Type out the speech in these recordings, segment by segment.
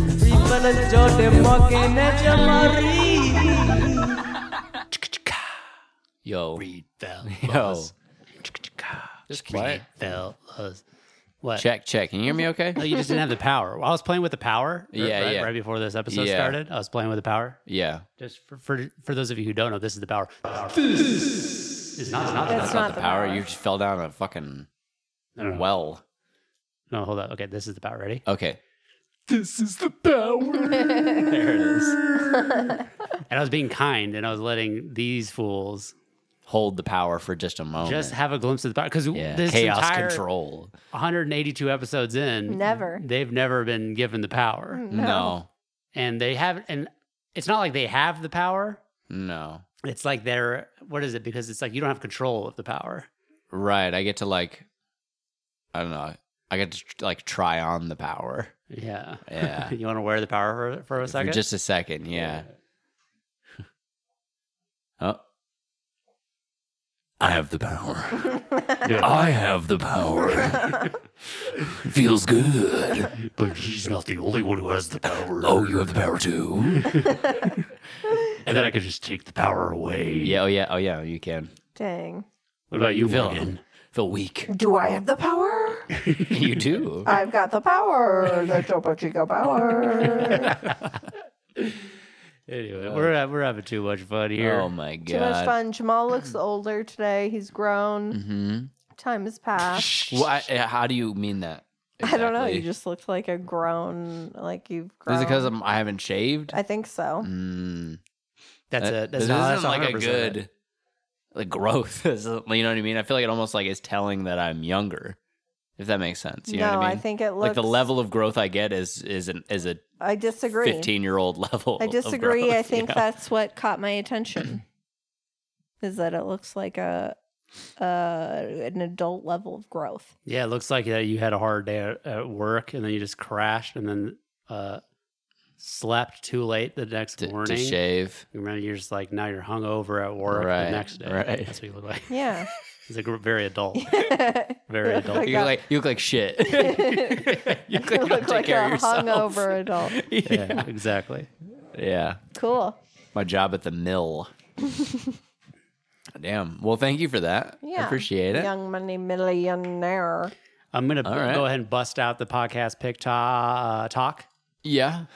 चल जोटे मौके ने जमारी Yo, Reed yo, fellas. just play. Reed it. fellas. What? Check, check. Can you hear me? Okay. Oh, you just didn't have the power. Well, I was playing with the power. r- Yeah, right, yeah. right before this episode Yeah. started, I was playing with the power. Yeah. Just for, for for those of you who don't know, this is the power. It's not. It's not. That's not the power. You just fell down a fucking No, no, no. well. no, hold up. Okay, this is the power. Ready? Okay. This is the power. there it is. and I was being kind, and I was letting these fools Hold the power for just a moment. just have a glimpse of the power because Oh, yeah. this Chaos entire control. 182 episodes in, Never. they've never Hmm. been given the power, No. and they have, and it's not like they have the power. No. It's like they're what is it? Because it's like you don't have control of the power. Right. I get to like, I don't know. I get to like try on the power Yeah. Yeah. you want to wear the power for, for a for second? just a second. Yeah. Oh. I have the power. I have the power. Feels good. But he's not the only one who has the power. Oh, you have the power too. And then I could just take the power away. yeah. Oh yeah. Oh yeah. You can. Dang. What about you, Phil. Morgan? Feel weak. Do I have the power? you do. I've got the power. The Topo Chico power. Anyway, we're ha- we're having too much fun here. uh, Oh my god. Too much fun. Jamal looks older today. He's grown. Time has passed. Why, uh, Mm-hmm. how do you mean that? I don't know. You exactly? just looked like a grown, like you've grown. is it because I haven't shaved? I think so. Mm. that's That- it. That's this not, isn't that's not like a 100% it. good like growth. This isn't- you know what I mean? I feel like it almost like is telling that I'm younger, if that makes sense. You know no, what I mean? think it looks like the level of growth I get is is an is a I disagree. fifteen year old level. I of disagree. I growth, you think know? that's what caught my attention. is that it looks like a uh an adult level of growth. Yeah, it looks like uh, you had a hard day at, at work, and then you just crashed, and then uh, slept too late the next to, to morning. shave. You Remember, you're just like now you're hungover at work Right, the next day. right. That's what you look like. Yeah. It's like very adult, very Yeah, adult. like- You got- look like you look like shit. you look like, you you don't look take like care a of yourself. hungover adult. yeah, exactly. Yeah. Cool. My job at the mill. Damn. Well, thank you for that. Yeah. I appreciate it. Young money millionaire. I'm gonna All right. go ahead and bust out the podcast pick ta- uh, talk, Yeah.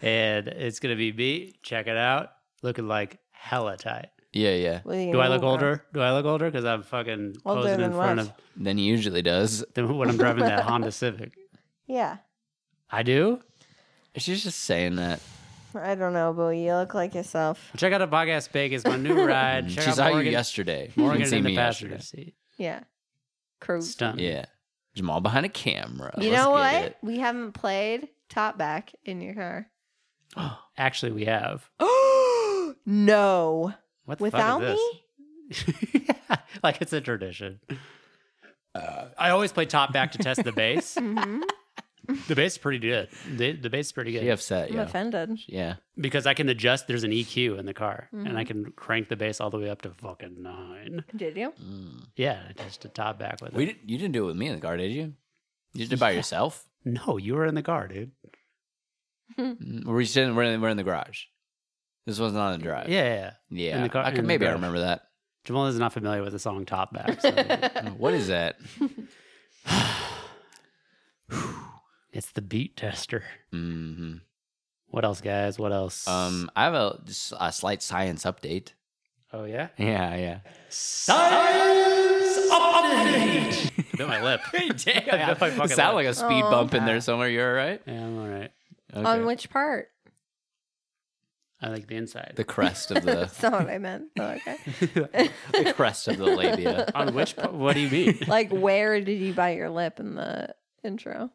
and it's gonna be me. Check it out, looking like hella tight. Yeah, yeah. Do I look older? Do I look older? Because I'm fucking Older posing in than front what? of Than he usually does. them when I'm driving that Honda Civic. Yeah. I do. She's just saying that. I don't know, but you look like yourself. Check out a podcast pick. It's my new ride. Check she out saw Morgan, you yesterday. Morgan you can see in the me passenger yesterday. seat. Yeah. Cruise. Stunt. Yeah. Jamal behind a camera. You Let's know get what? uh, it. We haven't played Top Back in your car. Actually, we have. no. What the Without fuck is me? this? yeah, like it's a tradition. I always play top back to test the bass. hmm the bass is pretty good. The, the bass is pretty good She upset, I'm yeah. offended. Yeah. because I can adjust. There's an EQ in the car, and I Mhm. can crank the bass all the way up to fucking nine. Did you? Mm. Yeah, just to top back with We it. did, you didn't do it with me in the car, did you? You did it by yourself? No, you were in the car, dude. Mm, We're sitting, we're in, we're in the garage. This wasn't on the drive. Yeah, yeah, yeah. Yeah. In the car- I in could, the maybe I garage. remember that. Jamal is not familiar with the song top back. So what is that? it's the beat tester. hmm What else, guys? What else? Um, I have a, just a slight science update. Oh yeah. Yeah, yeah. Science update. I bit my lip. I bit my fucking sound lip. like a speed Oh, bump in okay. there somewhere. You're all right. Yeah, I'm all right. Okay. On which part? I like the inside. the crest of the That's not what I meant. Oh, okay. the crest of the labia. On which? Po- what do you mean? Like, where did you bite your lip in the intro?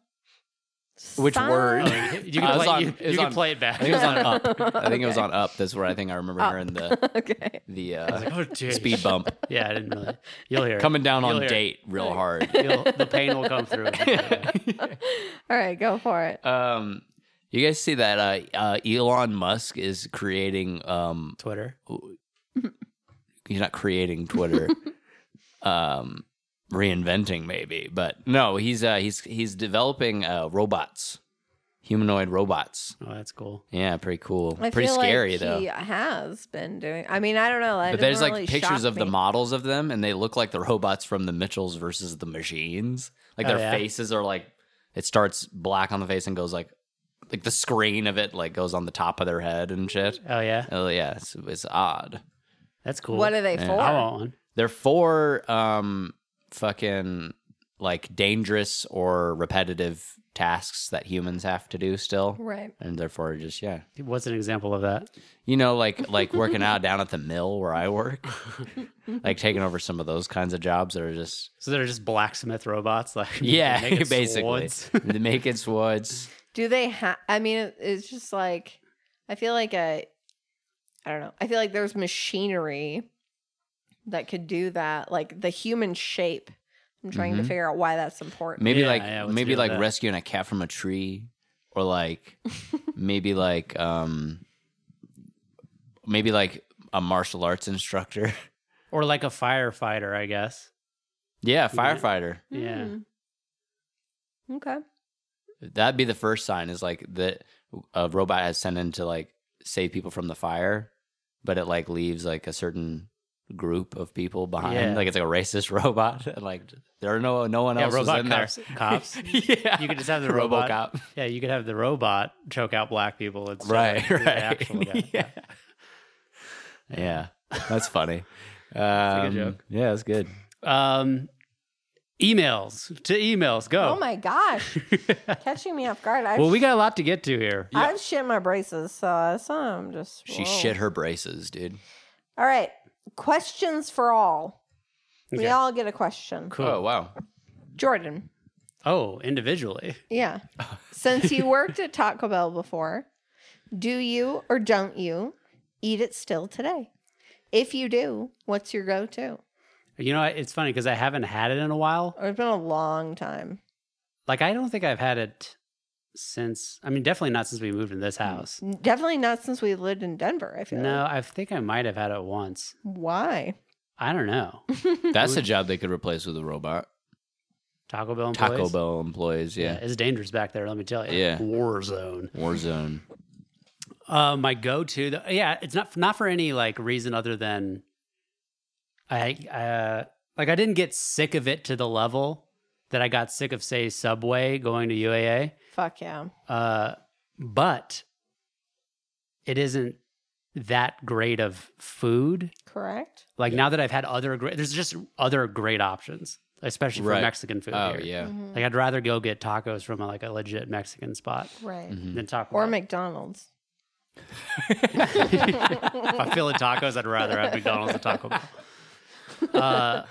Which Sigh. word? Oh, you you Uh, can, it was play, on- you, it you was can on- play it back. I think it was on uh, up. I think it was Okay. on up. That's where I think I remember Up. hearing the okay. the I was uh, like, oh, geez. speed bump Yeah, I didn't really. You'll hear it. coming down You'll on hear it. date real hard. You'll, the pain will come through. Yeah. All right, go for it. Um, you guys see that uh, uh, Elon Musk is creating um, Twitter. he's not creating Twitter, um, reinventing maybe, but no, he's uh, he's he's developing uh, robots humanoid robots. Oh, that's cool. Yeah, pretty cool. I pretty feel scary like though. He has been doing. I mean, I don't know. that but doesn't there's like really pictures shock of the me. models of them, and they look like the robots from the Mitchells versus the machines. Like Oh, their yeah. faces are like it starts black on the face and goes like like the screen of it like goes on the top of their head and shit. Oh yeah, Oh yeah, it's, it's odd. that's cool. What are they Yeah. for? I want one. They're for um fucking like dangerous or repetitive tasks that humans have to do still. Right. And therefore just yeah. What's an example of that? You know, like like working out down at the mill where I work. like taking over some of those kinds of jobs that are just So they're just blacksmith robots, like Yeah, making basically. swords? the naked swords. Do they have? I mean, it- it's just like I feel like a. I don't know. I feel like there's machinery that could do that, like the human shape. I'm trying to Mhm. figure out why that's important. Maybe Yeah, like yeah, what's the maybe deal with like that? rescuing a cat from a tree, or like maybe like um maybe like a martial arts instructor. or like a firefighter, I guess. yeah, Yeah. firefighter. Yeah. Hmm. Okay. That'd be the first sign is like that a robot has sent in to like save people from the fire, but it like leaves like a certain group of people behind. Yeah. Like it's like a racist robot. and like there are no no one Yeah, else is robot in cops. Cops. there. yeah. You could just have the robot. Robocop. Yeah, you could have the robot choke out black people. It's Right, The right. actual guy. yeah. yeah. That's funny. That's a good joke. Yeah, that's good. Um, emails to emails. Go. Oh my gosh, catching me off guard. I well, we got a lot to get to here. I've shit my braces, so I saw him just. She whoa. shit her braces, dude. All right. Questions for all. We Okay. all get a question. Cool. Oh, wow. Jordan. Oh, individually. Yeah. Since you worked at Taco Bell before, do you or don't you eat it still today? If you do, what's your go to? You know, it's funny because I haven't had it in a while. Oh, It's been a long time. Like, I don't think I've had it since. I mean, definitely not since we moved in this house. Definitely not since we lived in Denver, I feel No, like. I think I might have had it once. Why? I don't know. That's a job they could replace with a robot. Taco Bell employees. Taco Bell employees, yeah. it's dangerous back there. Let me tell you. Yeah. war zone. Warzone. Uh, my go-to, th- yeah, it's not not for any like reason other than I uh, like I didn't get sick of it to the level that I got sick of say Subway going to UAA, Fuck yeah. uh, but it isn't that great of food. Correct? Like now that I've had other great, there's just other great options, especially for Right. Mexican food. Oh, here. yeah. Mhm. Like I'd rather go get tacos from a, like a legit Mexican spot Right. Mhm. than Taco Or Bell. McDonald's. if I feel at tacos, I'd rather have McDonald's than Taco Bell. Uh,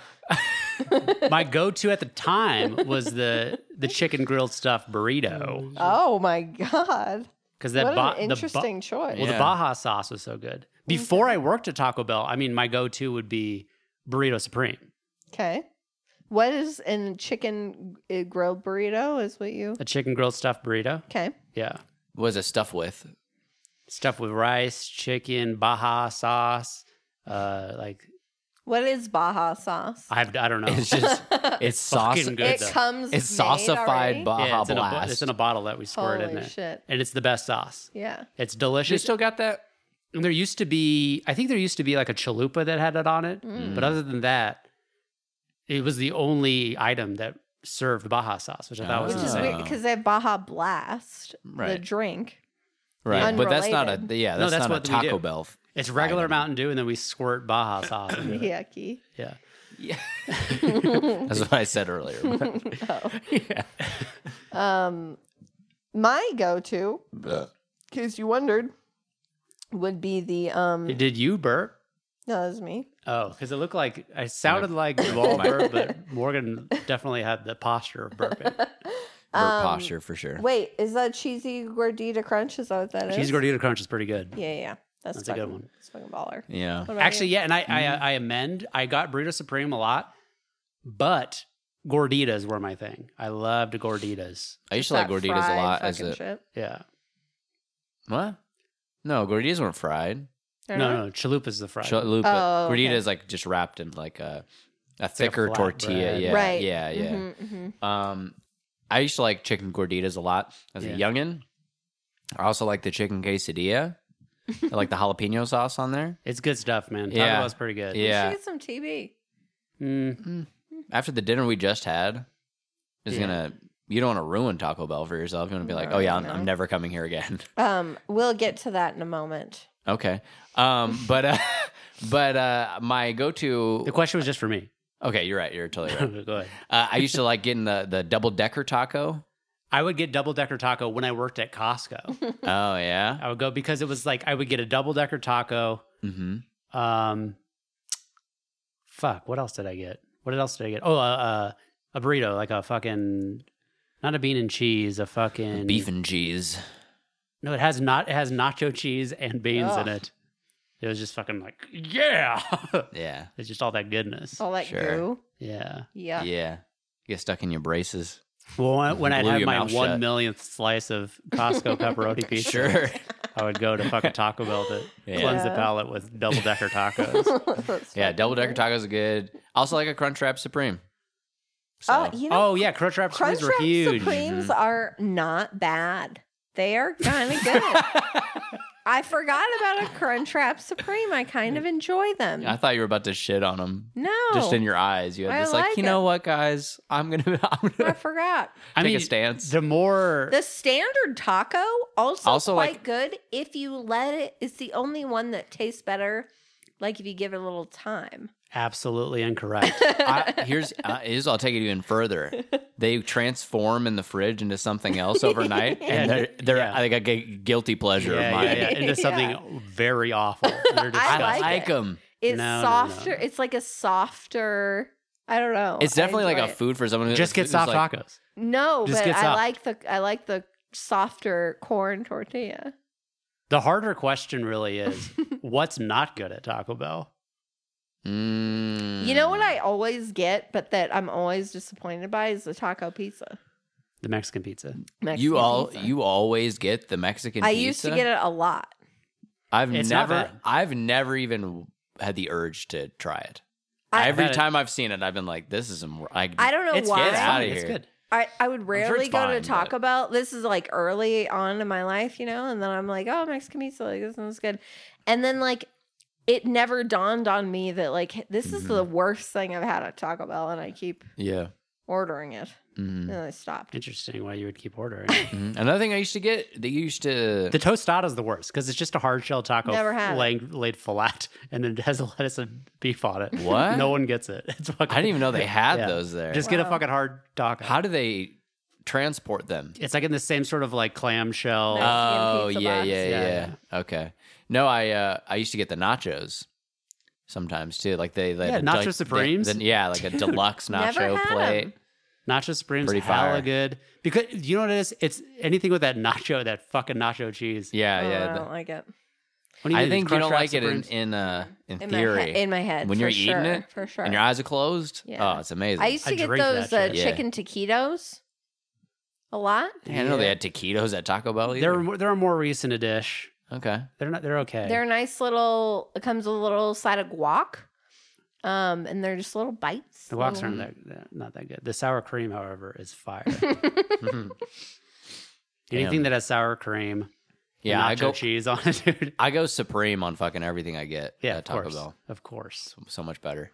my go-to at the time was the the chicken grilled stuffed burrito Oh my God. because that what ba- an the ba- interesting choice. well Yeah. the Baja sauce was so good. Before I worked at Taco Bell, I mean my go-to would be burrito supreme. Okay. What is in chicken uh, grilled burrito is what you A chicken grilled stuffed burrito, Okay. yeah, Was it stuffed with? stuffed with rice, chicken, Baja sauce. Uh, like What is Baja sauce? I've I don't know. It's just, it's sauce. fucking good it though. comes It's made already? saucified Baja yeah, it's in, a, bo- Blast. it's in a bottle that we squirt in Holy there, shit. and it's the best sauce. Yeah. It's delicious. got that? And there used to be, I think there used to be like a chalupa that had it on it, Hmm. Mm. but other than that, it was the only item that served Baja sauce, which I thought was Which is Oh. insane. weird because they have Baja Blast, the Right. drink. Right. But that's not Unrelated. a, yeah, No, that's, that's not a what we do. Taco Bell. It's regular item. Mountain Dew, and then we squirt Baja sauce. into it. Yucky. Yeah. Yeah. that's what I said earlier. but- No. yeah. Um, my go to, because you wondered, would be the. um. Did you burp? No, that was me. Oh, because it looked like I sounded like Duval my- burp, but Morgan definitely had the posture of burping. Her Um, posture for sure. Wait, is that cheesy gordita crunch? Is that what that is? Cheese gordita crunch is pretty good. Yeah, yeah, yeah. That's, That's a fucking, good one. That's fucking baller. yeah. What about Actually, you? yeah, and I, I I amend. I got burrito supreme a lot, but gorditas were my thing. I loved gorditas. I used to like That gorditas a fried lot as fucking a shit. Yeah. what? No, gorditas weren't fried. They're not? No, no, chalupa's the fried. one. Chalupa. Oh, okay. Gorditas like just wrapped in like a a like a thicker flat tortilla. bread. Yeah, Right. yeah, yeah. Mhm, mhm. Um, I used to like chicken gorditas a lot as Yeah. a youngin. I also like the chicken quesadilla. I like the jalapeno sauce on there. It's good stuff, man. Taco Yeah. Bell's pretty good. You should Yeah. get some TB. Mm, After the dinner we just had, is Yeah. gonna you don't want to ruin Taco Bell for yourself. You want to be like, No, oh yeah, I'm, no. I'm never coming here again. Um, we'll get to that in a moment. okay, um, but uh, but uh, my go-to. the question was just for me. Okay, you're right. You're totally Go right. ahead. Uh, I used to like getting the the double decker taco. I would get double decker taco when I worked at Costco. Oh yeah. I would go because it was like I would get a double decker taco. Mm-hmm. Um, fuck, what else did I get? What else did I get? Oh, uh, uh, a burrito, like a fucking, not a bean and cheese, a fucking Beef and cheese. No, it has not. It has nacho cheese and beans in Ugh. it. It was just fucking like, yeah. Yeah. it's just all that goodness. All that Sure. goo. Yeah. Yeah. Yeah. Get stuck in your braces. Well, when, when I'd Blew have your my mouth one shut. millionth slice of Costco pepperoni pizza, Sure. I would go to fucking Taco Bell to Yeah. cleanse the Yeah. palate with double decker tacos. That's yeah. fucking Double decker great. tacos are good. Also like a Crunchwrap Supreme. So, Oh, you know, oh yeah, Crunchwrap Supremes were Crunchwrap huge. Supremes Mm-hmm. are not bad. They are kind of good. I forgot about a Crunchwrap Supreme. I kind of enjoy them. I thought you were about to shit on them. no, Just in your eyes, you had Oh. I this like, like you know what, guys, I'm gonna, I'm I gonna forgot. I take mean, a stance. the more The standard taco also, Also, quite like- good if you let it. It's the only one that tastes better. Like if you give it a little time. absolutely incorrect. I, here's, uh, here's, I'll take it even further. They transform in the fridge into something else overnight, and they're, they're Yeah. like a gu- guilty pleasure of yeah, mine. yeah, yeah, into something very awful. They're I disgusting. like, like it. them. It's No, no, no. softer. It's like a softer. I don't know. It's I definitely like Oh, enjoy a it. food for someone. who- Just get who's soft like, tacos. No, Just but gets I up. like the I like the softer corn tortilla. The harder question really is what's not good at Taco Bell? Mm. You know what I always get, but that I'm always disappointed by is the taco pizza. The Mexican pizza. Mexican you all pizza. you always get the Mexican. I pizza? used to get it a lot. I've It's not never. bad. I've never even had the urge to try it. I- Every I've had it. time I've seen it, I've been like, "This is some." I, I don't know It's, why. Get outta It's here. good. I, I would it's rarely go fine, to but- Taco Bell. This is like early on in my life, you know, and then I'm like, oh, Mexican pizza, like this one's good. And then like it never dawned on me that like this is Mm-hmm. the worst thing I've had at Taco Bell and I keep yeah. ordering it. Mhm. And I stopped. Interesting why you would keep ordering. Mhm. Another thing I used to get. They used to. the tostada is the worst because it's just a hard shell taco Never had it. laying, laid flat and then it has lettuce and beef on it. What? No one gets it. It's fucking, I didn't even know they had Yeah. those there. Just get a Wow. fucking hard taco. how do they transport them? it's like in the same sort of like clamshell. Mexican Oh pizza yeah, box. yeah, Yeah, yeah, Okay. No, I uh, I used to get the nachos sometimes too. Like they, they Yeah, had a- Nacho like, they- Supremes. then- yeah, like a deluxe never nacho had 'em. plate. Nacho Supreme's Pretty hella fire. good. Because you know what it is? It's anything with that nacho, that fucking nacho cheese. Yeah, Oh, yeah. I the- don't like it. What do I mean, think you don't Crunchwrap like it in Supremes? in uh, in, In theory. my he- in my head. when for you're sure, eating it For sure. and your eyes are closed. Yeah. Oh, it's amazing. I I, used I to get drink that those uh, shit. Yeah. chicken taquitos a lot. Man, I know they had taquitos at Taco Bell. They're Either. more, they're more recent a dish. Okay. They're not. They're okay. They're a nice little. It comes with a little side of guac, um, and they're just little bites. the walks little- aren't that they're not that good. The sour cream, however, is fire. Anything Damn. that has sour cream, Yeah, I nacho go cheese on it, dude. I go supreme on fucking everything I get Yeah, at of Taco course, Bell. of course. So much better.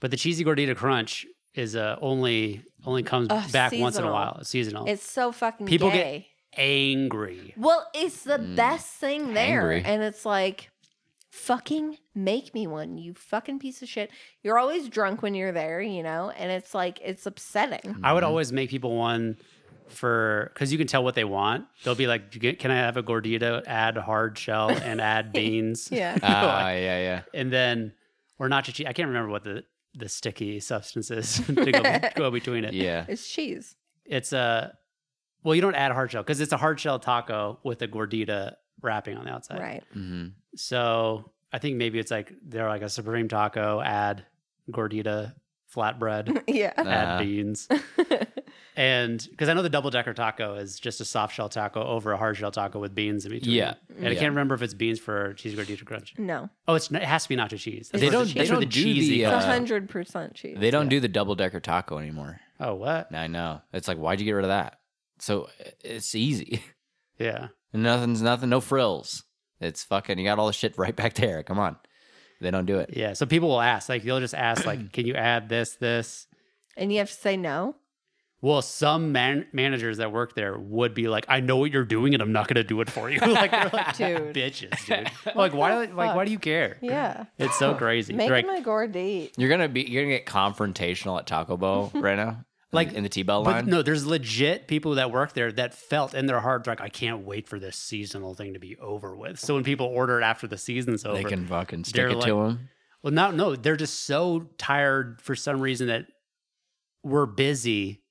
But the cheesy gordita crunch is uh, only only comes Ugh, back once in a seasonal. while. It's seasonal. It's so fucking People get- gay. angry. well, it's the Mm. best thing there, Hangry. and it's like, fucking make me one, you fucking piece of shit. You're always drunk when you're there, you know, and it's like it's upsetting. Mm-hmm. I would always make people one for because you can tell what they want. They'll be like, "Can can I have a gordita? Add hard shell and add beans." Yeah. Ah, yeah, yeah. and then or nacho cheese. I can't remember what the the sticky substance is to go, go between it. Yeah. It's cheese. It's a well, you don't add hard shell because it's a hard shell taco with a gordita wrapping on the outside. Right. hmm So I think maybe it's like they're like a supreme taco, add gordita, flatbread, yeah. Uh. add beans, and because I know the double decker taco is just a soft shell taco over a hard shell taco with beans in between. Mm-hmm. Yeah. and I Yeah. can't remember if it's beans for cheese gordita crunch. no. Oh, it's it has to be nacho cheese. That's They where the- don't- they that's where don't do the, cheesy uh, It's comes from. hundred percent cheese. They don't do the double decker taco anymore. oh, what? I know. It's like, why'd you get rid of that? So it's easy. Yeah. And nothing's nothing, no frills. It's fucking, you got all the shit right back there. Come on. They don't do it. Yeah. So people will ask, like, they'll just ask, like, can you add this, this? And you have to say no. Well, some man- managers that work there would be like, I know what you're doing and I'm not going to do it for you. like, they're like Dude. bitches, dude. like, why, the like, why fuck? do you care? Yeah. It's so crazy. Make They're like, him a gourd to eat. You're going to be, you're going to get confrontational at Taco Bell right now. Like- in the T Bell but line. no, there's legit people that work there that felt in their heart, like, I can't wait for this seasonal thing to be over with. So when people order it after the season's over, they can fucking stick They're it to 'em. like- to them. Well, no, no, they're just so tired for some reason that we're busy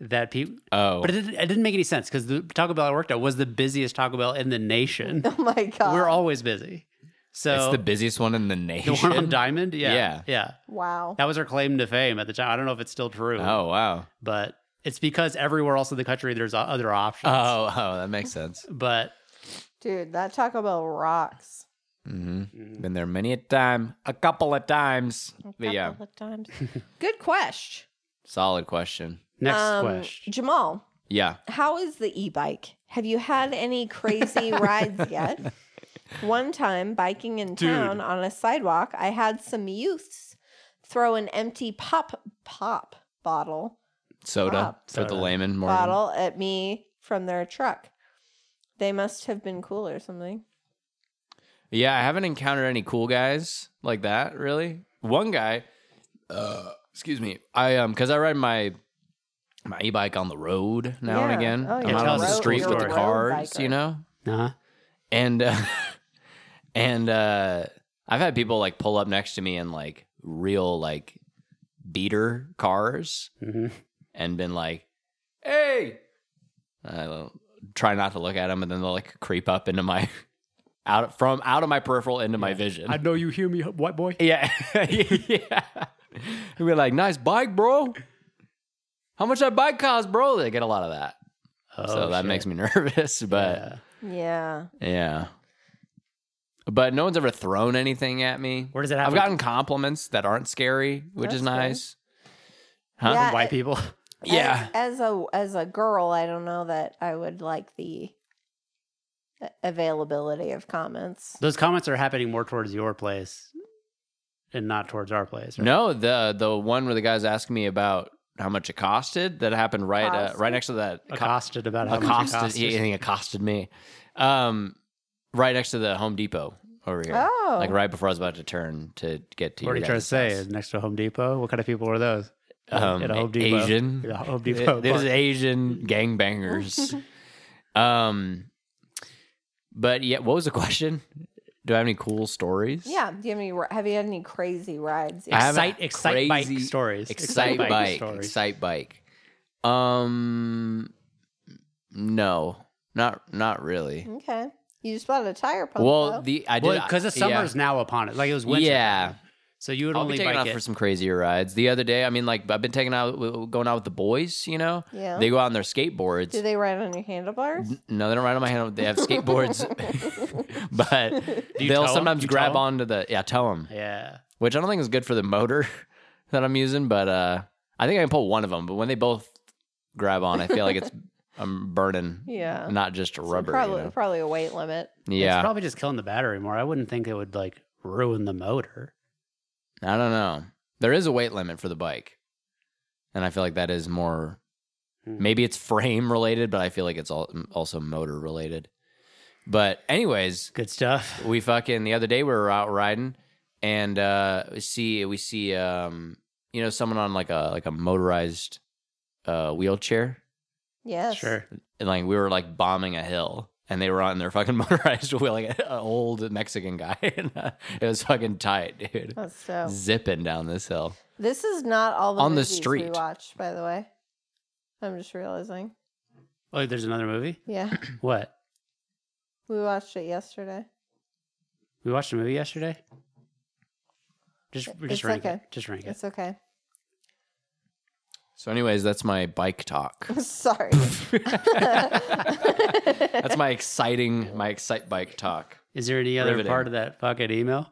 that people. Oh, But it, didn't- it didn't make any sense because the Taco Bell I worked at was the busiest Taco Bell in the nation. Oh my god. We're always busy, so it's the busiest one in the nation. the one on Diamond, yeah, Yeah. wow. that was our claim to fame at the time. I don't know if it's still true, Oh wow! but it's because everywhere else in the country there's o- other options. Oh oh, that makes sense. but Dude, that Taco Bell rocks. hmm Mm-hmm. Been there many a time, a couple of times. But yeah, Couple of times. Good question. solid question. next Um, question. Jamal, Yeah, how is the e-bike? Have you had any crazy rides yet? One time biking in town on a sidewalk, I had some youths throw an empty pop pop bottle soda Wow. for Soda. the layman. Morgan. bottle at me from their truck. They must have been cool or something. Yeah, I haven't encountered any cool guys like that really. One guy, uh, excuse me, I um, because I ride my my e bike on the road now and Yeah. again. Oh, I'm yeah. not Tell on the us a cool street with the story. cars, Road biker. you know. Uh-huh. and uh, and uh, I've had people like pull up next to me in like real like beater cars Mhm. and been like, "Hey," I don't- try not to look at them, and then they'll like creep up into my out from out of my peripheral into my vision. I know you hear me, white boy. yeah, yeah. And we're like, "Nice bike, bro." How much that bike cost, bro? They get a lot of that, Oh, so that makes me nervous. But Yeah. Yeah. yeah. But no one's ever thrown anything at me. Where does it I've happen? gotten compliments that aren't scary, which That's is good. nice. Huh? Yeah. white people. As- Yeah. As, a as a girl, I don't know that I would like the a- availability of comments. Those comments are happening more towards your place and not towards our place. right? No, the the one where the guys asking me about how much it costed that happened right uh, Costed? right next to that Accosted about how much it accosted. costs. He, he accosted me, um, right next to the Home Depot over here. Oh. Like right before I was about to turn to get to What are your you trying to guys' say? house. Is next to a Home Depot? What kind of people are those? um, At a Home A- Depot. Asian. At a Home Th- Depot. There's park. Asian gangbangers. um, but yeah, what was the question? Do I have any cool stories? Yeah. Do you have any? Have you had any crazy rides? I have a Excite- excite bike crazy- stories. Excite, Excite bike bike. stories. Excite bike. Um, no, not not really. Okay. You just bought a tire pump. Well, though. the I did Well, because the yeah. summer's now upon it. Like it was winter. Yeah. So you would I'll be only taking bike out it. for some crazier rides. The other day, I mean, like I've been taking out, going out with the boys. You know, Yeah. they go out on their skateboards. do they ride on your handlebars? No, they don't ride on my hand. They have skateboards, but you tow they'll 'em? sometimes Do you grab tow 'em? onto the yeah tow them, yeah. which I don't think is good for the motor that I'm using. But uh, I think I can pull one of them. But when they both grab on, I feel like it's I'm burning, Yeah. not just So rubber. you probably know? probably a weight limit. Yeah, It's probably just killing the battery more. I wouldn't think it would like ruin the motor. I don't know. There is a weight limit for the bike, and I feel like that is more. Hmm. Maybe it's frame related, but I feel like it's all, also motor related. But anyways, Good stuff. we fucking the other day we were out riding and uh we see we see um you know someone on like a like a motorized uh wheelchair Yes. Sure. and like we were like bombing a hill and they were on their fucking motorized wheel like an old mexican guy and uh, it was fucking tight dude Oh, so zipping down this hill this is not all the On the movies we street. watched, by the way. I'm just realizing. Oh, there's another movie? Yeah, What? we watched it yesterday. We watched a movie yesterday? Just, just It's rank okay. it. Just rank it. It's okay. so anyways that's my bike talk Sorry. that's my exciting my excite bike talk Is there any other Riveting. part of that fucking email?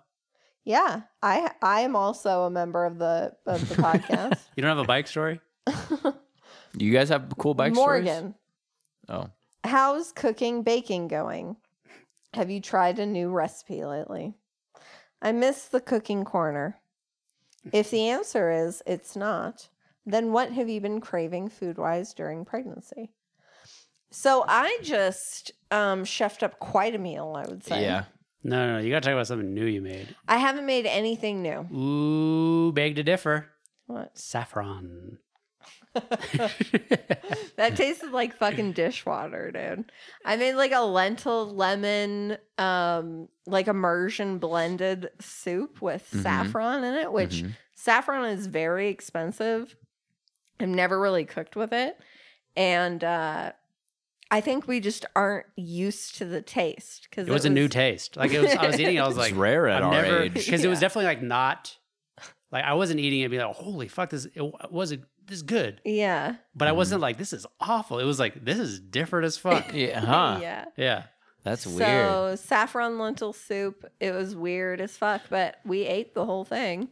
yeah, I I am also a member of the of the podcast. You don't have a bike story? you guys have cool bike stories? Morgan, oh How's cooking baking going? Have you tried a new recipe lately? I miss the cooking corner. If the answer is it's not, then what have you been craving food wise during pregnancy? So I just um chefed up quite a meal, I would say. Yeah. No, no, no. You got to talk about something new you made. I haven't made anything new. Ooh, beg to differ. What? Saffron. That tasted like fucking dishwater, dude. I made like a lentil lemon, um, like immersion blended soup with Mm-hmm. Mhm. saffron in it, which Mhm. saffron is very expensive. I've never really cooked with it. And uh I think we just aren't used to the taste because it was a new taste. Like it was, I was eating. it, I was like, it's rare at I'm our never age. because it was Yeah. definitely like not like I wasn't eating it. and Be like, holy fuck, this it wa- wasn't this is good, yeah, but I Mhm. wasn't like this is awful. It was like this is different as fuck. Yeah, huh? yeah. yeah, That's weird. so saffron lentil soup. It was weird as fuck, but we ate the whole thing.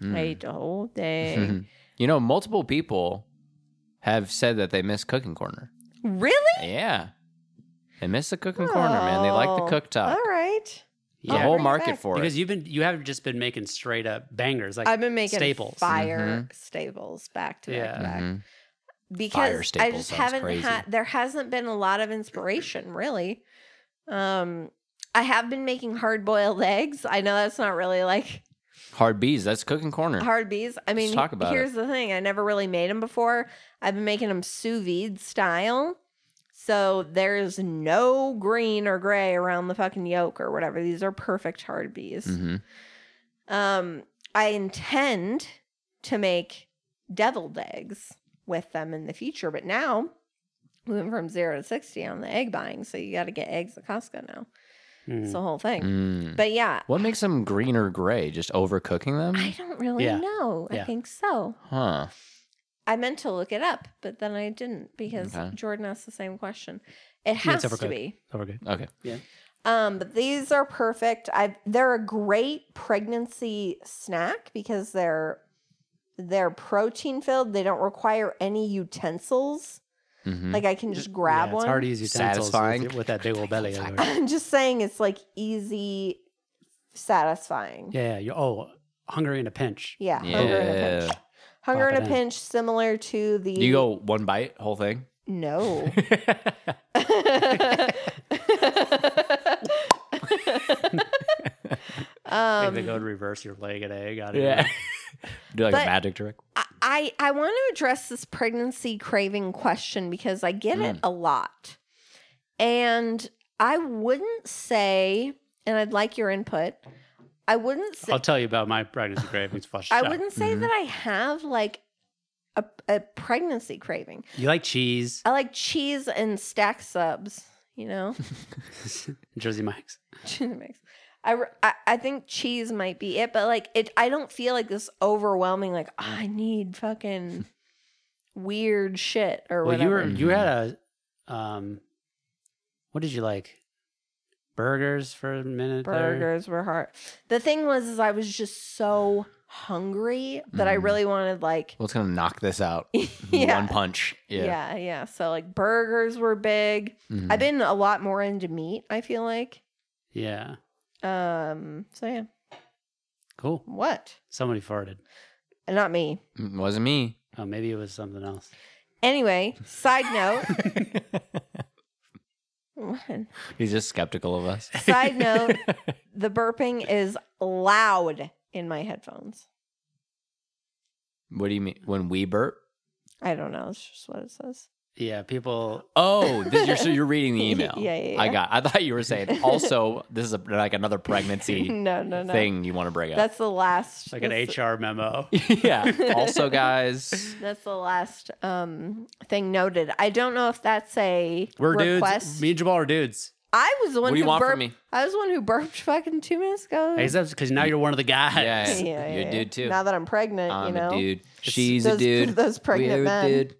Hmm. I Mm. ate the whole thing. you know, multiple people have said that they miss cooking corner. really? Yeah. They miss the cooking corner, man. They like Oh, the cook talk. All right. The yeah. I'll whole bring it market back. for because it. you've been you have just been making straight up bangers. Like I've been making staples. fire Mm-hmm. staples back to back Yeah. to back. Mhm. Fire Because I staples just sounds haven't crazy. had there hasn't been a lot of inspiration really. Um I have been making hard boiled eggs. I know that's not really like Hard bees. That's cooking corner. hard bees. I mean, talk about it. here's the thing. I never really made them before. I've been making them sous vide style. So there's no green or gray around the fucking yolk or whatever. These are perfect hard bees. Mhm. Um, I intend to make deviled eggs with them in the future, but now we went from zero to 60 on the egg buying. So you got to get eggs at Costco now. Mm. It's the whole thing. Mm. But yeah, What makes them green or gray? Just overcooking I them? don't really Mm. Yeah. know. I Yeah. think so. Huh. I meant to look it up, but then I didn't because Okay. Jordan asked the same question. It Yeah, has it's to overcooked. be. Oh, we're good. Okay. Um, but these are perfect. I they're a great pregnancy snack because they're they're protein filled. They don't require any utensils. Mhm. Like I can just grab yeah, one. It's hard to use utensils Satisfying. with, with that big old belly. of yours. I'm just saying it's like easy, satisfying. Yeah, yeah, you're oh hungry in a pinch. Yeah, yeah. hunger in a pinch. Hunger Pop in it a in. pinch, similar to the You go one bite, whole thing. no. Like um, they go and reverse your leg and egg out of Yeah. Do like But- a magic trick. I, I, I want to address this pregnancy craving question because I get it Mm. a lot. And I wouldn't say, and I'd like your input, I wouldn't say, I'll tell you about my pregnancy cravings. Flush I out. wouldn't say Mhm. that I have like a, a pregnancy craving. You like cheese, I like cheese and stack subs, you know? Jersey Mike's. cheese and mix. I, re- I I think cheese might be it, but like it, I don't feel like this overwhelming. Like "Oh, I need fucking weird shit or Well, you whatever. were you had a um, what did you like? Burgers for a minute. there? Burgers were hard. The thing was, is I was just so hungry that I Mm. really wanted like What's gonna knock this out? yeah. One punch. Yeah. yeah, yeah, So like burgers were big. Mhm. I've been a lot more into meat. I feel like. Yeah, Um. So yeah. cool. What? Somebody farted. Not me. Mm, Wasn't me. Oh, maybe it was something else. Anyway. Side note. What? He's just skeptical of us. Side note, the burping is loud in my headphones. What do you mean when we burp? I don't know. It's just what it says. Yeah, people. Oh, this, you're, so you're reading the email. Yeah, yeah, I yeah. got. I thought you were saying also this is a, like another pregnancy no, no, no. thing you want to bring up. That's the last. It's like an that's, HR memo. yeah. Also, guys, That's the last um, thing noted. I don't know if that's a We're request. dudes. Me and Jamal are dudes. I was the one what do you who want burped. from me? I was the one who burped fucking two minutes ago. Except because now you're one of the guys. Yeah, Yeah, yeah, You're a yeah. dude too. Now that I'm pregnant, I'm you know, a dude. She's a those, dude. Those pregnant We're men, a dude.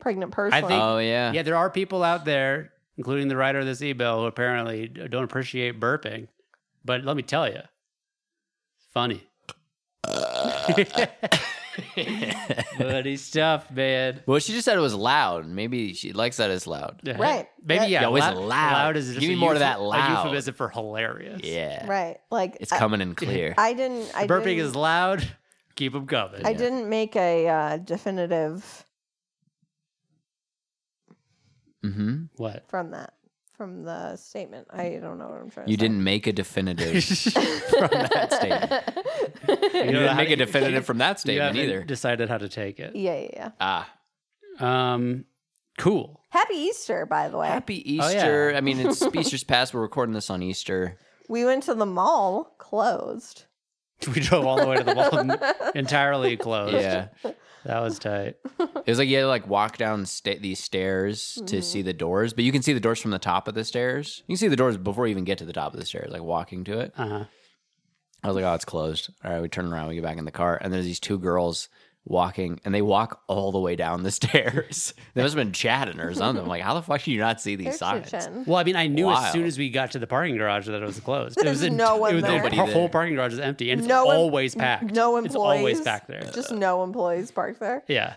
pregnant person. think- Oh yeah. Yeah, there are people out there, including the writer of this email, who apparently don't appreciate burping. But let me tell you, funny. Bloody stuff, man. well, she just said it was loud. Maybe she likes that it's loud. Yeah. Right. Maybe Right. yeah. Yo, it's lou- loud. Loud is just Give a me more of euph- that a loud. euphemism for hilarious. Yeah. Right. Like It's I- coming in clear. I, didn't. I Burping didn't, is loud. Keep them coming. I didn't make a uh, definitive mm-hmm. what? from that from the statement. I don't know what I'm trying. You to say. didn't make a definitive from that statement. You You know didn't how make to- a definitive from that You statement haven't either. Decided how to take it. yeah, yeah, yeah. Ah, Um, cool. Happy Easter, by the way. happy Oh, yeah. Easter. I mean, it's Easter's past. We're recording this on Easter. We went to the mall, closed. We drove all the way to the mall entirely closed. Yeah. that was tight. It was like you had to like walk down sta- these stairs to see the doors, but you can see the doors from the top of the stairs. You can see the doors before you even get to the top of the stairs, like walking to it. Uh huh. I was like, oh, it's closed. All right, we turn around, we get back in the car, and there's these two girls walking, and they walk all the way down the stairs. they must have been chatting or something. I'm like, how the fuck do you not see these They're signs? chit-chatting. Well, I mean, I knew as Wild. soon as we got to the parking garage that it was closed. It was There's no it one was- there. The Nobody par- there. whole parking garage is empty, and it's No em- always packed. No It's employees. always back there. Just no employees parked there. yeah.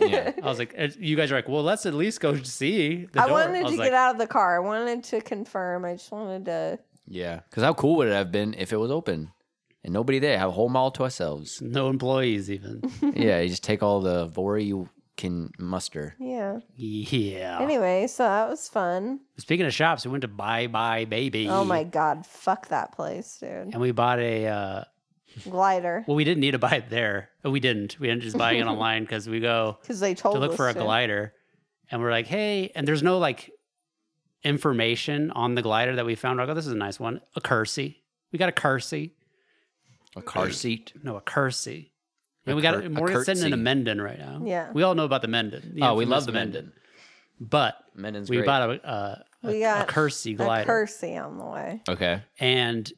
Yeah. I was like, and you guys are like, well, let's at least go see. The I door. wanted was to like, get out of the car. I wanted to confirm. I just wanted to. Yeah. Because how cool would it have been if it was open and nobody there, have a whole mall to ourselves? No employees even. yeah, you just take all the vori you can muster. Yeah. yeah. Anyway, so that was fun. Speaking of shops, we went to Bye Bye Baby. Oh my god, fuck that place, dude. And we bought a. Uh, Glider, well, we didn't need to buy it there. Uh, We didn't. We ended up just buying it online because we go because they told to look us for a to. glider, and we're like, hey, and there's no like information on the glider that we found. We're like, oh, this is a nice one. A cursey. We got a cursey. A car seat. No, a cursey. And A we got cur- and a we're sitting in a curtsy. Menden right now. Yeah. We all know about the Menden. the oh, we love infamous the Menden. But Menden's we great. bought a, a, a, We a got cursey A glider. Kersey on the way. okay. and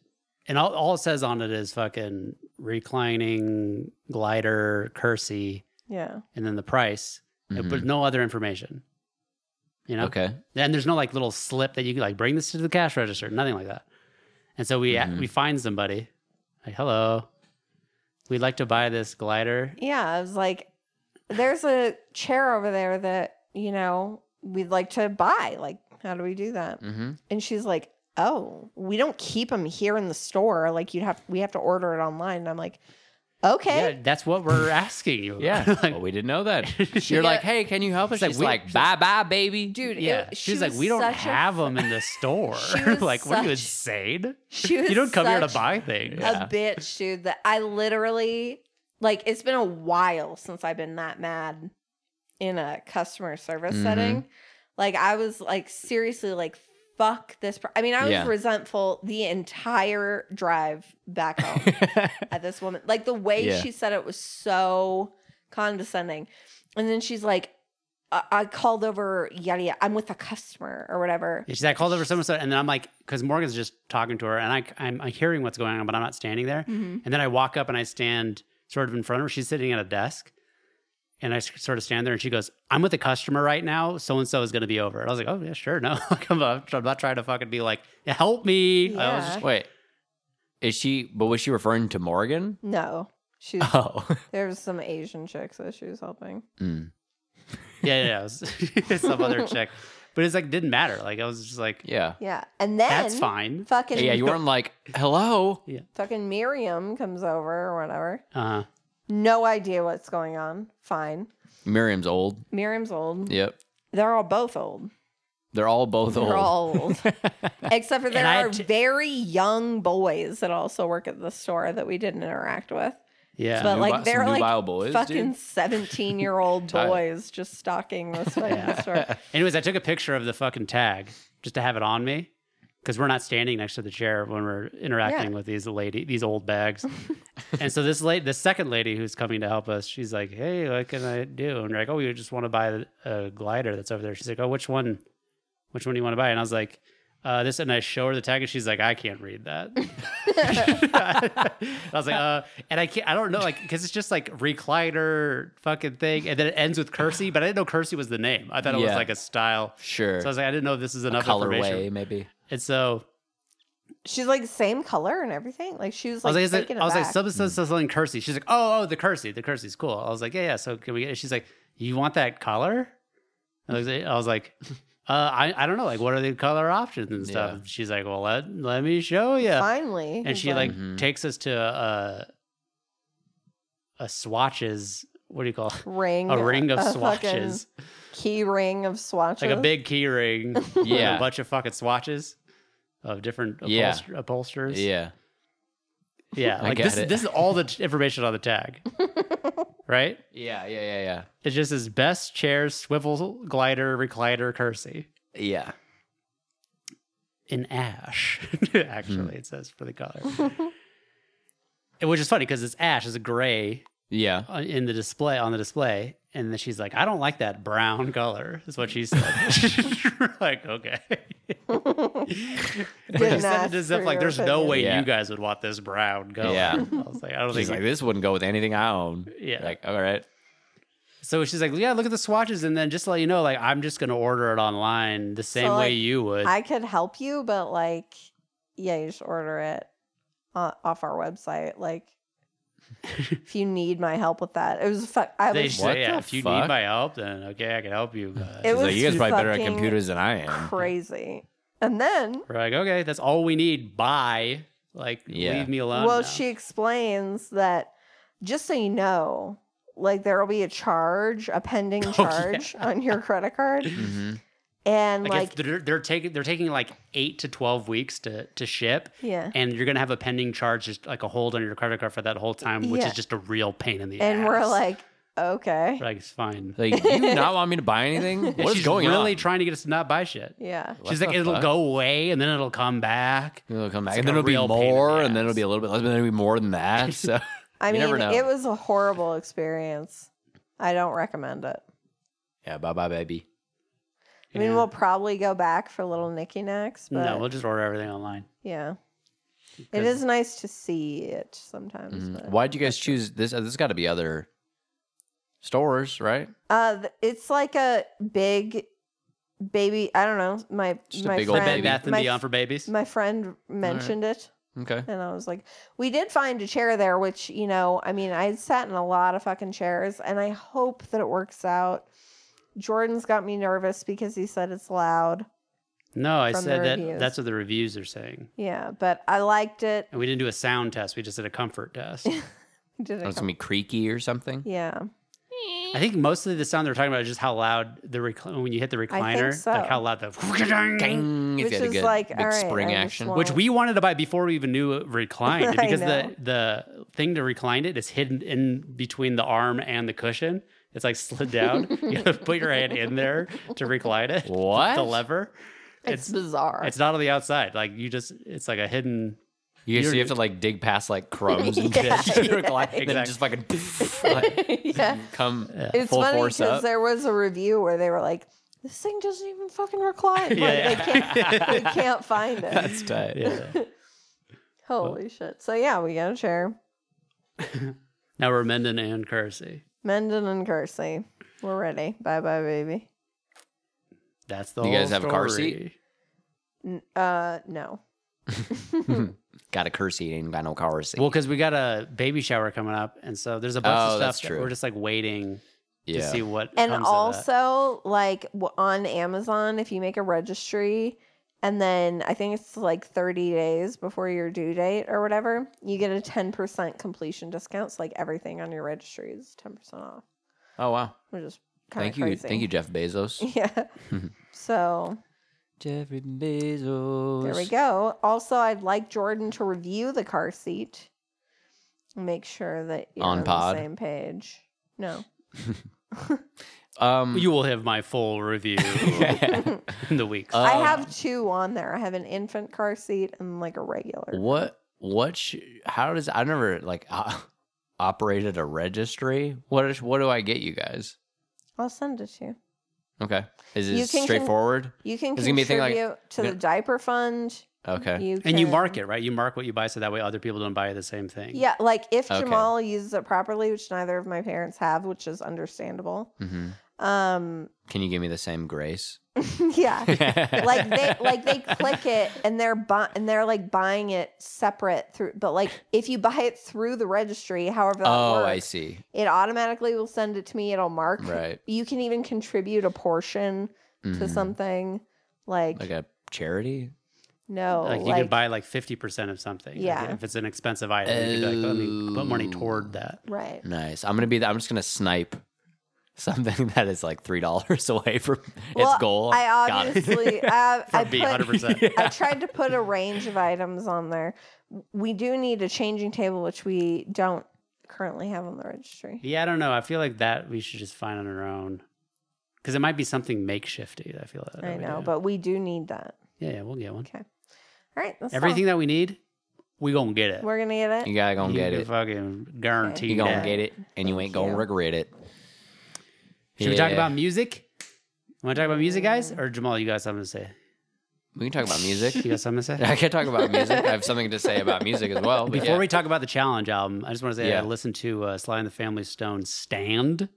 and all, all it says on it is fucking reclining glider cursey Yeah. and then the price uh, Mhm. but no other information you know Okay. and there's no like little slip that you can like bring this to the cash register nothing like that and so we Mhm. we find somebody like hello we'd like to buy this glider Yeah. I was like, there's a chair over there that, you know, we'd like to buy. Like, how do we do that? Mm-hmm. And she's like, "Oh, we don't keep them here in the store. Like you'd have we have to order it online." And I'm like, "Okay." yeah that's what we're asking you Yeah. Like, well, we didn't know that. She You're got- like, hey, can you help us? She's like, She's we- like, bye bye, baby. Dude, yeah it- she she's like was we don't such a- have them in the store She was like what are you such- insane She was you don't come here to such buy things Yeah. A bitch, dude. That I literally like it's been a while since I've been that mad in a customer service Mhm. Mm-hmm. setting. Like I was like seriously like fuck this per-. I mean, I was Yeah. resentful the entire drive back home. at this woman. Like the way Yeah. she said it was so condescending. And then she's like, I, I called over yada yada. I'm with a customer or whatever. Yeah, she's like, called over someone, so, and then I'm like, because Morgan's just talking to her, and I, I'm, I'm hearing what's going on, but I'm not standing Mm-hmm. there. And then I walk up and I stand sort of in front of her. She's sitting at a desk, and I s- sort of stand there, and she goes, "I'm with a customer right now. So and so is going to be over." And I was like, "Oh yeah, sure, no, Like, I'm, not, I'm not trying to fucking be like, help me." I was Yeah. just, Wait. Is she, but was she referring to Morgan? No, she's Oh. there was some Asian chicks that she was helping. Mm. yeah, yeah, yeah. It was some other chick, but it's like didn't matter. Like I was just like, Yeah. Yeah, and then that's fine. Fucking Yeah, you weren't like, hello. fucking Miriam comes over or whatever. Uh, No idea what's going on. Fine. Miriam's old. Miriam's old. Yep. They're all both old. They're all both old. They're all old. Except for there I are had to- very young boys that also work at the store that we didn't interact with. yeah, But New like bi- some they're nubile like boys, fucking dude. seventeen year old Tyler. boys just stalking this fucking store. Anyways, I took a picture of the fucking tag just to have it on me because we're not standing next to the chair when we're interacting Yeah. with these lady, these old bags. and so this lady, the second lady who's coming to help us, she's like, "Hey, what can I do?" And we're like, "Oh, you just want to buy a glider that's over there." She's like, "Oh, which one? Which one do you want to buy?" And I was like. Uh, this and I show her the tag and she's like, I can't read that. I was like, uh, and I can't, I don't know, like, because it's just like recliner fucking thing, and then it ends with Cursey, but I didn't know Cursey was the name. I thought it was Yeah. like a style. Sure. So I was like, I didn't know if this is enough information. colorway, maybe. And so She's like same color and everything. Like she was I was like, like, is it, taken I was like, aback. substance Hmm. something cursy. She's like, oh, oh, the cursy, the cursy's cool. I was like, yeah, yeah. So can we get? It? She's like, you want that color? I was like, I was like, uh, I, I don't know, like, what are the color options and stuff? Yeah. She's like, well, let let me show you. finally. And It's she like Mhm. takes us to a a swatches. What do you call it? ring a ring of fucking swatches, key ring of swatches, like a big key ring, with Yeah. a bunch of fucking swatches of different Yeah. upholster- upholsters, Yeah. Yeah, I like get this, it. this is all the t- information on the tag, right? Yeah. Yeah. Yeah. It just says best chairs, swivel glider, recliner, cursy Yeah. Yeah. in ash. Hmm. Actually, it says for the color, And which is funny because it's ash, it's a gray Yeah. uh, in the display on the display, and then she's like, "I don't like that brown color," is what she said. We're like, okay. And she Didn't said ask it as for if like your there's no opinion. way Yeah. you guys would want this brown color. Yeah. I was like, I don't She's think like, this wouldn't go with anything I own. Yeah. Like, all right. So she's like, yeah, look at the swatches, and then just to let you know, like, I'm just gonna order it online the same way like, you would. I could help you, but like, yeah, you just order it uh, off our website. Like, if you need my help with that, it was fuck. I they was What say, yeah, the if you need fuck? my help, then okay, I can help you. But It She's like, was you guys probably better at fucking computers than I am. crazy. And then, we're like, okay, that's all we need. Bye. Like, Yeah. leave me alone. well, now. she explains that just so you know, like there will be a charge, a pending Oh, yeah. charge on your credit card, Mhm. and like, like, if they're, they're taking they're taking like eight to twelve weeks to to ship, yeah. and you're gonna have a pending charge, just like a hold on your credit card for that whole time, which Yeah. is just a real pain in the ass. And we're like, okay, We're like, it's fine. Like, you not want me to buy anything? And What is she's going really on? trying to get us to not buy shit. yeah. What She's the like, it'll fuck? go away and then it'll come back. It'll come back. It's and like then a it'll be real pain in the more, and then ass. it'll be a little bit less, but then it'll be more than that. So, I You mean, never know. it was a horrible experience. I don't recommend it. yeah, bye bye, baby. I mean, Yeah. we'll probably go back for little Nicky next, but no, we'll just order everything online. yeah, it 'Cause- is nice to see it sometimes. Mhm. but- Why'd you guys choose this? uh, There's got to be other stores, right? Uh, th- it's like a big baby. I don't know. My Just a my big old friend, Bed Bed baby. Bath and my, Beyond for babies. my friend mentioned it, Okay. and I was like, we did find a chair there, which you know, I mean, I sat in a lot of fucking chairs, and I hope that it works out. Jordan's got me nervous because he said it's loud. no, I from the said that reviews. that's what the reviews are saying. Yeah, but I liked it. And we didn't do a sound test, we just did a comfort test. Oh, Did it it's come- going to be creaky or something. Yeah. I think mostly the sound they're talking about is just how loud the recl- when you hit the recliner, so. like how loud the Dang, if Which you had a is good like, big all right, spring I just action. want- which we wanted to buy before we even knew it reclined I because the know. the thing to recline it is hidden in between the arm and the cushion. It's like slid down. you have to put your hand in there to recline it. What? The lever. It's, It's bizarre. it's not on the outside. Like you just it's like a hidden You, so You're- you have to like dig past like crumbs and Yeah, shit to yeah. recline, and then just fucking like, yeah. come It's full funny force because up. there was a review where they were like, "This thing doesn't even fucking recline. Like, they, can't, they can't find it. That's tight. yeah. Holy shit!" So yeah, we got a chair. Now we're Menden and Kersey. Mendon and Kersey, we're ready. Bye bye, baby. That's the You whole guys have a car story. seat? N- uh, no. Hmm. Got a curse seat, ain't got no car seat. Well, because we got a baby shower coming up, and so there's a bunch Oh, of that's stuff that true. we're just like waiting to see what. And comes of that. also, like w- on Amazon, if you make a registry and then I think it's like 30 days before your due date or whatever, you get a 10% completion discount. So, like everything on your registry is 10% off, oh wow, which is kind thank of you, crazy. thank you, Jeff Bezos. Yeah. so Jeffrey Bezos. there we go. Also, I'd like Jordan to review the car seat. Make sure that you're On on, pod? the same page. No. Um, you will have my full review in the week. I Um, have two on there. I have an infant car seat and like a regular. what? What? Sh- how does? I never like o- operated a registry. What is? What do I get you guys? I'll send it to you. Okay, is You it can- straightforward? You can It's gonna be a contribute thing like- to the diaper fund. okay, You and you can- mark it right. You mark what you buy, so that way other people don't buy the same thing. Yeah, like if Okay. Jamal uses it properly, which neither of my parents have, which is understandable. hmm Um, can you give me the same grace? yeah. like like they like they click it and they're bu- and they're like buying it separate through but like if you buy it through the registry however that Oh, works, I see. it automatically will send it to me it'll mark Right. you can even contribute a portion to Mm. something like, Mm-hmm. like a charity. no like you could buy like 50% of something. Like, Yeah. if it's an expensive item, you could be like, let me put money Oh. toward that. right Nice. I'm gonna be. The, I'm just gonna snipe something that is like three dollars away from Well, its goal. I Got it. obviously I, For I B, put 100%. I tried to put a range of items on there. We do need a changing table, which we don't currently have on the registry. Yeah, I don't know. I feel like that we should just find on our own. Because it might be something makeshifty. I feel that. that I we know, do. but we do need that. Yeah, yeah, we'll get one. All right, that's all. Everything that we need, we gonna get it. we're gonna get You it. gotta go You get can it. Fucking guarantee You gonna that. get it, and you Thank ain't gonna you. regret it. Should we talk Yeah. about music? Want to talk about music, guys? Or Jamal, you got something to say? We can talk about You music. got something to say? I can talk about music. I have something to say about music as well. But Before yeah. we talk about the challenge album, I just want to say Yeah. I listened to uh, Sly and the Family Stone "Stand"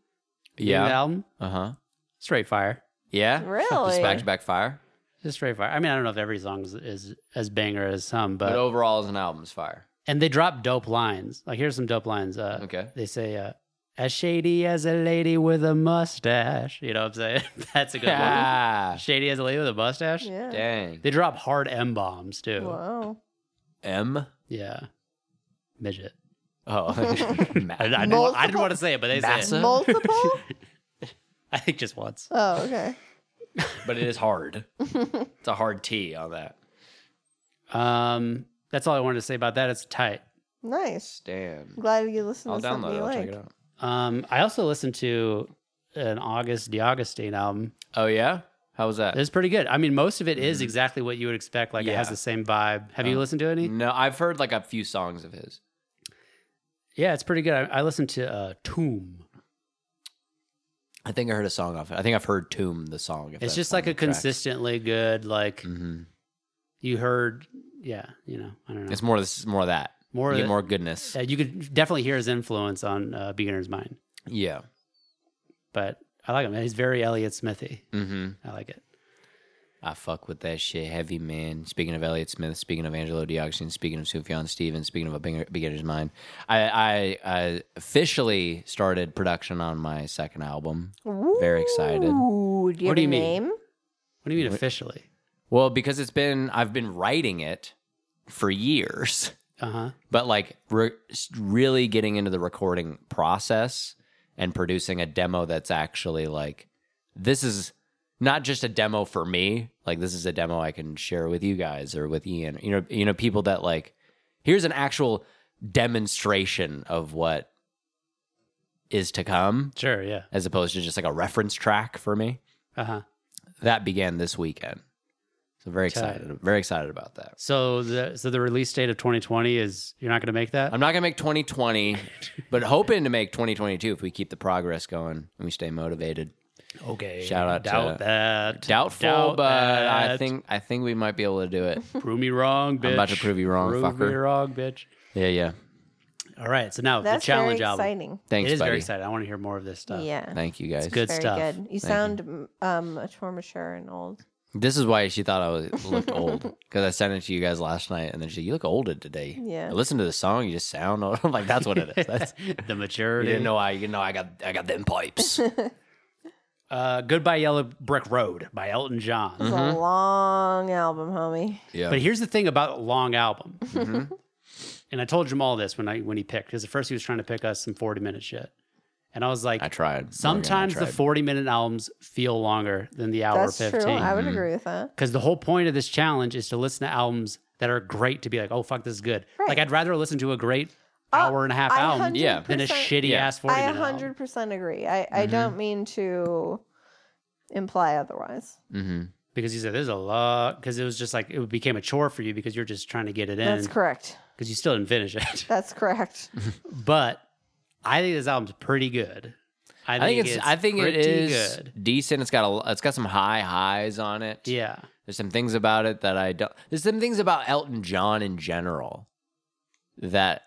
new yeah. album. Uh huh. Straight fire, Yeah. Just Really? back to back fire. just straight fire. I mean, I don't know if every song is, is as banger as some, But oh but overall, as an album's fire. and they drop dope lines. Like here's some dope lines. Uh, Okay. They say, uh, "As shady as a lady with a mustache." You know what I'm saying? That's a good one. Ah, Shady as a lady with a mustache. Yeah. dang. They drop hard M bombs too. Whoa. M. Yeah, midget. Oh, I, I, Ma- didn't, wa- I didn't Multiple- want to say it, but they Massa? say it. Multiple? I think just once. Oh, okay. but it is hard. It's a hard T on that. Um, that's all I wanted to say about that. It's tight. Nice. Damn. Glad you listened I'll to something download it. you I'll like. check it out. Um, I also listened to an August D'Augustine album. Oh yeah. How was that? It's pretty good. I mean, most of it is Mhm. exactly what you would expect. Like it has Yeah. the same vibe. Have you Oh. listened to any? No, I've heard like a few songs of his. Yeah, it's pretty good. I, I listened to uh, Tomb. I think I heard a song off it. I think I've heard Tomb the song. It's just like a consistently good. Like hmm you heard, yeah. You know, I don't know. It's more. This is more of that. more. you of get the- more goodness. uh, you could definitely hear his influence on uh, Beginner's Mind, yeah. but I like him. He's very Elliott Smithy. Mm-hmm. I like it. I fuck with that shit heavy, man. Speaking of Elliott Smith, speaking of Angelo Dioxin, speaking of Sufjan Stevens, speaking of a beginner- beginner's mind, I, I, I officially started production on my second album. Very excited. Ooh, do you What have do a you mean? name? What do you mean officially? Well, because it's been, I've been writing it for years, Uh huh. but like re- really getting into the recording process and producing a demo that's actually like, this is not just a demo for me. Like this is a demo I can share with you guys or with Ian. You know, you know, people that like, here's an actual demonstration of what is to come, Sure. Yeah. as opposed to just like a reference track for me. Uh huh. That began this weekend. So very Tight. excited. Very excited about that. So the so the release date of 2020 is you're not going to make that. I'm not gonna make 2020, but hoping to make 2022 if we keep the progress going and we stay motivated. okay. Shout out doubt to- that. Doubtful, Doubt but I that. think I think we might be able to do it. prove me wrong, bitch. I'm about to prove you wrong, Prove me fucker. wrong, bitch. Yeah, yeah. All right. So now the That's challenge very album. exciting. Thanks, it is buddy. very exciting. I want to hear more of this stuff. Yeah. Thank you guys. It's good Very stuff. good. You sound m- um, much more mature and old. This is why she thought I was, looked old because I sent it to you guys last night, and then she, you look older today. Yeah. I listened to the song, you just sound old. I'm like, that's what it is. That's, the you maturity. didn't know I, you know, I got, I got them pipes. Uh, Goodbye Yellow Brick Road by Elton John. Mm. It's a long album, homie. yeah. Mm-hmm. But here's the thing about long album. and I told Jamal this when I when he picked because at first he was trying to pick us some 40 minute shit, and I was like, I tried. Sometimes Morgan, I the tried. 40 minute albums feel longer than the hour Mm-hmm. That's true. I 15. would agree with that. Because the whole point of this challenge is to listen to albums that are great to be like, oh, fuck, this is good. Right. Oh, Like, I'd rather listen to a great hour and a half I album hundred yeah. than a percent- shitty Yeah. ass 40 I minute album. Mm-hmm. 100% agree. I, I don't mean to imply otherwise. Mhm. Because you said there's a lot, because it was just like, it became a chore for you because you're just trying to get it in That's correct. because you still didn't finish it. That's correct. but I think this album's pretty good. I think it's. I think it pretty is decent. It's got a. It's got some high highs on it. Yeah. There's some things about it that I don't. There's some things about Elton John in general that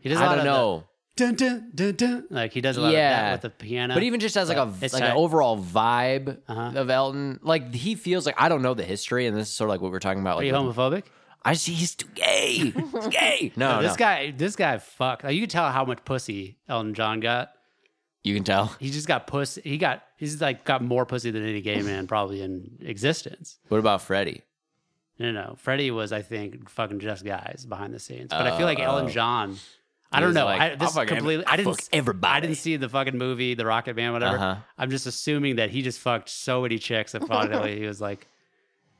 He does a I lot don't of the- know. dun dun dun dun. Like he does a lot Yeah. of that with the piano. But even just as like a It's like an tight. overall vibe Uh-huh. of Elton, like he feels like I don't know the history, and this is sort of like what we're talking about. are Like, you homophobic? I see he's too gay. He's gay. No, this no. guy, this guy, fucked. Like, you can tell how much pussy Elton John got. you can tell. He just got pussy. He got he's like got more pussy than any gay man probably in existence. What about Freddie? No, no, Freddie was I think fucking just guys behind the scenes. But I feel like Elton Oh. John. I He don't was know. like, I, "I'll fuck this is every- completely. I'll I didn't. fuck s- everybody." I didn't see the fucking movie, The Rocket Man, whatever. Uh-huh. I'm just assuming that he just fucked so many chicks that finally he was like,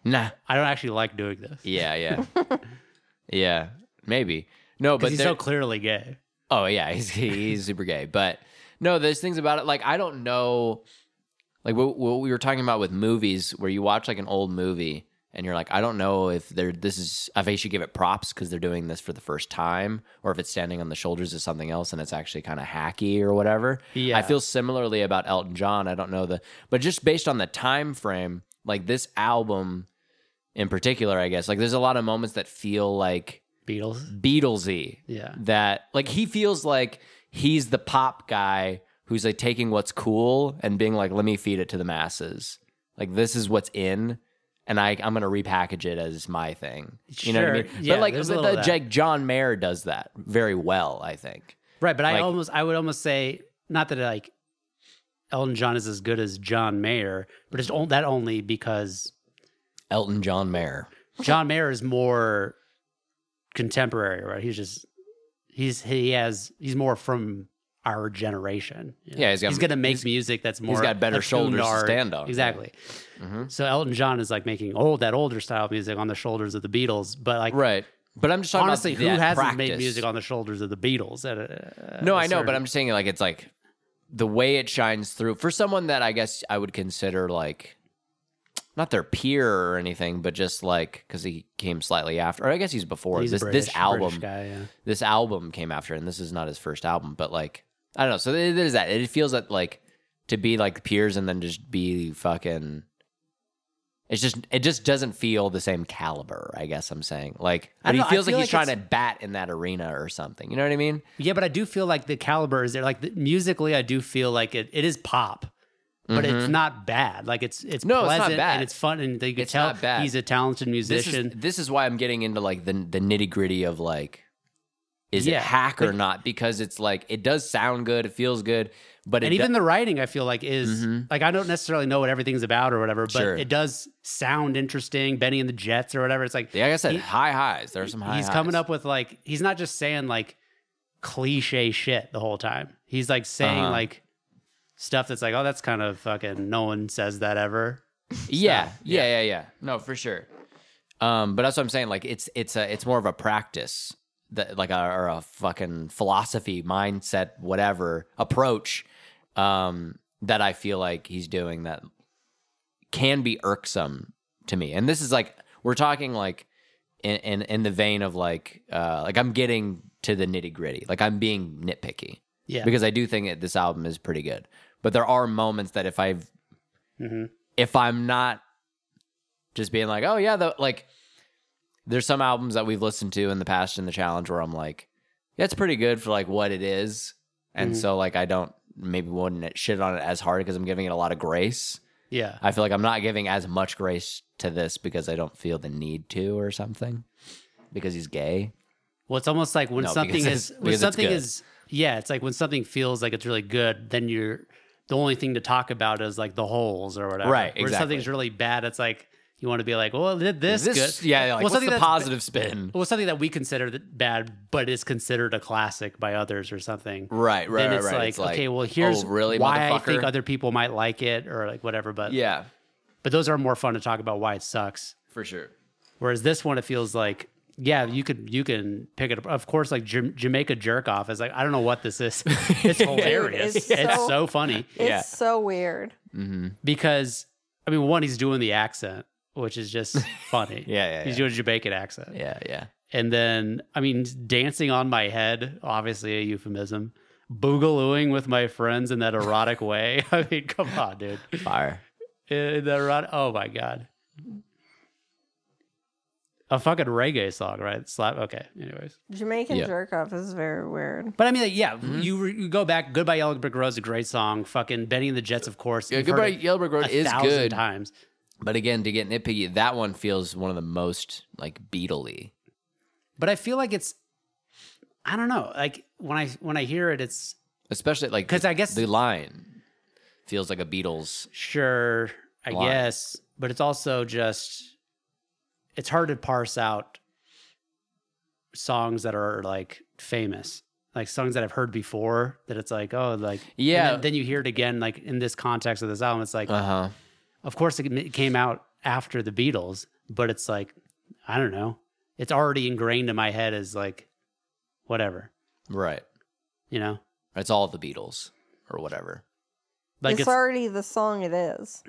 Nah. I don't actually like doing this. Yeah, yeah, yeah. Maybe no, Because but he's there- so clearly gay. Oh yeah, he's he's super gay. But no, there's things about it. Like I don't know, like what, what we were talking about with movies, where you watch like an old movie and you're like, I don't know if they're this is if they should give it props because they're doing this for the first time, or if it's standing on the shoulders of something else and it's actually kind of hacky or whatever. Yeah. I feel similarly about Elton John. I don't know the, but just based on the time frame, like this album in particular, I guess, like there's a lot of moments that feel like Beatles. Beatlesy Yeah. that like he feels like he's the pop guy who's like taking what's cool and being like let me feed it to the masses like this is what's in and I, I'm gonna repackage it as my thing. You know what I Sure. mean? Yeah, but like, there's a the, little of that. like John Mayer does that very well, I think. Right, but I Like- almost I would almost say not that like Elton John is as good as John Mayer, but it's on, that only because Elton John Mayer. John Mayer is more contemporary, right? He's just he's he has he's more from our generation. you know? Yeah, he's got- gonna make music that's more got better attuned shoulders to our- stand on, Exactly. Mhm. So Elton John is like making old that older style of music on the shoulders of the Beatles, but like Right. But I'm just talking honestly, about who that hasn't made practice. music on the shoulders of the Beatles? At a, No, I I know, but I'm just saying like it's like the way it shines through for someone that I guess I would consider like not their peer or anything, but just like because he came slightly after, or I guess he's before He's a this. British- this British album, guy, yeah. this album came after, and this is not his first album, but like I don't know. So it is that it feels that like to be like peers and then just be fucking. It's just it just doesn't feel the same caliber. I guess I'm saying like, I but he don't know, I feels like feel he's like trying to bat in that arena or something. You know what I mean? Yeah, but I do feel like the caliber is there. Like the, musically, I do feel like it. It is pop, but Mm-hmm. it's not bad. Like it's Mm-hmm. it's No, it's not pleasant bad. and it's fun, and you can It's tell not bad. he's a talented this is, musician. this is why I'm getting into like the the nitty gritty of like, is Yeah, it hack or but- not? Because it's like it does sound good, it feels good, but it and even do- the writing, I feel like is like I don't necessarily know what everything's about or whatever, but Sure. it does sound interesting. Benny and the Jets or whatever. It's like like I said, he- high highs. There are some high. he's highs. coming up with like he's not just saying like cliche shit the whole time. He's like saying Uh-huh. like stuff that's like, oh, that's kind of fucking. No one says that ever. Yeah, stuff. yeah, yeah, yeah. No, for sure. Um, but that's what I'm saying. Like it's it's a it's more of a practice that like a, or a fucking philosophy, mindset, whatever approach um, that I feel like he's doing that can be irksome to me. And this is like we're talking like in in, in the vein of like uh, like I'm getting to the nitty gritty. Like I'm being nitpicky Yeah. because I do think that this album is pretty good. But there are moments that if I've Mhm. if I'm not just being like, oh yeah, the, like there's some albums that we've listened to in the past in the challenge where I'm like, that's pretty good for like what it is, and Mhm. so like I don't maybe wouldn't shit on it as hard because I'm giving it a lot of grace. yeah. I feel like I'm not giving as much grace to this because I don't feel the need to or something because he's gay. Well, it's almost like when No, something because is it's- when because it's something good. is yeah, it's like when something feels like it's really good, then you're the only thing to talk about is like the holes or whatever. Right, When something's exactly. really bad, it's like you want to be like, well, did this, good? yeah, like well, what's something the that's- positive spin? Well, something that we consider that bad, but is considered a classic by others or something. Right, right, then right, it's, right. Like, It's like, okay, well, here's oh, really, why I think motherfucker? other people might like it or like whatever. But yeah, but those are more fun to talk about why it sucks. for sure. Whereas this one, it feels like, yeah, you could you can pick it up. Of course, like Jam- Jamaica jerk off is like, I don't know what this is. It's hilarious. it's it's, so- so, funny It's Yeah. so weird. hmm because I mean, one, he's doing the accent, which is just funny. Yeah, yeah, he's yeah. doing a Jamaican accent, Yeah, yeah. and then I mean, dancing on my head, obviously a euphemism. Boogalooing with my friends in that erotic way. I mean, come on, dude. Fire. In the erot- oh my god. a fucking reggae song, right? Slap. Okay. Anyways, Jamaican Yeah. jerk off is very weird. but I mean, like, yeah, Mhm. you, re- you go back. Goodbye Yellow Brick Road is a great song. Fucking Benny and the Jets, of course. Yeah, You've heard Goodbye it Yellow Brick Road a is thousand good, times. but again, to get nitpicky, that one feels one of the most like Beatley. But I feel like it's, I don't know. Like when I when I hear it, it's especially like 'Cause the- I guess- the line feels like a Beatles. sure, I Why? guess, but it's also just, it's hard to parse out songs that are like famous. Like songs that I've heard before, that it's like, oh, like and Yeah. Then, then you hear it again, like in this context of this album, it's like, Uh huh. Of course, it m- came out after the Beatles, but it's like, I don't know. It's already ingrained in my head as like, whatever, Right. you know? It's all the Beatles or whatever. Like, it's, it's, already the song it is.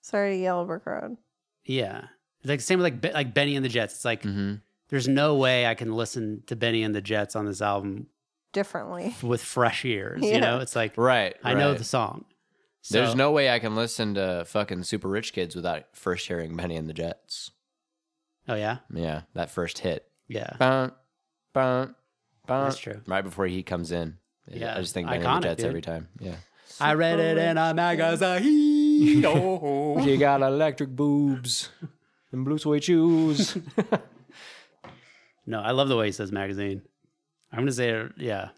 It's already Yellow Brick Road. yeah. Like, same with like, Be- like Benny and the Jets. It's like, Mm-hmm. there's no way I can listen to Benny and the Jets on this album Differently. with fresh ears, Yeah. you know? It's like, Right. I know right. the song. There's So- no way I can listen to fucking Super Rich Kids without first hearing Benny and the Jets. Oh, yeah? Yeah, that first hit. Yeah. Bum, bum, bum. That's true. Right before he comes in. Yeah, I just think Benny and iconic, the Jets dude. every time. Yeah. I read it in a magazine. Oh. You got electric boobs and blue suede shoes. No, I love the way he says magazine. I'm gonna say, yeah.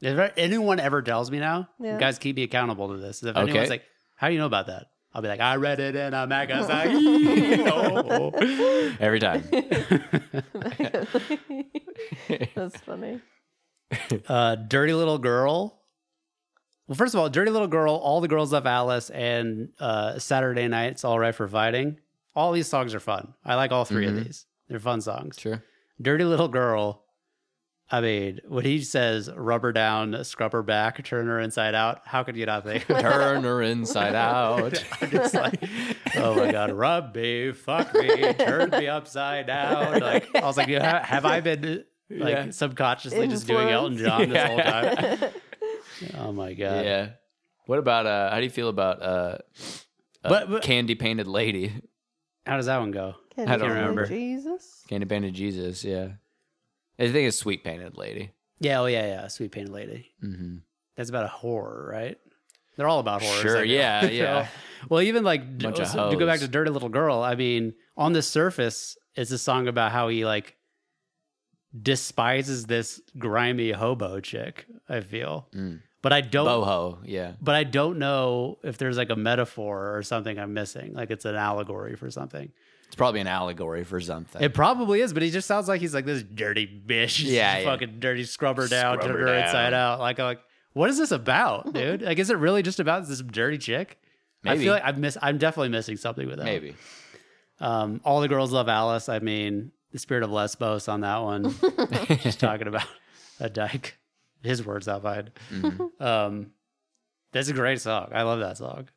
If anyone ever tells me now, Yeah. you guys keep me accountable to this. If Okay. anyone's like, "How do you know about that?" I'll be like, "I read it in a magazine." Oh. every time. That's funny. uh, "Dirty Little Girl." Well, first of all, "Dirty Little Girl," all the girls love Alice, and uh, "Saturday Nights," all right for fighting. All these songs are fun. I like all 3 Mhm. of these. They're fun songs. Sure. Dirty Little Girl. I mean, when he says rubber down, scrub her back, turn her inside out, how could you not think? Turn her inside out. I'm just like, oh my God, rub me, fuck me, turn me upside down. Like, I was like, have, have I been like Yeah. subconsciously just doing Elton John this whole time? Oh my God. Yeah. What about uh how do you feel about uh uh, But- but- candy painted lady? How does that one go? Can I don't you believe remember. Jesus. Candy painted Jesus, yeah. I think it's sweet painted lady. Yeah, oh yeah, yeah. Sweet Painted Lady. Mm-hmm. That's about a horror, right? They're all about horror. Sure, yeah, yeah. Well, even like Bunch of so to go back hoes. to "Dirty Little Girl," I mean, on the surface, it's a song about how he like despises this grimy hobo chick. I feel, Mm. but I don't. Boho, yeah. But I don't know if there's like a metaphor or something I'm missing. Like it's an allegory for something. It's probably an allegory for something. It probably is, but he just sounds like he's like this dirty bitch. Yeah, yeah. fucking dirty scrubber down, Scrub her turn her inside down. out. Like, I'm like, what is this about, dude? like, is it really just about this dirty chick? I Maybe. feel like I'm miss. I'm definitely missing something with that. one. Maybe. Um, all the girls love Alice. I mean, the spirit of Lesbos on that one. Just talking about a dyke. His words out fine. Mhm. Um, that's a great song. I love that song.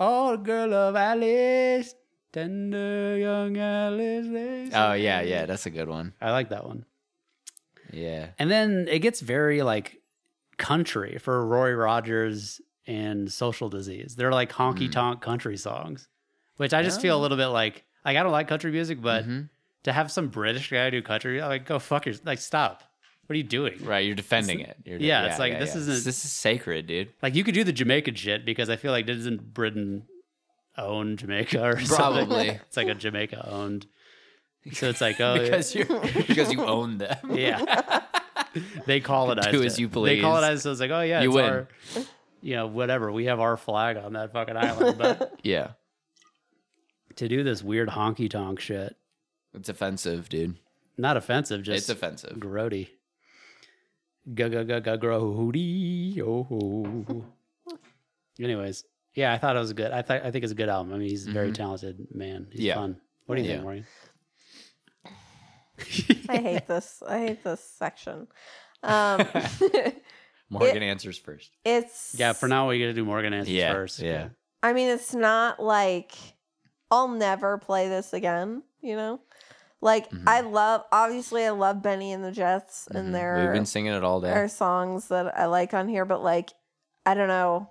Oh, girl of Alice, tender young Alice. they Oh say. yeah, yeah, that's a good one. I like that one. Yeah. And then it gets very like country for Roy Rogers and Social Disease. They're like Hmm. honky tonk country songs, which I just Oh. feel a little bit like like I don't like country music, but Mhm. to have some British guy do country, I'm like go fuck your like stop. What are you doing? Right, you're defending it. You're de- yeah, it's like, this isn't- this is sacred, dude. Like you could do the Jamaican shit because I feel like doesn't Britain own Jamaica or Probably. something? It's like a Jamaica owned. So it's like oh yeah. because you because you own them. Yeah. they colonized. Do it. as you They please. colonized. So it's like, oh yeah, You it's win. Our, you know, whatever. We have our flag on that fucking island. But Yeah. to do this weird honky tonk shit, It's offensive, dude. not offensive, just it's offensive. grody. Ga ga ga ga grody. Oh. Anyways, yeah, I thought it was good. I thought I think it's a good album. I mean, he's a very Mhm. talented man. He's Yeah. fun. What do you Yeah. think, Maureen? I hate this. I hate this section. Um, Morgan answers first. it's Yeah, for now we got to do Morgan answers Yeah, first. yeah. I mean, it's not like I'll never play this again, you know? Like, Mhm. Mm-hmm. I love, obviously, I love Benny and the Jets, and Mhm. there We've been singing it all day. are songs that I like on here, but like, I don't know.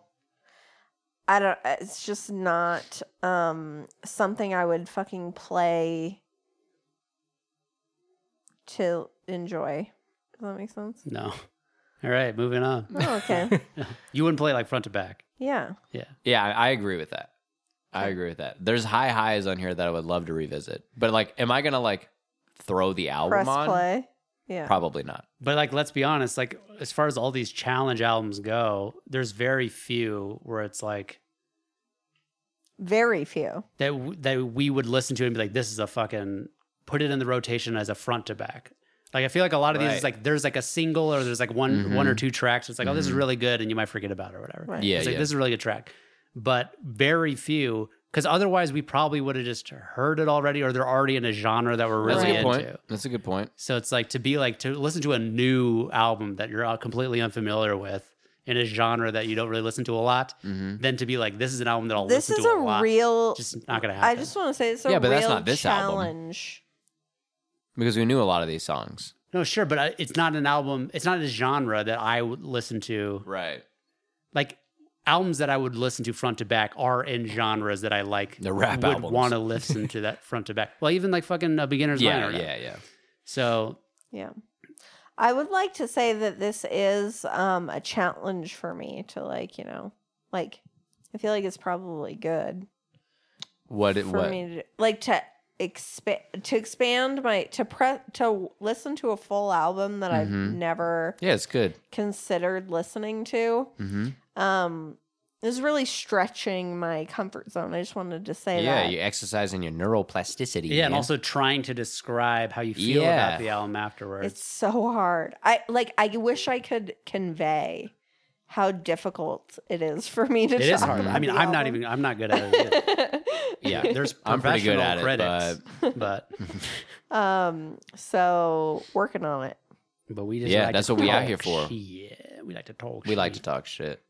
I don't it's just not um something I would fucking play to enjoy. Does that make sense? No. All right, moving on. Oh, okay. You wouldn't play like front to back. yeah. Yeah, I I agree with that. I agree with that. There's high highs on here that I would love to revisit. But like, am I gonna like throw the album Press on? play. Yeah. Probably not. But like, let's be honest. Like, as far as all these challenge albums go, there's very few where it's like Very few. that. W- that we would listen to and be like, "This is a fucking put it in the rotation as a front to back." Like, I feel like a lot of these is Right. like there's like a single or there's like one Mm-hmm. one or two tracks. It's like, oh, this is Mhm. really good, and you might forget about it or whatever. Right. Yeah, It's like yeah. this is a really good track, but very few because otherwise we probably would have just heard it already, or they're already in a genre that we're That's really a good into. point. That's a good point. So it's like to be like to listen to a new album that you're all completely unfamiliar with in a genre that you don't really listen to a lot, Mm-hmm. hmm then to be like, this is an album that I'll This listen to is a a, lot. real just not gonna happen. I just want to say it's a Yeah, but real that's not this album. challenge. Because we knew a lot of these songs. no, sure, but I, it's not an album. It's not a genre that I would listen to. Right. Like albums that I would listen to front to back are in genres that I like. The rap would albums. want to listen to that front to back. Well, even like fucking a beginner's Yeah, mind. yeah, yeah. So I would like to say that this is um a challenge for me to like, you know, like I feel like it's probably good. What it for what? me to do- like to expand to expand my to press to listen to a full album that I've Mhm. never Yeah, it's good. considered listening to. hmm Um is really stretching my comfort zone. I just wanted to say Yeah, that. you're exercising your neuroplasticity. yeah, and man. also trying to describe how you feel Yeah. about the album afterwards. It's so hard. I like I wish I could convey how difficult it is for me to it is talk hard. about I mean, the I'm not album. even. I'm not good at it. Yeah, There's professional I'm pretty good at it, critics, but but, um so working on it. we just Yeah, like that's to what we out here talk for. shit. we like to talk. we like to shit. talk shit.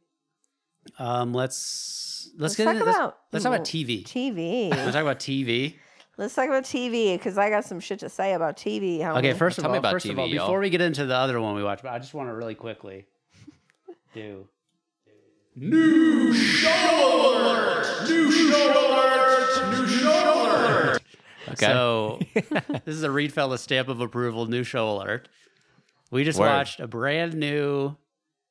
Um, let's let's, Let's, get talk into, about let's, let's talk about TV. TV. Let's talk about TV. Let's talk about TV because I got some shit to say about TV. homie. Okay, first of Tell me all, about first of TV, all, y'all. before we get into the other one we watched, I just want to really quickly do Okay. So this is a Reed Fella stamp of approval, new show alert. We just Word. watched a brand new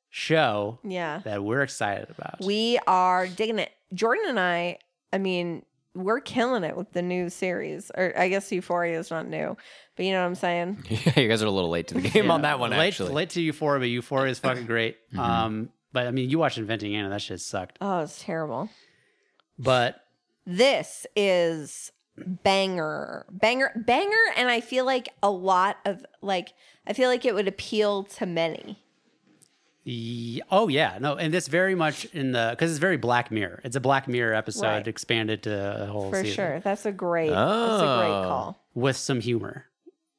show yeah, that we're excited about. we are digging it. Jordan and I, I mean, we're killing it with the new series. Or I guess Euphoria is not new, but you know what I'm saying. yeah, you guys are a little late to the game Yeah. on that one. Late, actually, late to Euphoria, but Euphoria is fucking great. Mhm. Um, but I mean, you watched Inventing Anna, that shit sucked. Oh, it's terrible. But This is banger, banger, banger, and I feel like a lot of like I feel like it would appeal to many. Ye- Oh yeah, no, and this very much in the because it's very Black Mirror. It's a Black Mirror episode Right. expanded to a whole For season sure, that's a great, that's a great Oh. call. with some humor.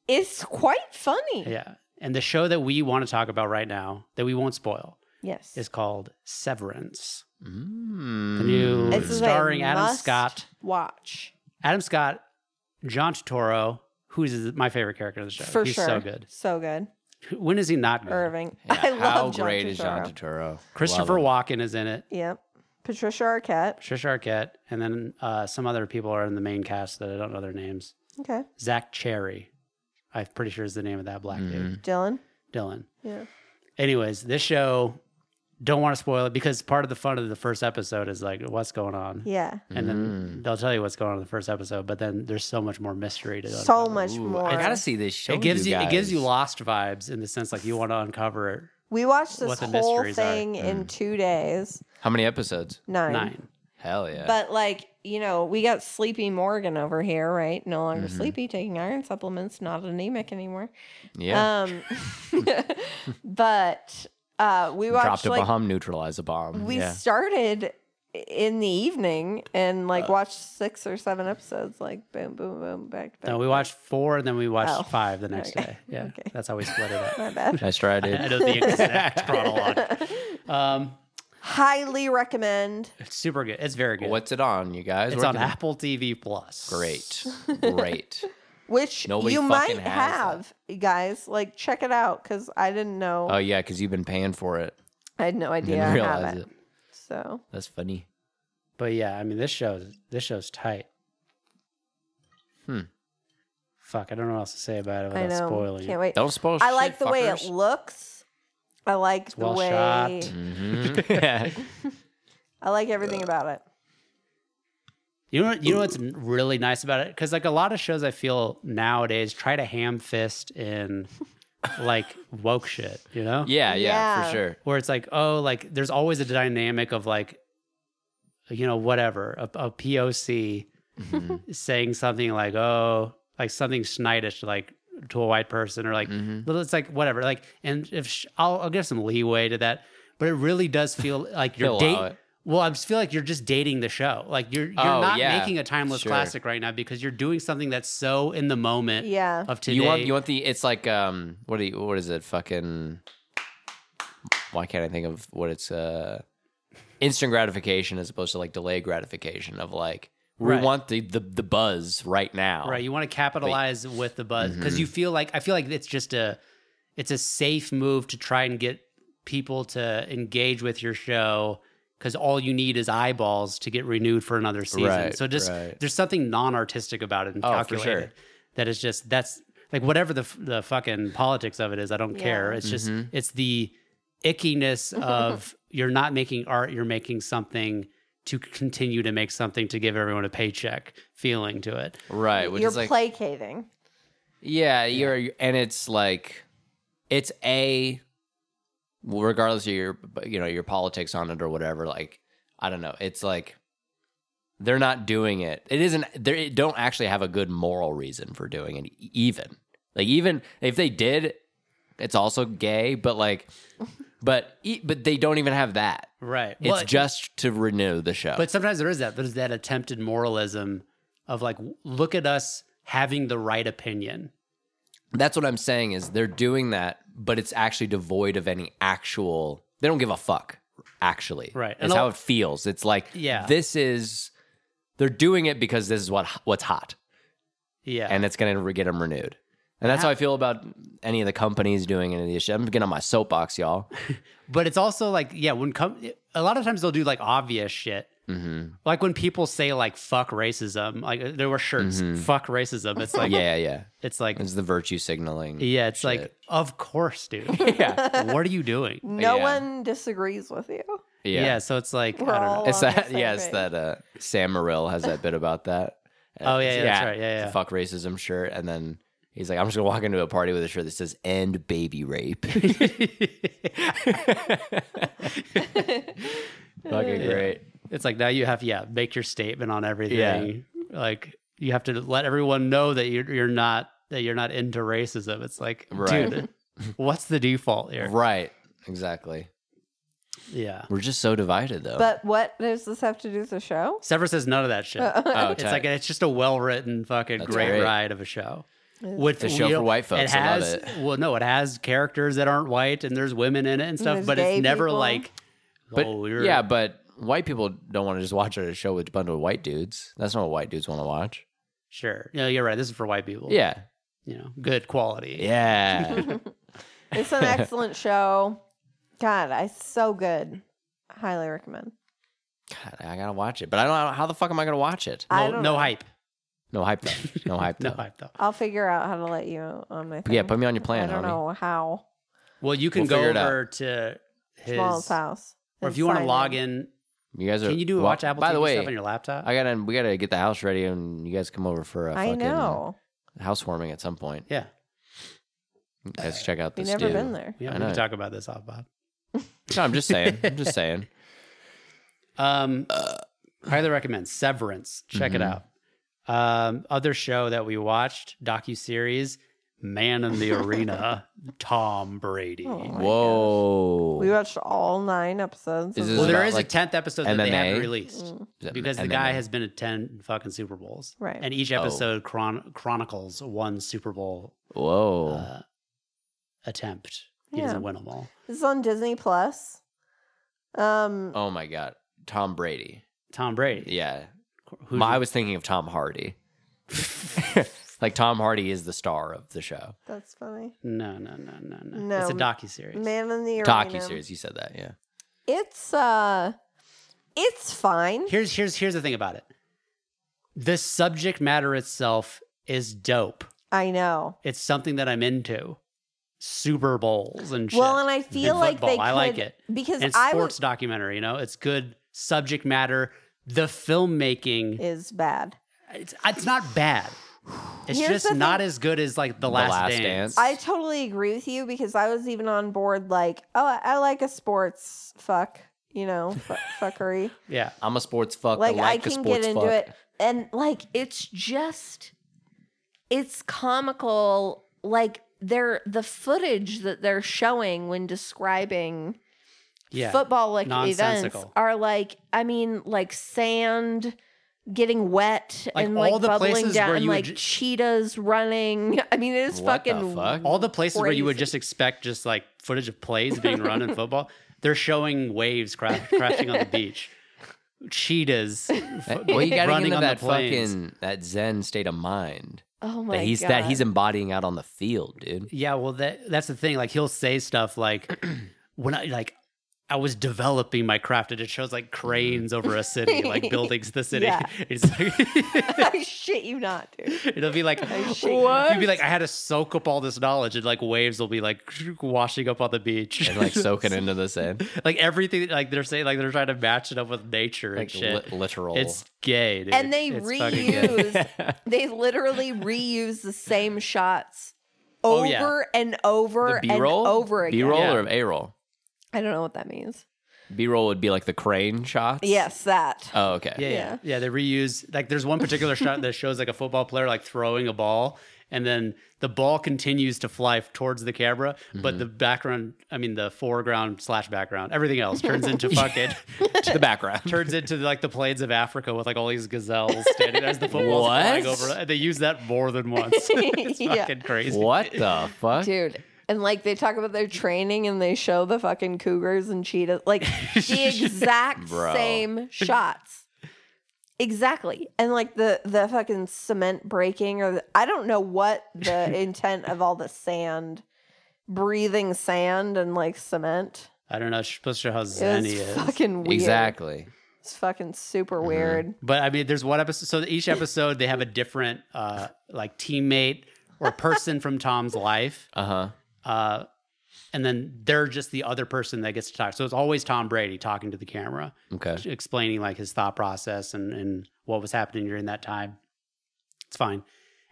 It's quite funny. Yeah, and the show that we want to talk about right now that we won't spoil Yes, is called Severance. Mm. The new This is a starring Adam must Scott, watch Adam Scott, John Turturro, who's my favorite character of the show. for He's sure. so good. so good. When is he not good? Irving. Yeah, I love how John great Turturro. is John Turturro? Christopher Love Walken is in it. Yep. Patricia Arquette. Trisha Arquette, and then uh, some other people are in the main cast that I don't know their names. Okay. Zach Cherry. I'm pretty sure is the name of that black dude, Dylan. Dylan. Yeah. Anyways, this show, don't want to spoil it because part of the fun of the first episode is like what's going on. Yeah. And then Mm. they'll tell you what's going on in the first episode, but then there's so much more mystery to it. So much Ooh, more. I gotta see this show. It gives you, it gives you guys. lost vibes in the sense like you want to uncover it. we watched this what the whole mysteries are. thing in two days. How many episodes? Nine. Nine. Hell yeah. But like, you know, we got sleepy Morgan over here, right? No longer Mm-hmm. sleepy, taking iron supplements, not anemic anymore. yeah. Um but uh we watched Dropped a like bomb, neutralize a bomb. we yeah. started in the evening and Uh. like watched six or seven episodes, like boom, boom, boom, back to back. No, we watched four and then we watched Oh. five the next Okay. day. Yeah. Okay. That's how we split it up. My bad. That's right, I dude. know the exact chronology. Um, Highly recommend. it's super good. It's very good. What's it on, you guys? it's Where on can- Apple TV Plus. Great. Great. which Nobody you fucking might has have, guys. Like, check it out because I didn't know. oh yeah, because you've been paying for it. I had no Oh, Didn't idea I have realize it. it. So That's funny. But yeah, I mean this show's this show's tight. Hmm. Fuck, I don't know what else to say about it I without know. Oh, spoiling Can't it. wait. Don't spoil. I like the way it looks. I like It's the well way. shot. Mm-hmm. I like everything about it. You know, what- you know what's really nice about it? Because like a lot of shows, I feel nowadays try to ham fist in like woke shit. You know, yeah, yeah, Yeah. for sure. where it's like, oh, like there's always a dynamic of like, you know, whatever, a, a POC Mhm. saying something like, oh, like something snidish, like to a white person, or like, Mhm. but it's like whatever, like, and if sh- I'll, I'll give some leeway to that, but it really does feel like He'll you're allow dating. it. Well, I just feel like you're just dating the show. Like you're you're Oh, not yeah. making a timeless Sure. classic right now because you're doing something that's so in the Mm. moment Yeah. of today. You want you want the it's like um what do you, what is it fucking why can't I think of what it's uh instant gratification as opposed to like delay gratification of like we Right. want the, the the buzz right now right, you want to capitalize with the buzz because Mm-hmm. you feel like I feel like it's just a it's a safe move to try and get people to engage with your show because all you need is eyeballs to get renewed for another season. Right, so just right. there's something non-artistic about it and Oh, for calculated sure. that is just that's like whatever the f- the fucking politics of it is, I don't Yeah. care. It's just Mm-hmm. it's the ickiness of you're not making art, you're making something to continue to make something to give everyone a paycheck feeling to it. right which You're is like uh, placating. Yeah, you're, and it's like, it's a, regardless of your, you know, your politics on it or whatever. Like, I don't know. It's like, they're not doing it. It isn't. They don't actually have a good moral reason for doing it. e-, Even like, even if they did, it's also gay. But like, but e- but they don't even have that. Right. It's just to renew the show. But sometimes there is that. There's that attempted moralism of like, w- look at us having the right opinion. That's what I'm saying is they're doing that, but it's actually devoid of any actual. They don't give a fuck, actually. Right. And That's how I'll- it feels. It's like, Yeah. this is. They're doing it because this is what what's hot, Yeah. and it's going to get them renewed. And that's how I feel about any of the companies doing any of this shit. I'm getting on my soapbox, y'all. but it's also like, yeah, when come a lot of times they'll do like obvious shit. Mm-hmm. Like when people say like "fuck racism," like uh, there were shirts Mhm. "fuck racism." It's like, Yeah, yeah. it's like, It's the virtue signaling. Uh-huh. yeah, it's like, shit. of course, dude. yeah, what are you doing? No Yeah. Oh. one disagrees with you. yeah. Yeah, so it's like, We're I don't know. all It's on the that same yes, page. that uh, Sam Morril has that bit about that. Oh, yeah, yeah, that's right. Yeah, it's a yeah. Fuck racism shirt, and then he's like, I'm just gonna walk into a party with a shirt that says "End baby rape." Fucking great. It's like now you have yeah, make your statement on everything. Like you have to let everyone know that you're you're not that you're not into racism. It's like Right. dude, what's the default here? Right. Exactly. Yeah. We're just so divided, though. But what does this have to do with the show? Sever says none of that shit. oh, it's tight. like it's just a well written fucking That's great, great. ride of a show. With It's a show you for white folks. I love has it. well, no, it has characters that aren't white and there's women in it and stuff, there's but gay it's never people. like But- oh, you're, yeah, but white people don't want to just watch a show with a bunch of white dudes. That's not what white dudes want to watch. sure. Yeah, you're right. This is for white people. Yeah. you know, good quality. Yeah. It's an excellent show. God, I so good. Highly recommend. God, I gotta watch it, but I don't. know How the fuck am I gonna watch it? I No, don't no know. hype. No hype though. No hype though. No hype though. I'll figure out how to let you on my. Thing. Yeah, put me on your plan, I don't homie. know how. Well, you can We'll go figure it out. over to his, Small's house. or if and you want to sign log in, You guys are. can you do a well, watch Apple By TV the way, stuff on your laptop? I gotta we gotta get the house ready, and you guys come over for a I fucking know. housewarming at some point. yeah, You guys check out We've this. never dude. been there. yeah, I we can know. talk about this off pod. No, I'm just saying. I'm just saying. Um, highly recommend Severance. Check Mm-hmm. it out. Um, other show that we watched docu series, Man in the Arena, Tom Brady. Oh. my Whoa. We watched all nine episodes. Is of this well, the- Mm, there about, is like, a tenth episode that they haven't MMA? released Is that because the MMA? guy has been at ten fucking Super Bowls, Right. And Oh. each episode chron- chronicles one Super Bowl Whoa. uh, attempt. He Yeah. doesn't win them all. This is on Disney Plus. Um, oh my god. Tom Brady. Tom Brady. Yeah. Who's I was thinking of Tom Hardy. like Tom Hardy is the star of the show. that's funny. no, no, no, no, no, No. It's a docu series. Man in the Arena. Docu series. You said that. Yeah. It's uh, It's fine. Here's here's here's the thing about it. The subject matter itself is dope. I know. It's something that I'm into. Super Bowls and shit. Well, and I feel like they football. I like could- it. because and I sports documentary, you know, it's good subject matter. The filmmaking, would, is bad. it's, it's not bad. It's Here's just the not thing- as good as like the The last, Last dance. Dance. I totally agree with you because I was even on board like, oh, I- I like a sports fuck, you know, fu- fuckery. Yeah, I'm a sports fuck. like, I like I a can sports get into fuck. it. And like it's just it's comical like they're the footage that they're showing when describing yeah. football like events Nonsensical. are like I mean like sand getting wet Like, and all like the bubbling places down where and you would like ju- cheetas running. I mean it is What the fucking Oh fuck? All the places where you would Crazy. just expect just like footage of plays being run in football, they're showing waves cra- crashing on the beach, cheetas. That- Well, you got to get running into on the that plains. fucking that Zen state of mind Oh my that he's god. that he's embodying out on the field, dude. Yeah, well, that that's the thing. Like he'll say stuff like, "When I like, I was developing my craft, and it shows like cranes over a city, like buildings the city." Yeah. It's like I shit you not, dude. it'll be like shit. you'd be like, "I had to soak up all this knowledge," and like waves will be like washing up on the beach, And like soaking into the Zen, like everything. Like they're saying, like they're trying to match it up with nature and like shit. li- literal. it's gay, dude. And they It's fucking gay. reuse they literally reuse the same shots Oh, over yeah. and over the and B-roll, over again. B-roll Yeah. or A-roll. I don't know what that means. B-roll would be like the crane shots. Yes, that. Oh, okay. Yeah, yeah, Yeah. yeah. They reuse like there's one particular shot that shows like a football player like throwing a ball, and then the ball continues to fly f- towards the camera, Mm-hmm. but the background, I mean the foreground slash background, everything else turns into fucking To the background. turns into like the plains of Africa with like all these gazelles standing as the football's What? flying over. And they use that more than once. it's Yeah. fucking crazy. What the fuck? Dude. And like they talk about their training and they show the fucking cougars and cheetahs. Like the exact Bro. same shots. Exactly. And like the the fucking cement breaking or the, I don't know what the intent of all the sand breathing sand and like cement. I don't know. It's supposed to show how It zen was he is. fucking weird. Exactly. It's fucking super weird. But I mean, there's one episode. So each episode, they have a different uh, like teammate or person from Tom's life. Uh huh. uh, and then they're just the other person that gets to talk. So it's always Tom Brady talking to the camera, Okay. explaining like his thought process and, and what was happening during that time. It's fine.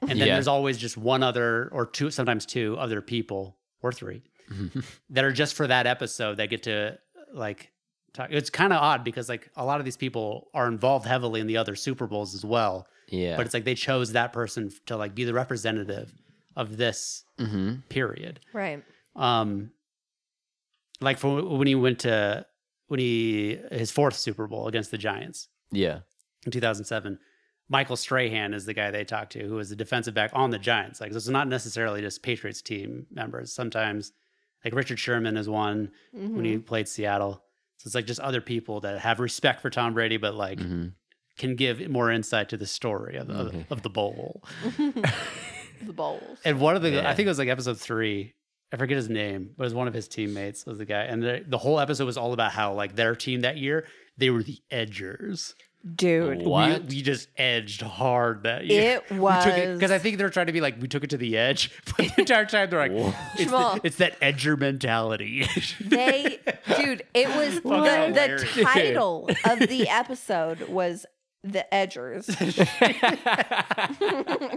And then Yeah. there's always just one other or two, sometimes two other people or three that are just for that episode that get to like talk. It's kind of odd because like a lot of these people are involved heavily in the other Super Bowls as well. Yeah. But it's like they chose that person to like be the representative of this mm-hmm. period Right. um like for when he went to when he his fourth super bowl against the giants Yeah. in 2007 michael strahan is the guy they talked to who was the defensive back on the giants like so it's not necessarily just patriots team members sometimes like richard sherman is one when Mm-hmm. he played seattle so it's like just other people that have respect for tom brady but like Mm-hmm. can give more insight to the story of, of- Mhm. of the bowl the bowls. And one of the, Yeah. I think it was like episode three. I forget his name, but it was one of his teammates was the guy, and the, the whole episode was all about how like their team that year they were the edgers. Dude, What? We, we just edged hard that year. it was because I think they're trying to be like we took it to the edge, but the entire time they're like, it's, Jamal. the, it's that edger mentality. they dude, it was Fucking the, the weird. title of the episode was The Edgers. Oh Oh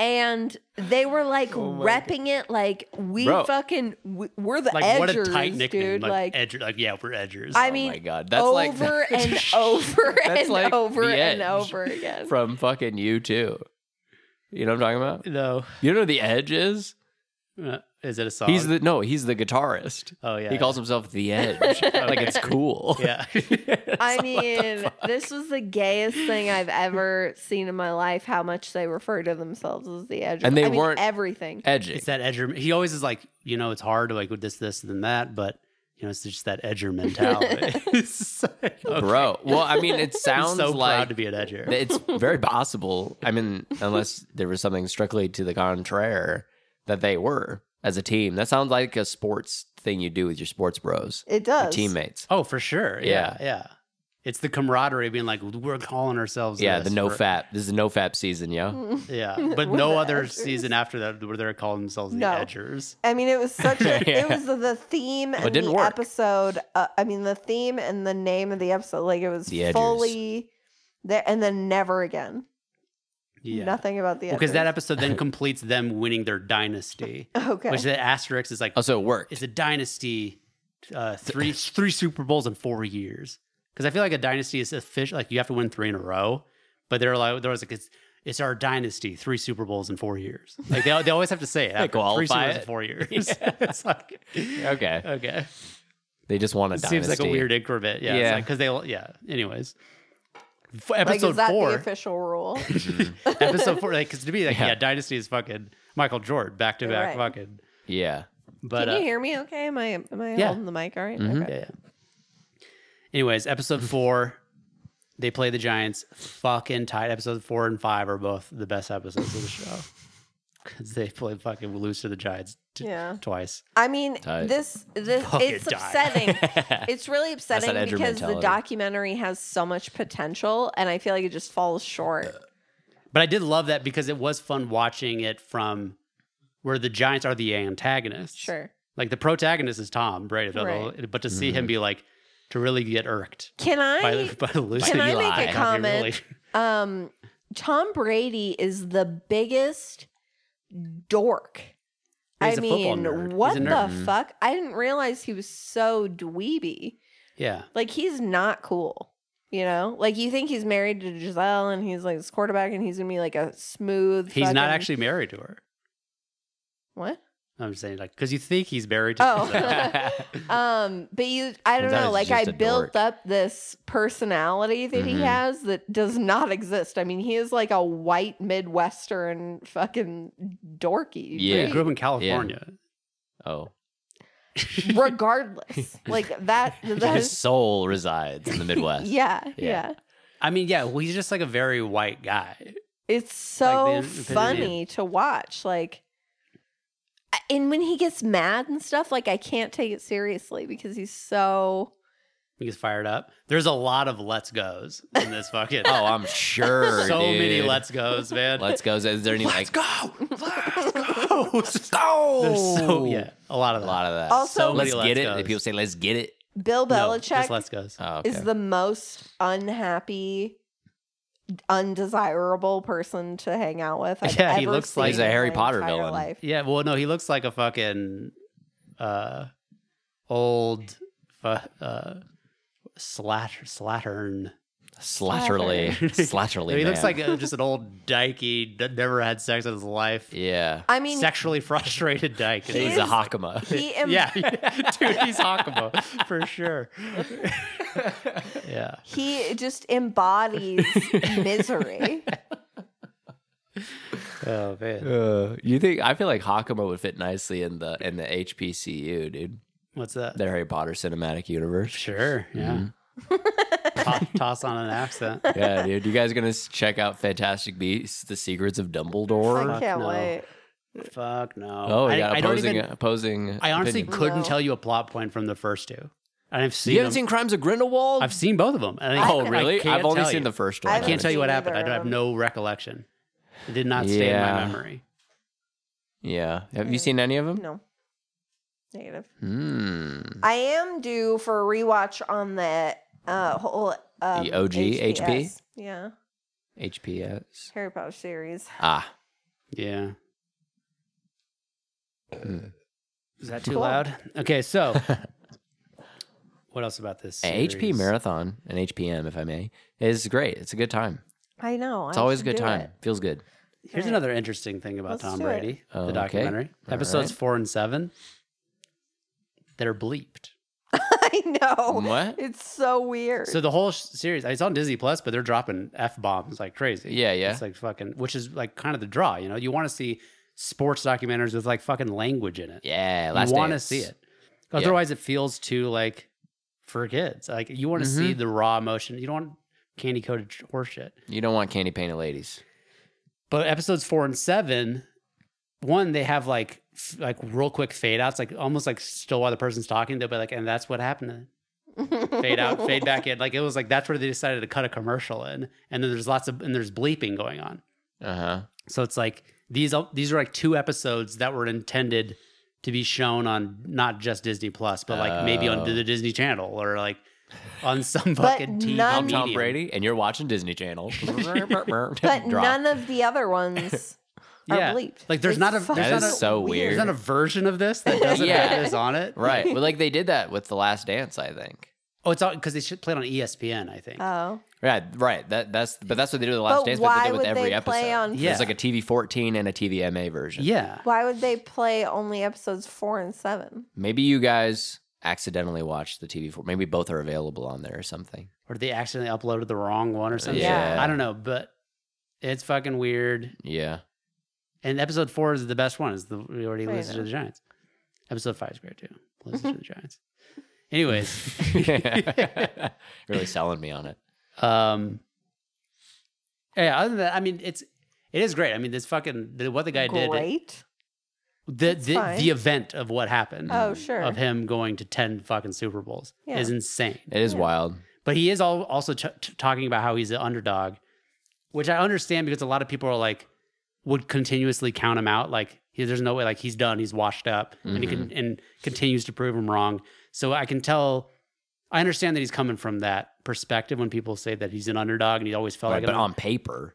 and they were like repping it like we Bro. fucking we, we're the like edgers, what a tight nickname, dude. like, Like, edger. Like yeah, we're edgers. I oh mean my god. That's over like and over That's and like over The and Edge over again. from fucking you too. You know what I'm talking about? no, You know who the Edge is? Uh, is it a song? He's the no, he's the guitarist. oh yeah, he calls himself the Edge. Like it's cool. yeah. I mean, this was the gayest thing I've ever seen in my life. How much they refer to themselves as the edge, And they I mean, weren't- e-, everything. Edgy. It's that edger. He always is like, you know, it's hard to like with this, this, and that, but you know, it's just that edger mentality. It's like, okay, Bro. Well, I mean it I'm sounds so like proud to be an edger. it's very possible. I mean, unless there was something strictly to the contraire that they were as a team. That sounds like a sports thing you do with your sports bros. It Your does. teammates. oh, for sure. Yeah, yeah. It's the camaraderie being like we're calling ourselves. yeah, this the no for- fap. This is no fap season, yo. Yeah, but We're no the other edgers. season after that where they're calling themselves No. the Edgers. I mean, it was such a. Yeah. It was the theme and it didn't the work. episode. Uh, I mean, the theme and the name of the episode. Like it was The Edgers. fully there, and then never again. Yeah, Nothing about the because that Edgers. episode then completes them winning their dynasty, Okay. which the asterisk is like Oh, so it worked. it's a dynasty, uh, three three Super Bowls in four years. Because I feel like a dynasty is official. Like you have to win three in a row, but they're like there was like it's, it's our dynasty, three Super Bowls in four years. Like they, they always have to say it. after, three Super qualify Bowls in it. four years. it's like Okay. okay. They just want a It dynasty. seems like a weird increment. Yeah, Yeah. because they yeah. Anyways, F- like episode is that the four, official rule? episode four, because to me, like yeah. Yeah. Dynasty is fucking Michael Jordan back to back, Right. fucking. Yeah. But Can you uh, hear me? Okay. Am I am I Yeah. holding the mic? All right? Mhm. Okay. yeah, yeah. Anyways, episode four, they play the Giants fucking tight. Episode four and five are both the best episodes of the show because they play fucking lose to the Giants t- Yeah. twice. I mean, Tight. this this Fucking it's die. upsetting. it's really that upsetting edger because the mentality. documentary has so much potential, and I feel like it just falls Uh, short. But I did love that because it was fun watching it from where the Giants are the antagonists. Sure. Like the protagonist is Tom Brady, but, Right. but to see Mm-hmm. him be like to really get irked Can I? by, the- by losing, Can I Eli. make a Okay, comment? really. Um, Tom Brady is the biggest dork. He's I a football mean, nerd. He's what a the nerd. Mhm. fuck? I didn't realize he was so dweeby. yeah, Like he's not cool. You know, like you think he's married to Giselle and he's like this quarterback and he's gonna be like a smooth. he's not fucking- actually married to her. what. I'm saying like because you think he's married to. Oh. Giselle. Um, but you, I don't Sometimes know. it's Like I just a built dork. up this personality that he Mhm. has that does not exist. I mean, he is like a white Midwestern fucking dorky. Yeah. He grew up in California. Oh. dude, Regardless, like that. that His is, soul resides in the Midwest. yeah, yeah, Yeah. I mean, yeah, well, he's just like a very white guy. It's so Like the epitome of- funny to watch. Like, I- and when he gets mad and stuff, like I can't take it seriously because he's so. He gets fired up. There's a lot of let's goes in this fucking. Oh, I'm sure. so many dude. let's goes, man. Let's go. Is there any like go. Let's go. Let's go. There's so yeah, a lot of a that. lot of that? Also- So many Oh. let's get it. let's goes. People say let's get it. Bill No, Belichick just let's goes. Oh, okay. is the most unhappy, undesirable person to hang out with. I've Yeah, ever he looks seen like- He's a in Harry my Potter entire villain. Life. Yeah, well, no, he looks like a fucking uh, old fu- uh, slatter slattern. slatterly, slatterly. he man. looks like a, just an old dykey that never had sex in his life. yeah. I mean, Sexually frustrated dyke. He He's is- a hakama. he em- yeah, dude, he's Hakama for sure. yeah, he just embodies misery. oh man, Uh, you think I feel like Hakama would fit nicely in the in the HPCU, dude. what's that? The Harry Potter cinematic universe. Sure, yeah. Mm-hmm. toss, toss on an accent. Yeah, dude. You guys gonna s- check out Fantastic Beasts: The Secrets of Dumbledore? I can't no. wait. Fuck no. Oh, I, we got I don't opposing even. opposing. I honestly opinion. couldn't No. tell you a plot point from the first two. And I've seen. you haven't them. seen Crimes of Grindelwald? I've seen both of them. I think- oh, I really? can't I've only tell seen you. the first one. I I can't tell you what Haven't happened. I seen don't either have of no recollection. It did not stay in my Yeah. memory. Yeah. Have you seen any of them? No. Negative. Hmm. I am due for a rewatch on the uh, whole. Um, The OG HPS. Yeah. HPS. Harry Potter series. Ah. Yeah. Hmm. Is that too Cool. loud? Okay, so what else about this? An HP series? marathon, an HPM, if I may, is great. It's a good time. I know. It's I always a should good do time. it. Feels good. Here's Alright. another interesting thing about Let's Tom do it. Brady, the Okay. documentary. All Episodes right. four and seven. They're bleeped. I know. What? It's so weird. Mm. So the whole sh- series, it's on Disney Plus, but they're dropping f bombs like crazy. Yeah, yeah. It's like fucking, which is like kind of the draw. You know, you want to see sports documentaries with like fucking language in it. Yeah. you Last want to Dance. see it. Yeah. Otherwise, it feels too like for kids. Like you want to see Mm-hmm. the raw emotion. You don't want candy coated horseshit. You don't want candy painted ladies. But episodes four and seven, one they have like f- like real quick fade outs, like almost like still while the person's talking, they'll be like, and that's what happened. fade out, fade back in. Like it was like that's where they decided to cut a commercial in, and then there's lots of and there's bleeping going on. Uh huh. So it's like these uh, these are like two episodes that were intended to be shown on not just Disney Plus, but like maybe on Oh. the Disney Channel or like on some But fucking TV. none- I'm Tom medium. Brady, and you're watching Disney Channel. but But none of the other ones are Yeah. bleeped. Like, there's It's not a- there's fucking not a- so There's weird. not a version of this that doesn't Yeah. have this on it. right. Well, like they did that with The Last Dance, I think. Oh, it's all because they should play it on E ESPN. I think. Oh, Right, right. That that's but that's what they do with the last But dance, but they why did with would every they episode. play on- Yeah. There's like a TV fourteen and a TVMA version. yeah. why would they play only episodes four and seven? Maybe you guys accidentally watched the TV four maybe both are available on there or something. Or they accidentally uploaded the wrong one or something. Yeah. I don't know, but it's fucking weird. Yeah. And episode four is the best one. Is the we already I loses to know. the Giants. Episode five is great too. Mm-hmm. Loses to the Giants. Anyways, really selling me on it. um, yeah. Other than that, I mean, it's it is great. I mean, this fucking the, what the guy did. it- Great. the It's the, fine. the event of what happened. Oh, sure. Of him going to ten fucking Super Bowls Yeah. is insane. It is Yeah. wild. But he is all also t- t- talking about how he's an underdog, which I understand because a lot of people are like would continuously count him out. Like he, there's no way. Like he's done. He's washed up, and he Mm-hmm. can, and continues to prove him wrong. So I can tell. I understand that he's coming from that perspective when people say that he's an underdog and he always felt Right, like but um, an on paper.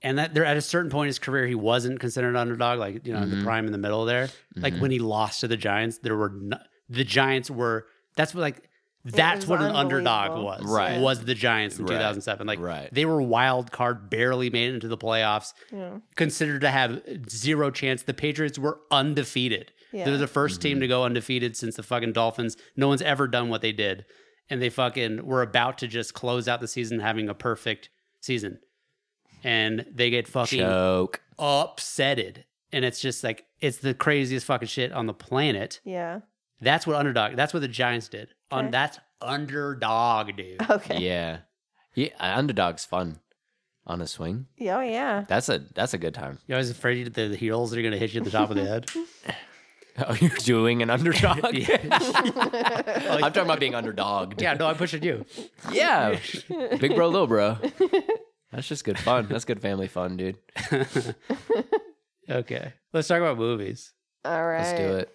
and that there at a certain point in his career he wasn't considered an underdog like you know the Mhm. prime in the middle there like Mhm. when he lost to the giants there were no, the giants were that's what like that's was what an underdog was unbelievable. Right. was the giants in Right. 2007 like Right. they were wild card barely made it into the playoffs Yeah. considered to have zero chance the patriots were undefeated Yeah. they're the 1st team Mm-hmm. to go undefeated since the fucking dolphins no one's ever done what they did and they fucking were about to just close out the season having a perfect season and they get fucking Choke. upsetted. And it's just like it's the craziest fucking shit on the planet. yeah. That's what underdog. That's what the Giants did. On Okay. that's underdog, dude. Okay. Yeah. Yeah. Underdog's fun. On a swing. Yeah. Oh, yeah. That's a that's a good time. You're always afraid that the heels are gonna hit you at the top of the head. Oh, you're doing an underdog. I'm talking about being underdogged. yeah, no, I'm pushing you. Yeah. Big bro, little bro. That's just good fun. That's good family fun, dude. Okay, let's talk about movies. All right. Let's do it.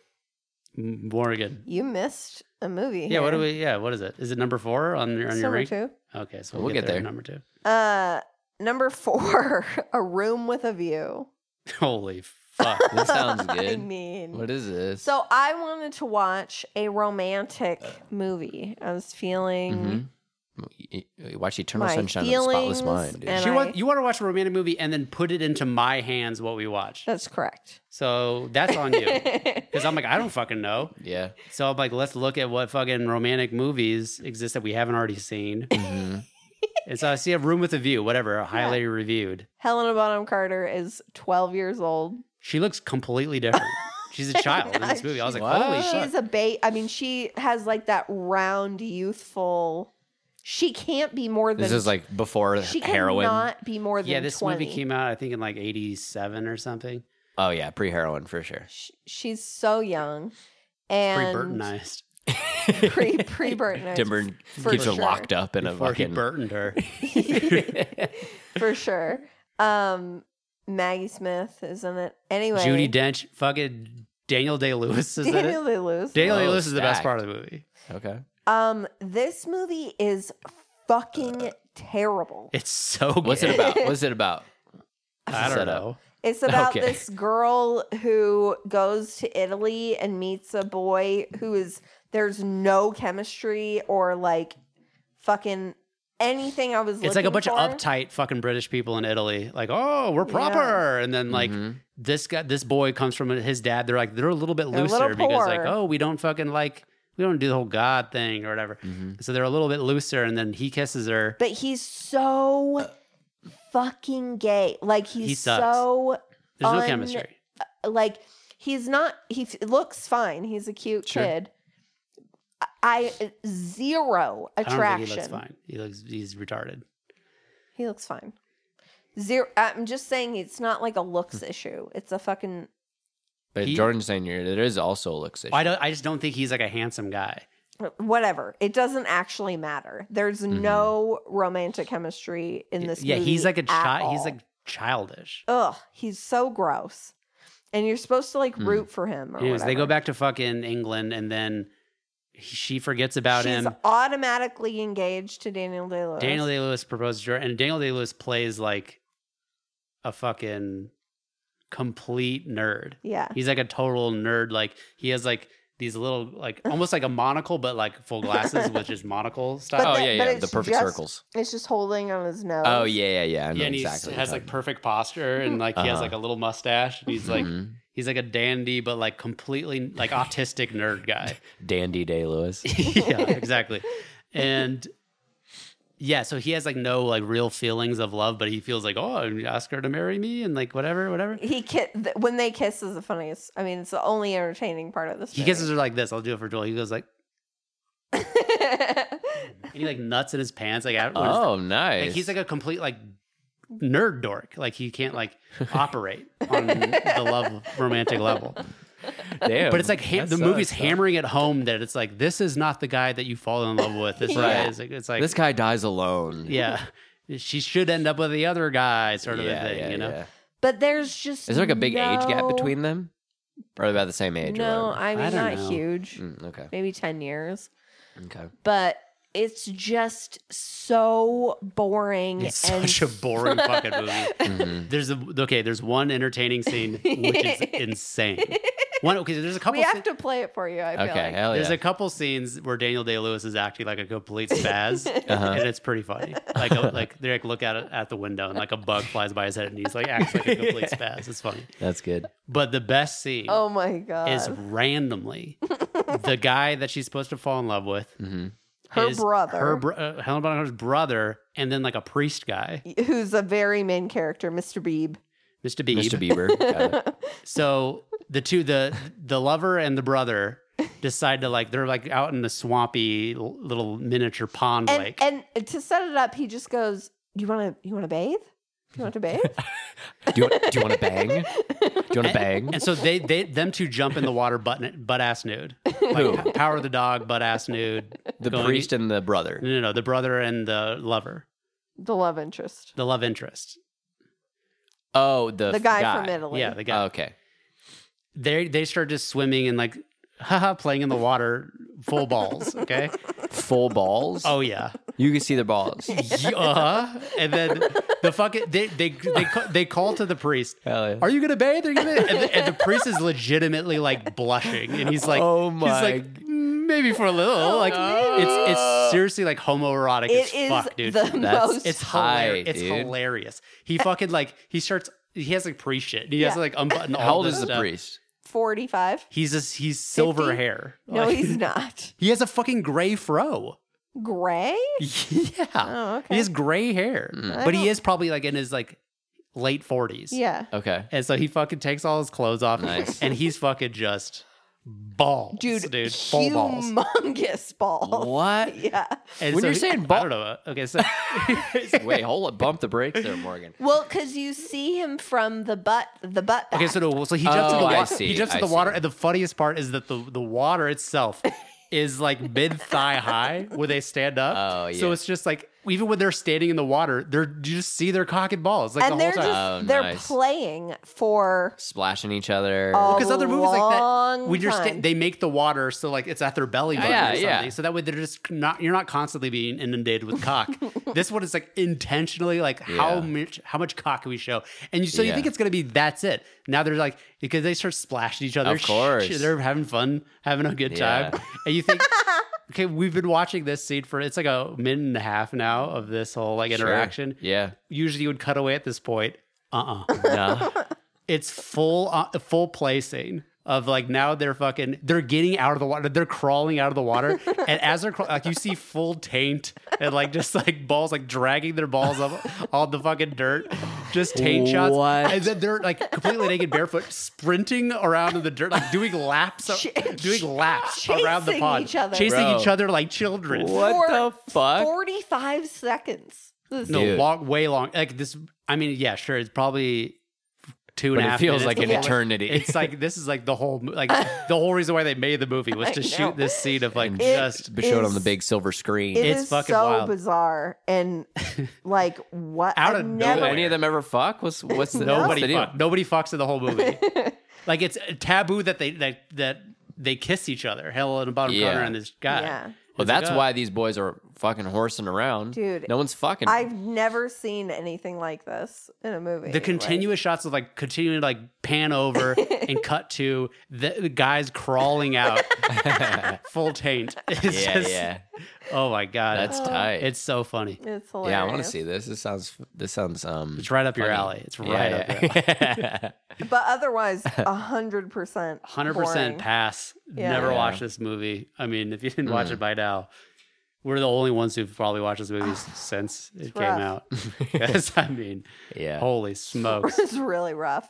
M- Morgan. You missed a movie. Yeah, what do we? Yeah, what is it? Is it number four on your on It's your number rank? two. Okay, so We'll we'll, get get, there. there. Number two. Uh, number four, A Room with a View. Holy fuck! That sounds I good. mean, What is this? so I wanted to watch a romantic Uh. movie. I was feeling. mm-hmm. Watch Eternal Mm-hmm. My Sunshine of the Spotless feelings Mind, dude. and- She I- want, you want to watch a romantic movie and then put it into my hands what we watch. That's correct. So that's on you. Because I'm like, I don't fucking know. yeah. So I'm like, let's look at what fucking romantic movies exist that we haven't already seen. Mhm. and so I see a room with a view, whatever, highly reviewed. Helena Bonham Carter is 12 years old. She looks completely different. She's a child in this movie. I was like, holy What? shit. She's a babe. I mean, she has like that round, youthful. She can't be more than. This is like before she heroin. cannot be more than. Yeah, this 20. movie came out, I think, in like 87 or something. Oh yeah, pre-heroin for sure. Sh- she's so young, Pre and Burtonized. pre pre Burton. Tim Burton For keeps her sure. locked up in a Before he fucking. Burtoned her. for sure. Um, Maggie Smith is in it. Anyway, Judy Dench, fucking Daniel Day Lewis is in Daniel it. Day Lewis. Daniel Day Oh, Lewis is the best stacked. part of the movie. okay. Um, this movie is fucking terrible. It's so good. What's it about? What's it about? I don't Set up. know. It's about Okay. this girl who goes to Italy and meets a boy who is there's no chemistry or like fucking anything I was. It's like a looking bunch for. of uptight fucking British people in Italy. Like, oh, we're proper, and then like Mhm. this guy, this boy comes from his dad. They're like they're a little bit They're a looser little because like poor. oh, we don't fucking like we don't do the whole God thing or whatever. Mm-hmm. So they're a little bit looser, and then he kisses her. But he's so fucking gay. Like he's He sucks. so There's no un- chemistry. like he's not he f- looks fine. He's a cute Sure. kid. I I- zero I don't think attraction. he looks fine. He looks he's retarded. He looks fine. Zero. I'm just saying it's not like a looks Hmm. issue. It's a fucking But He- Jordan's saying you're, there is also a looks issue. I don't. I just don't think he's like a handsome guy. whatever. It doesn't actually matter. There's no romantic chemistry in this. Mm-hmm. yeah, he's movie like a at child. He's all. like childish. ugh, he's so gross. And you're supposed to like Hmm. root for him. Or Anyways, they go whatever. back to fucking England, and then he- she forgets about She's him. automatically engaged to Daniel Day Lewis. Daniel Day Lewis proposes to her, and Daniel Day Lewis plays like a fucking complete nerd. Yeah. He's like a total nerd. Like he has like these little like almost like a monocle, but like full glasses with just monocle oh But style. the- yeah, but yeah, the it's perfect just- circles. It's just holding on his nose. Oh yeah, yeah, yeah. I know yeah, and he exactly. what has you're like talking perfect posture and like he has Uh-huh. like a little mustache. And he's about. like Mhm. he's like a dandy, but like completely like autistic nerd guy. Dandy Day Lewis. yeah, exactly. And yeah, so he has like no like real feelings of love, but he feels like oh, and ask her to marry me and like whatever, whatever. He ki- th- when they kiss is the funniest. I mean, it's the only entertaining part of this. He movie. kisses her like this. I'll do it for Joel. He goes like, and he like nuts in his pants. Like, out- when his- Oh, nice. Like he's like a complete like nerd dork. Like he can't like operate on the love romantic level. Damn, But it's like ha- Oh, that the movie's sucks, though. hammering it home that it's like this is not the guy that you fall in love with. This Yeah. guy is like it's like this guy dies alone. yeah. She should end up with the other guy, sort of Yeah, a thing, yeah, you know. yeah. but there's just Is there like a big age gap no- between them? Or about the same age? No, Or whatever? I mean I don't not know. huge. Mm, okay. Maybe ten years. Okay. But it's just so boring. It's and such a boring fucking movie. Mhm. There's a okay. There's one entertaining scene which is insane. One okay. There's a couple. we have sce- to play it for you. I feel Okay. like. Hell Oh, yeah. There's a couple scenes where Daniel Day Lewis is acting like a complete spaz, Uh-huh. and it's pretty funny. Like, a, like they like look out at, at the window, and like a bug flies by his head, and he's like acts like a complete spaz. It's funny. That's good. But the best scene Oh my god. is randomly the guy that she's supposed to fall in love with, hmm Her is brother. her bro- uh, Helen Bonham Carter's brother, and then like a priest guy, who's a very main character, Mr. Beebe. Mr. Beebe. Mr. Bieber. Got it. So the two, the the lover and the brother. Decide to like they're like out in the swampy l- little miniature pond And lake. and to set it up, he just goes, "You want to you want to bathe? Do you want to bathe?" Do you, do you want to bang? Do you want to bang? And so they, they, them two jump in the water butt, butt ass nude. Like, p- power of the dog, butt ass nude. The Going- priest and the No, brother. no, no. The brother and the lover, the love interest, the love interest. Oh, the, the f- guy, from Italy. Yeah, the guy. Oh, okay. They, they start just swimming and like, haha, playing in the water, full balls. Okay. Full balls. Oh yeah. you can see their balls. Yeah. And then the fucking they they they ca- they call to the priest. Hell yeah. Are you gonna bathe? Are you gonna? Bathe? And, the, and the priest is legitimately like blushing, and he's like, Oh he's my like, "Mm, maybe for a little, like it's it's seriously like homoerotic Oh, as It is fuck, dude. the That's- most. it's high, hilarious. It's dude. hilarious. He fucking like he starts. He has like priest shit. He has to Yeah. like unbutton all How old this is the stuff. priest? Forty-five. He's just he's silver 50? hair. No, Like, he's not. he has a fucking gray fro. Gray. yeah, Ah. Oh, okay. he has gray hair, Mm. I but he don't- is probably like in his like late forties. Yeah, Okay. And so he fucking takes all his clothes off Nice. and he's fucking just balls. dude. Dude, full balls. humongous balls. What? Yeah. And When so you're he- saying I ball- don't know. Okay, so Wait, hold up. Bump the brakes there, Morgan. Well, because you see him from the butt, the butt. Okay, back. so no, so he jumps in Oh, the I water. see, He jumps in I the water, see. and the funniest part is that the the water itself is like mid thigh high where they stand up. Oh, So yeah. it's just like even when they're standing in the water, they're you just see their cock and balls like and the they're whole time. just Oh, they're nice. playing for Splashing each other. Oh, because other movies like that, long we just time. they make the water so like it's at their belly button Oh, Yeah, or something, yeah. so that way they're just not you're not constantly being inundated with cock. this one is like intentionally like how Yeah. much how much cock can we show, and you, so you Yeah. think it's gonna be that's it. Now they're like because they start splashing each other, Of course. they're having fun, having a good time, Yeah. and you think. Okay, we've been watching this scene for it's like a minute and a half now of this whole like Sure. interaction. Yeah. Usually you would cut away at this point. Uh uh No. it's full uh, full play scene of like now they're fucking they're getting out of the water they're crawling out of the water and as they're crawl- like you see full taint and like just like balls like dragging their balls up all the fucking dirt just taint shots What? and then they're like completely naked barefoot sprinting around in the dirt like doing laps Ch- doing laps chasing around the pond each other. chasing Bro. each other like children What For the fuck? forty-five seconds. This- no Dude. long way long like this i mean yeah sure it's probably two but and a it half. feels like minutes an before- eternity. It's like this is like the whole mo- like the whole reason why they made the movie was I to know. shoot this scene of like And just Be showed on the is- big silver screen. It It's is fucking so wild. bizarre and like what Out I've of Do nowhere. never any of them ever fuck? What's what's the what's the nobody deal? fuck, nobody fucks in the whole movie. like it's taboo that they that that they kiss each other. Helen and Bottom Yeah. Connor and this guy. Yeah. Well, It's like, that's uh, why these boys are fucking horsing around, Dude, No one's fucking. I've never seen anything like this in a movie. oh, the like- continuous shots of like continuing to like pan over and cut to the, the guys crawling out full taint. It's yeah, just, yeah, Oh my god, that's it's, tight. it's so funny. It's hilarious. yeah, I want to see this. This sounds. This sounds. Um, It's right up your funny. alley. It's right Yeah, up your alley. yeah. But otherwise, hundred percent, Hundred percent pass. Yeah. Never Yeah. Mm. watched this movie. I mean, if you didn't watch it by now, we're the only ones who've probably watched this movie since it came rough. out. Because I mean, yeah. holy smokes! It's really rough.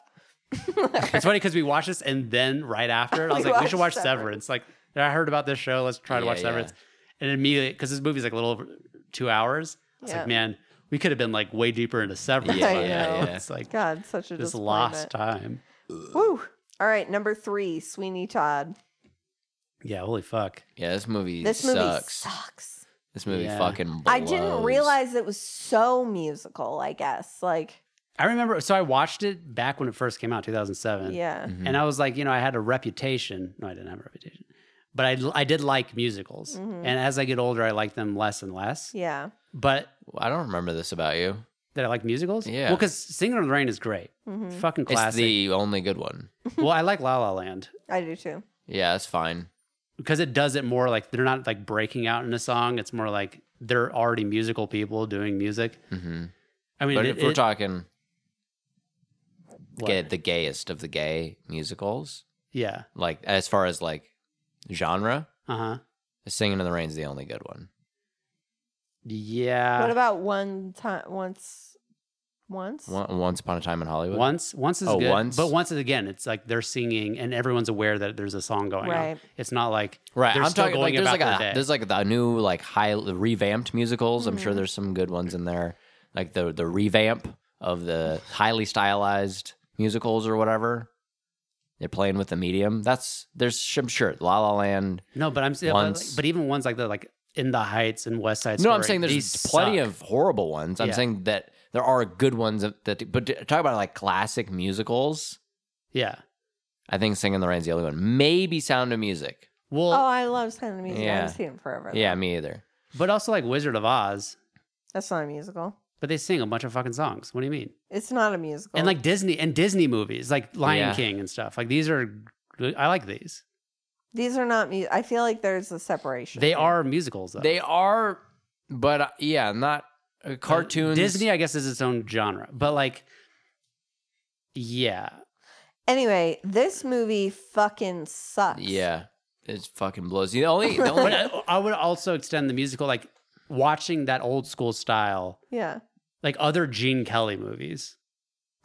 it's funny because we watched this and then right after it, I was We like, we should watch watched Severance. Like, I heard about this show. Let's try to Yeah, watch yeah. Severance. And immediately, because this movie's like a little over two hours, I was Yeah. like, man, we could have been like way deeper into Severance. Yeah, I by now. yeah, yeah. It's like God, such a just disappointment. lost time. Woo. All right, number three, Sweeney Todd. Yeah, holy fuck. Yeah, this movie This movie sucks. sucks. This movie Yeah. fucking blows. I didn't realize it was so musical. I guess like I remember. So I watched it back when it first came out, 2007. yeah, Mhm. And I was like, you know, I had a reputation. No, I didn't have a reputation, but I, I did like musicals. Mhm. And as I get older, I like them less and less. yeah. But I don't remember this about you. that I like musicals? Yeah. Well, because Singing in the Rain is great. hmm Fucking It's classic. the only good one. well, I like La La Land I do too. Yeah, that's fine. because it does it more like they're not like breaking out in a song. It's more like they're already musical people doing music. hmm I mean, But it- if we're it- talking what? get the gayest of the gay musicals, yeah. like as far as like genre, Uh huh. Singing in the Rain's the only good one. Yeah. Uh, what about one time? Once, once. One- Once Upon a Time in Hollywood. once, once is Oh, good, Once? but once is again, it's like they're singing and everyone's aware that there's a song oh, going Right. on. It's not like Right, They're I'm still talking like going there's about like a their day. there's like the new like high revamped musicals. I'm sure there's some good ones in there, like the the revamp of the highly stylized musicals or whatever. They're playing with the medium. That's there's I'm sure La La Land. no, but I'm saying, Once. but even ones like the like in the Heights and West Side. no, I'm Story, saying there's these plenty suck. of horrible ones. I'm Yeah. saying that there are good ones of- that. But to- talk about like classic musicals. yeah. I think Singing in the Rain's the only one. Maybe Sound of Music. Well, oh, I love Sound of Music. I Yeah. haven't seen it forever. Yeah, though. me either. but also like Wizard of Oz, that's not a musical. but they sing a bunch of fucking songs. What do you mean? It's not a musical. Oh. And like Disney and Disney movies, like Lion Yeah. King and stuff. Like these are, I like these. these are not. Mu- I feel like there's a separation. They here. are musicals though. They are, but uh, yeah, not uh, Uh, cartoons. Disney, I guess, is its own genre, but like, yeah, Anyway, this movie fucking sucks. Yeah, it fucking blows. The only, the but only I, I would also extend the musical, like watching that old school style, Yeah. like other Gene Kelly movies.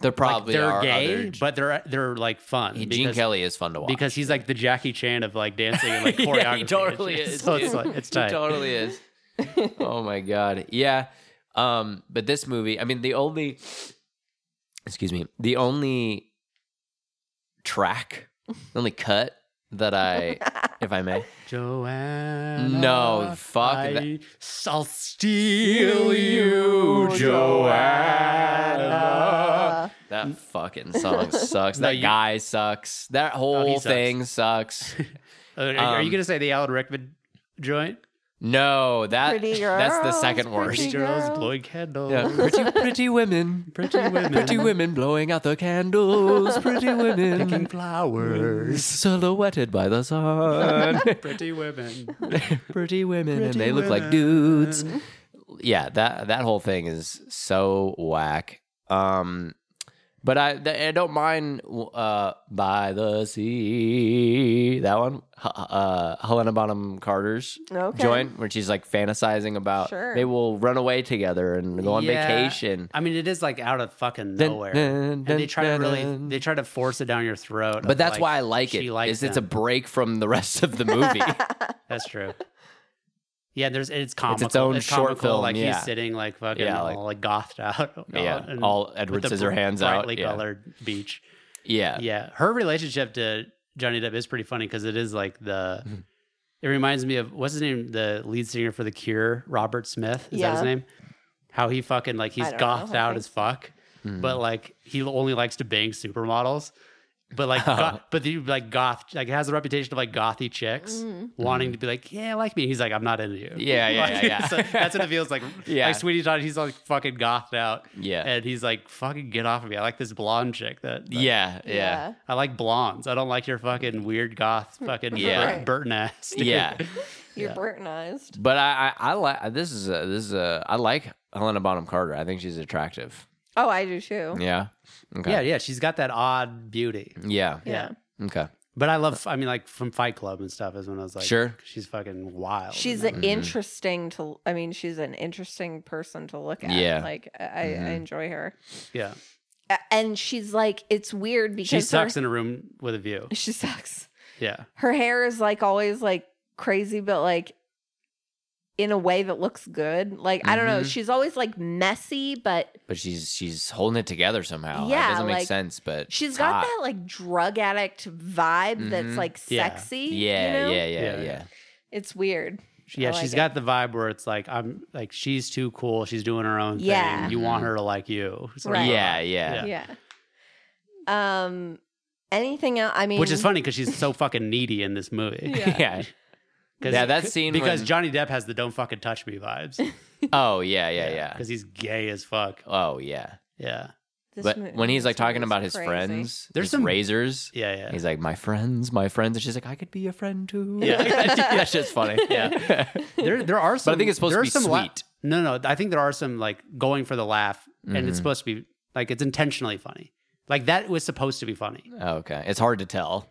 there probably like, they're are gay, other. but they're they're like fun. He- Gene Kelly is fun to watch because he's like the Jackie Chan of like dancing and like Yeah, he choreography. and totally shit. is, So it's dude. like it's he tight. totally is. oh my god, yeah. Um, but this movie, I mean, the only, excuse me, the only track, the only cut that I, if I may, Joanna, No, fuck I, that. I'll steal you, Joanna. Uh, that fucking song sucks. No, that you- guy sucks. That whole sucks. thing sucks. Uh, Are, are you Um, gonna say the Alan Rickman joint? No, that Pretty that's the girls, second pretty worst. Girls girl. blowing candles. Yeah, pretty pretty women, Pretty women. pretty women blowing out the candles, pretty Picking women flowers. silhouetted by the sun, Pretty women. pretty women, and Pretty they look like dudes. Yeah, that that whole thing is so whack. Um, but I th- I don't mind uh by the sea that one. H- Uh, Helena Bonham Carter's okay. joint where she's like fantasizing about Sure. they will run away together and go on Yeah. vacation. I mean, it is like out of fucking Dun, nowhere. dun, and they dun, try to dun, really, dun. they try to force it down your throat. But of, that's like, why I like it. she likes Is it's a them. break from the rest of the movie. That's true. Yeah, there's it's comical. its own short comical, film, Like yeah. he's sitting like fucking Yeah, all like, gothed out. yeah, and all with Edward the Scissorhands out. brightly Yeah. colored beach. yeah, Yeah, her relationship to Johnny Depp is pretty funny because it is like the. Mm-hmm. It reminds me of what's his name, the lead singer for The Cure, Robert Smith. Is that his Yeah. name? How he fucking like he's I don't know, gothed I out think- as fuck, Mhm. but like he only likes to bang supermodels. But like, goth, but the like goth, like has the reputation of like gothy chicks Mhm. wanting to be like, yeah, like me. He's like, I'm not into you. Mm. Yeah, yeah, Like, yeah, yeah. so that's what it feels like. Yeah. like Sweetie Todd, he's like fucking gothed out, yeah, and he's like, fucking get off of me. I like this blonde chick that, that yeah, yeah, I like blondes. I don't like your fucking weird goth fucking Yeah. Bur- Burton ass. dude. yeah. You're Yeah. Burtonized. But I, I, I like this is a, this is a I like Helena Bonham Carter. I think she's attractive. Oh, I do too. Yeah. Okay. Yeah, yeah. She's got that odd beauty. Yeah. Yeah. Okay. But I love, I mean, like from Fight Club and stuff is when I was like, Sure. She's fucking wild. She's And an Mhm. interesting to. I mean, she's an interesting person to look at. Yeah. like I, I Mhm. enjoy her, then- yeah. A- and she's like it's weird because She sucks Her, in a room with a view. she sucks. Yeah. Her hair is like always like crazy, but like in a way that looks good. Like I don't know, Mhm. she's always like messy, but But she's she's holding it together somehow. Yeah. Yeah, That doesn't make like, sense. But she's it's got hot. that like drug addict vibe Mhm. that's like Yeah. sexy. Yeah, you know? yeah. Yeah. Yeah. Yeah, Yeah. It's weird. Yeah. I like she's it. got the vibe where it's like, I'm like, she's too cool. She's doing her own Yeah. thing. You want her to like oh. you. sort of Right. Mm-hmm. Yeah. vibe. Yeah. Yeah. Um. Anything else? I mean, Which is funny because she's so fucking needy in this movie. Mm-hmm. Yeah. Yeah, that scene because when- Johnny Depp has the "Don't fucking touch me" vibes. Oh yeah. Yeah. Yeah. Because he's gay as fuck. Oh yeah. Yeah. This but mo- when he's like this movie talking is about his crazy. friends, There's his some- razors. Yeah. Yeah. He's like, my friends, my friends, and she's like, I could be a friend too. Yeah. that's just funny. Yeah. there, there are some. But I think it's supposed there to are be some sweet. la- no, no. I think there are some like going for the laugh, and Mhm. it's supposed to be like it's intentionally funny. Like that was supposed to be funny. okay, it's hard to tell.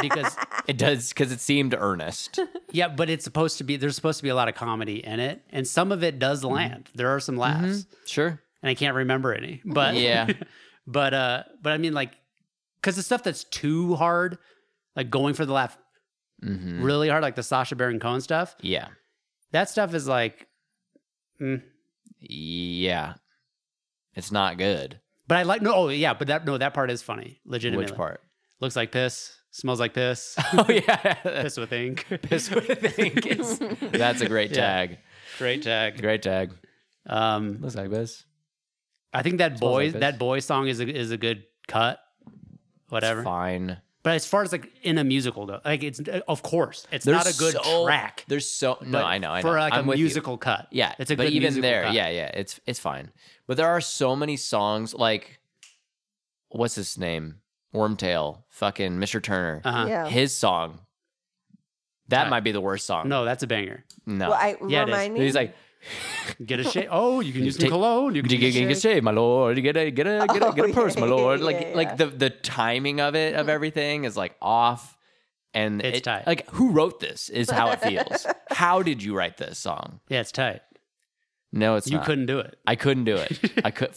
because It does because it seemed earnest. yeah, but it's supposed to be. There's supposed to be a lot of comedy in it, and some of it Mm-hmm. does land. There are some laughs, Sure. and I can't remember any. But Mm-hmm. Yeah. but uh, but I mean like, because the stuff that's too hard, like going for the laugh hmm really hard, like the Sasha Baron Cohen stuff. Yeah. That stuff is like, mm, Yeah. It's not good. but I like no. Oh yeah, but that no, that part is funny. Legitimately, Which part? looks like piss, smells like piss, Oh yeah. piss with ink. Piss with ink is- That's a great Yeah. tag. Great tag. Great tag. Um, Looks like this. I think that Smells boy like piss. that boy song is a, is a good cut. Whatever. It's fine. but as far as like in a musical though, like it's of course it's not a good so- track. There's so no. but I know. I know. for like I'm a with you. musical cut. Yeah, it's a but good even musical there, cut. yeah, yeah, it's it's fine. But there are so many songs like what's his name, Wormtail, fucking Mr. Turner, Uh-huh. Yeah. his song. That Right. might be the worst song. No, that's a banger. no. Well, I Yeah, it is. remind me. He's like, Get a shave. Oh, you can You use some take- cologne. you You can get, use get, get shaved, my lord. You Get a get a get a, get a Oh, purse, my yeah, lord. yeah, Like yeah. Mm-hmm. like the the timing of it of everything is like off, and It's it- tight. Like who wrote this is how it feels. how did you write this song? Yeah, it's tight. No, it's you not. couldn't do it. I couldn't do it. I could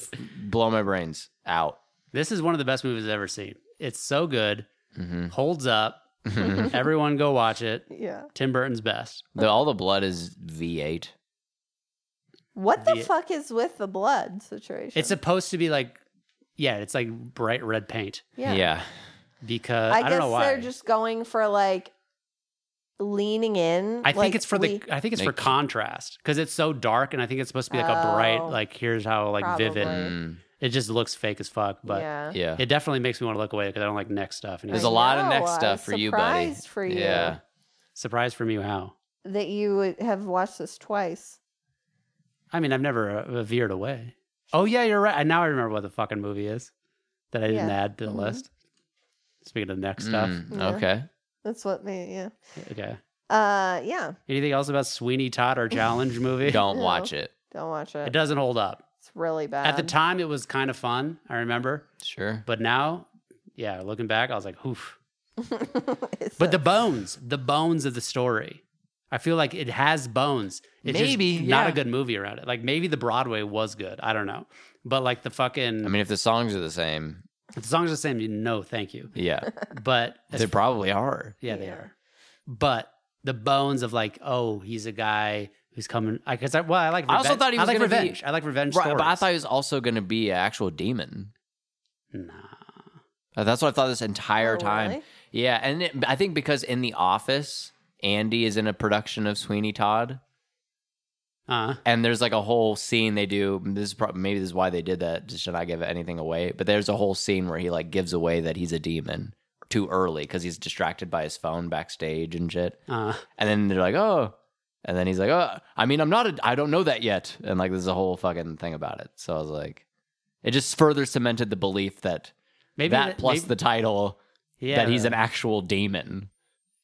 blow my brains out. This is one of the best movies I've ever seen. It's so good, hmm holds up. Mm-hmm. Everyone go watch it. yeah. Tim Burton's best. the, all the blood is V8. What the The- fuck is with the blood situation? It's supposed to be like, yeah, it's like bright red paint yeah. because I, I, guess don't know why. they're just going for like leaning in. I think like, it's for we- the. I think it's for Like- contrast because it's so dark, and I think it's supposed to be like a bright, Oh. like here's how like vivid. Probably. Mm, It just looks fake as fuck, Uh, but yeah. yeah. it definitely makes me want to look away because I don't like neck stuff. And There's I a lot of know, next I stuff was for you, buddy. surprised for you Yeah. surprise from you how? that you would have watched this twice. I mean, I've never uh, veered away. Oh yeah, you're right. And now I remember what the fucking movie is that I didn't Yeah. add to the Mhm. list. Speaking of neck stuff, Mm, Yeah. Okay. That's what me. Yeah. okay. Uh. Yeah. Anything else about Sweeney Todd or Challenge movie? Don't No. watch it. Don't watch It it. doesn't hold up. It's really bad. At the time, it was kind of fun. I remember, Sure. but now, yeah, looking back, I was like, oof. It's But a- the bones, the bones of the story. I feel like it has bones. It's just Maybe, not yeah. a good movie around it. Like maybe the Broadway was good. I don't know. But like the fucking, I mean, if the songs are the same, if the songs are the same. You no, thank you. yeah, But as they probably are. Yeah, they Yeah. are. But the bones of like, oh, he's a guy who's coming. I because I well, I like. Revenge. I also thought he was I like gonna be- revenge. I like revenge Right, stories. but I thought he was also going to be an actual demon. nah. Uh, That's what I thought this entire Oh, time. really? Yeah, and it, I think because in the office, Andy is in a production of Sweeney Todd, Uh, and there's like a whole scene they do. This is probably maybe this is why they did that. Just to not give anything away, but there's a whole scene where he like gives away that he's a demon too early because he's distracted by his phone backstage and shit. uh, And then they're like, oh. And then he's like, oh, I mean, I'm not, a, I don't know that yet. And like, there's a whole fucking thing about it. So I was like, it just further cemented the belief that maybe that plus maybe- the title yeah, that he's an actual demon.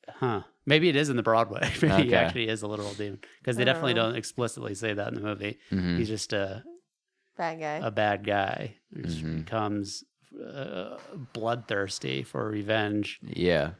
Huh. Maybe it is in the Broadway. Maybe he Okay. actually is a literal demon because they definitely Oh. don't explicitly say that in the movie. Mhm. He's just a Bad guy. a bad guy who just Mhm. becomes uh, bloodthirsty for revenge. Yeah.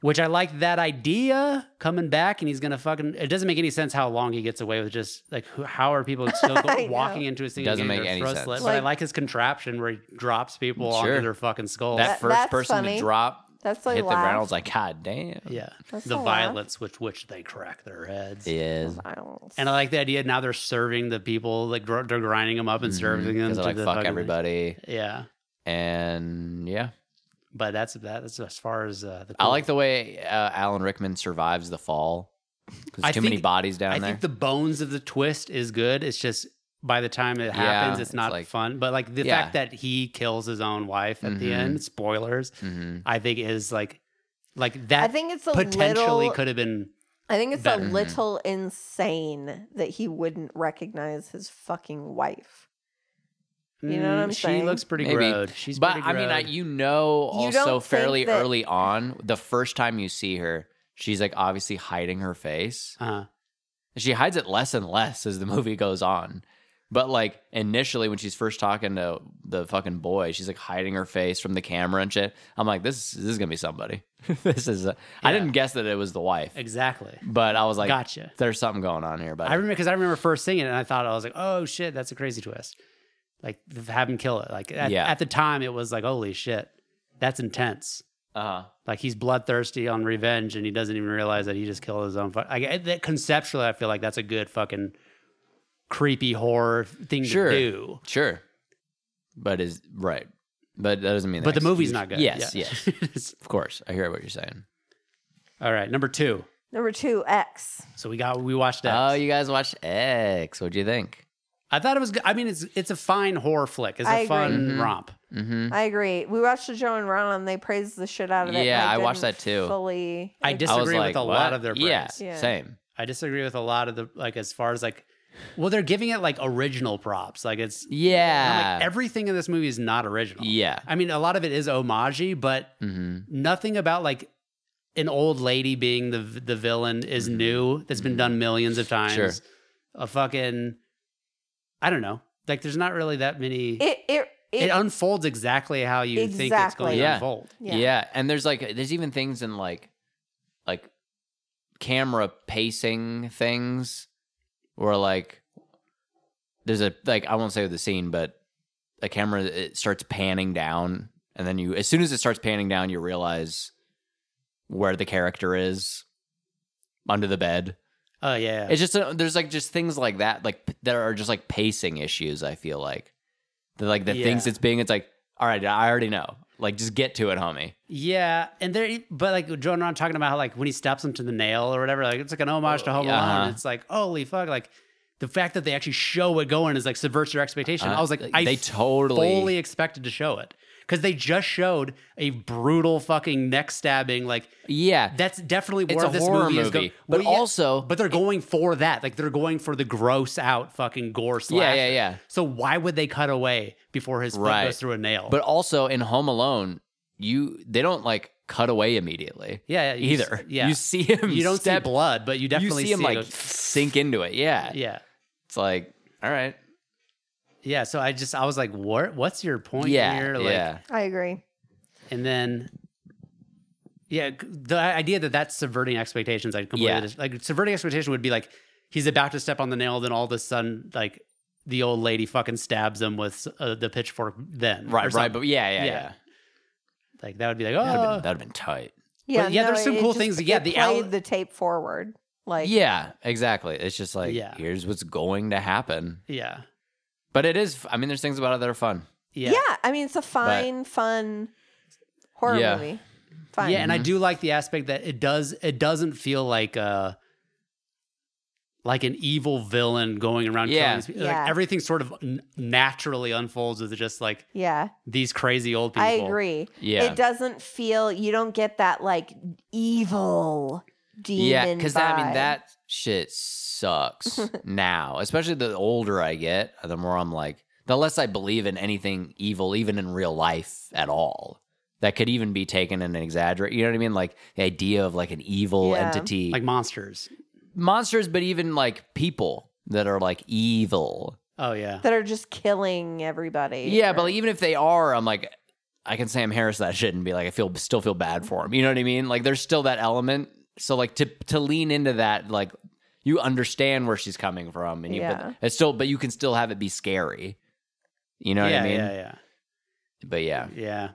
Which I like that idea coming back, and he's gonna fucking. It doesn't make any sense how long he gets away with just like who, how are people still I go, know. walking into a scene? and Doesn't getting make their any throat sense. slit, but I Like- like his contraption where he drops people Sure. onto their fucking skulls. That, That- first that's person funny. to drop That's like hit the laugh. ground. I was like, God damn. yeah, That's a the laugh. violence with which they crack their heads. Is. Violence. And I like the idea now they're serving the people, like gr- they're grinding them up and Mhm. serving them 'Cause to they're like, the fuck fucking- everybody. Yeah, And yeah. but that's that's as far as uh, the. I like the way uh, Alan Rickman survives the fall. I There's too many think- bodies down I there. think the bones of the twist is good. It's just by the time it happens, it's it's not like- fun. But like the Yeah. fact that he kills his own wife at the Mhm. end, spoilers, Mhm. I think is like, like that I think it's a potentially little. could have been. I think it's better. a little insane that he wouldn't recognize his fucking wife. You know what Mm, I'm she saying? looks pretty Maybe. gross. She's but pretty I mean, I, grode. you know, You don't also think fairly that- early on, the first time you see her, she's like obviously hiding her face. uh, She hides it less and less as the movie goes on. But like initially, when she's first talking to the fucking boy, she's like hiding her face from the camera and shit. I'm like, this, this is gonna be somebody. this is. A, I Yeah. didn't guess that it was the wife, exactly. but I was like, gotcha. there's something going on here. But I remember because I remember first seeing it and I thought I was like, oh shit, that's a crazy twist. Like th- have him kill it. Like at, Yeah. at the time it was like, holy shit, that's intense. uh, Like he's bloodthirsty on revenge and he doesn't even realize that he just killed his own. Fu- I, I- that conceptually, I feel like that's a good fucking creepy horror thing Sure. to do. sure, but is right. But that doesn't mean. But the movie's execution- not Yes, good. Yeah. yes, It's- of course. I hear what you're saying. All right, number two. Number two, X. So we got we watched that. Oh, you guys watched X. What'd you think? I thought it was. good. I mean, it's it's a fine horror flick. It's a I agree. fun Mhm. romp. Mm-hmm. I agree. We watched the Joe and Ron and they praised the shit out of it. Yeah, and I watched didn't that too. Fully. I agree. dis- Disagree with a lot of their yeah, praise. Yeah. same. I disagree with a lot of the like as far as like well they're giving it like original props like it's and I'm Yeah, like everything in this movie is not original. yeah. I mean a lot of it is homage, but Mm-hmm. nothing about like an old lady being the the villain is Mhm. new. That's been Mhm. done millions of times. Sure. A fucking I don't know. Like there's not really that many it, It, it, it, unfolds exactly how you think it's Exactly. going to Yeah. unfold. Yeah. and there's like there's even things in like like camera pacing things where like there's a like I won't say the scene, but a camera it starts panning down, and then you as soon as it starts panning down, you realize where the character is under the bed. Oh yeah. It's just uh, there's like just things like that, like p- that are just like pacing issues. I feel like that like the things Yeah. it's being. It's like all right, I already know. Like just get to it, homie. Yeah, and there, but like Joe and Ron talking about how like when he stops him to the nail or whatever, like it's like an homage to Home Yeah, Alone. uh-huh. It's like holy fuck, like the fact that they actually show it going is like subverts your expectation. I was like, I Uh, they totally fully expected to show it because they just showed a brutal fucking neck stabbing. Like yeah. that's definitely It's where a this horror movie, movie, is going. but also but they're going for that. Like they're going for the gross out fucking gore yeah, slash. yeah, yeah. So why would they cut away before his foot Right. goes through a nail? But also in Home Alone, you they don't like cut away immediately yeah, yeah, you s- either. yeah. you see him. you don't step, see blood, but you definitely you see him it like go- sink into it. Yeah. yeah, it's like all right. yeah. So I just I was like, what? What's your point yeah, here? Like, yeah. I agree. And then, yeah, c- the idea that that's subverting expectations, I completely Yeah. dis- like subverting expectation would be like he's about to step on the nail, then all of a sudden, like the old lady fucking stabs him with uh, the pitchfork. Then or Right, right, something. but yeah, yeah, Yeah. yeah. Like that would be like, That'd have oh, been that'd have been tight. Yeah, yeah, there's no, some it cool just- things- yeah, it the played out- the tape forward. Like, yeah, exactly. It's just like Yeah. here's what's going to happen. Yeah. But it is. I mean, there's things about it that are fun. Yeah. yeah. I mean, it's a fine, fun horror Yeah. movie. Fine. Yeah, and Mm-hmm. I do like the aspect that it does it doesn't feel like a like an evil villain going around Yeah. killing these people. Like, Yeah. everything sort of n- naturally unfolds with just like yeah. these crazy old people. I agree. Yeah, It doesn't feel you don't get that like evil demon. yeah. Because I mean, vibe. that shit sucks now. Especially the older I get, the more I'm like, the less I believe in anything evil, even in real life at all. That could even be taken and exaggerated. You know what I mean? Like the idea of like an evil Yeah. entity, Like monsters. monsters, but even like people that are like evil. Oh yeah. that are just killing everybody. Yeah, but e like, even if they are, I'm like, I can Sam Harris that shit and be like, I feel still feel bad for him. You know what I mean? Like, there's still that element. So like to to lean into that, like you understand where she's coming from, and you Yeah. but it's still, but you can still have it be scary. You know what yeah, I mean? yeah, yeah. But yeah, Yeah.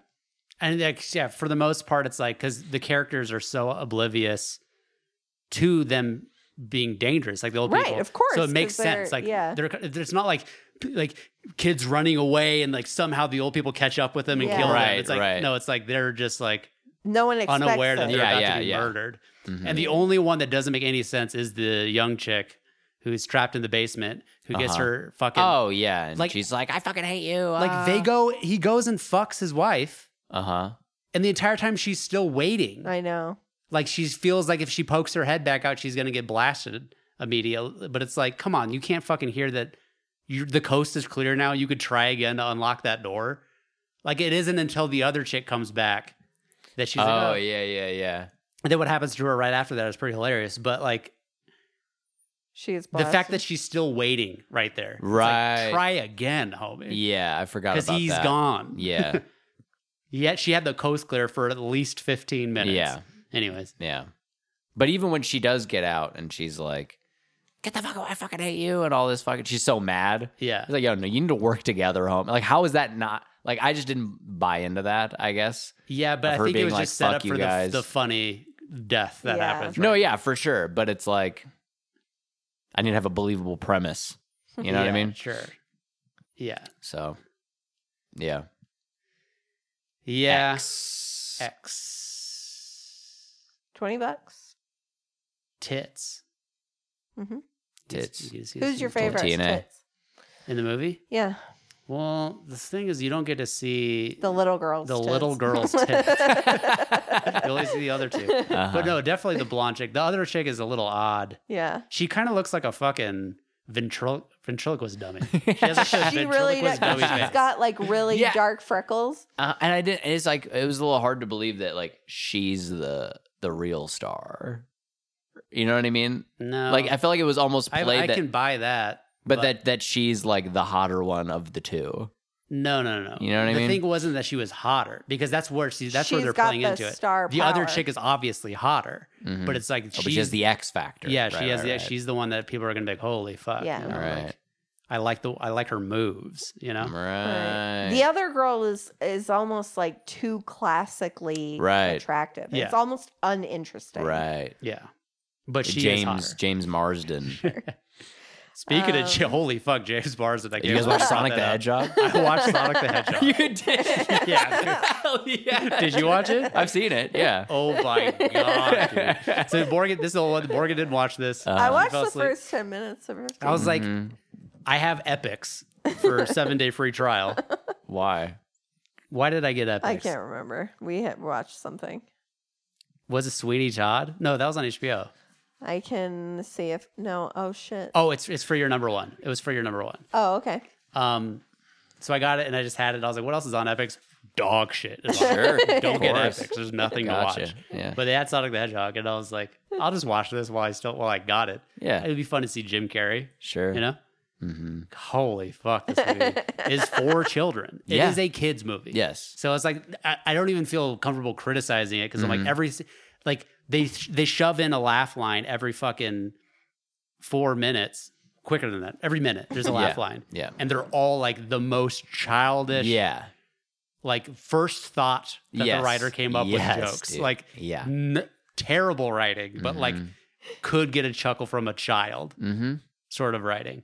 And like, yeah, for the most part, it's like because the characters are so oblivious to them being dangerous, like the old Right, people. of course, So it makes 'cause they're- sense. Like, yeah. they're it's not like like kids running away and like somehow the old people catch up with them and Yeah. kill Right, them. It's like right. no, it's like they're just like no one expects unaware that it. they're Yeah, about yeah, to be yeah. murdered. Mhm. And the only one that doesn't make any sense is the young chick who's trapped in the basement who gets Uh-huh. her fucking oh yeah, and Like- she's like, I fucking hate you. like they go he goes and fucks his wife uh Uh-huh. huh. and the entire time she's still waiting. I know. Like she feels like if she pokes her head back out, she's gonna get blasted immediately. But it's like, come on, you can't fucking hear that. You the coast is clear now. You could try again to unlock that door. Like it isn't until the other chick comes back that she's like, Oh oh. yeah, yeah, yeah. And then what happens to her right after that is pretty hilarious. But like She is the fact that she's still waiting right there. It's like, Right. try again, homie. Yeah, I forgot Because about he's that. gone. Yeah, Yet she had the coast clear for at least 15 minutes. Yeah. Anyways. Yeah. But even when she does get out and she's like, get the fuck away, I fucking hate you, and all this fucking, she's so mad. Yeah. It's like, yo, no, you need to work together, home. Like, how is that not, like, I just didn't buy into that, I guess. Yeah, of but I her think it being was like, just set "Fuck up you for the, guys." the funny death that Yeah. happens. No, right? yeah, for sure. But it's like, I need to have a believable premise. You know what I Yeah, mean? Sure. Yeah. So, yeah. Yeah. Eh. X. X. twenty bucks. Tits. Mhm. Tits. You can see Who's some your favorite? TNA. Tits. In the movie? Yeah, Well, the thing is, you don't get to see the little girls. the tits. little girl's tits. you only see the other two. Uh-huh. But no, definitely the blonde chick. The other chick is a little odd. yeah, She kind of looks like a fucking ventrilo- ventriloquist dummy. She, has like a she really. ventriloquist dummy She's face. got like really Yeah. dark freckles. Uh, and I didn't. It's like it was a little hard to believe that like she's the the real star. You know what I mean? No. Like I felt like it was almost I, played I that, can buy that. but that that she's like the hotter one of the two. No, no, no. You know what I the mean? The thing wasn't that she was hotter because that's where she that's where She's they're got playing the into it. star the other power. chick is obviously hotter, Mhm. but it's like Oh, she's but she has the X factor. yeah, Right, she has right, the right. she's the one that people are gonna be like, holy fuck. Yeah. you know, All like, right. I like the I like her moves. You know, right. The other girl is is almost like too classically Right. attractive. Yeah. It's almost uninteresting. right. yeah. But she is James hotter. James Marsden. Speaking of Um, of, holy fuck, James Marsden. I Did you guys can't watch believe I Sonic the brought that Hedgehog? up. I watched Sonic the Hedgehog. did. Yeah, dude. Hell yeah. Did you watch it? I've seen it. Yeah. Oh my god, dude. So Morgan, this is the one Morgan didn't watch this. I Uh-huh. watched fell the asleep. first ten minutes of her. I was like, Mhm. I have epics for seven day free trial. Why? Why did I get epics? I can't remember. We had watched something. Was it Sweetie Todd? No, that was on HBO. I can see if no. Oh shit. Oh, it's it's for your number one. It was for your number one. Oh okay. Um, so I got it and I just had it. I was like, what else is on epics? Dog shit. is on Sure. it. Don't of get course. epics. There's nothing Gotcha. to watch. Yeah. But they had Sonic the Hedgehog, and I was like, I'll just watch this while I still while I got it. Yeah. It'd be fun to see Jim Carrey. Sure. You know, Mm-hmm. holy fuck, this movie is for children. It is Yeah. a kids movie. Yes. So it's like I, I don't even feel comfortable criticizing it because I'm Mhm. like every like they they shove in a laugh line every fucking four minutes quicker than that every minute there's a laugh line Yeah. and they're all like the most childish Yeah. like first thought that Yes. the writer came up Yes, with jokes dude. like Yeah. n- terrible writing but like could get a chuckle from a child Mm-hmm. sort of writing.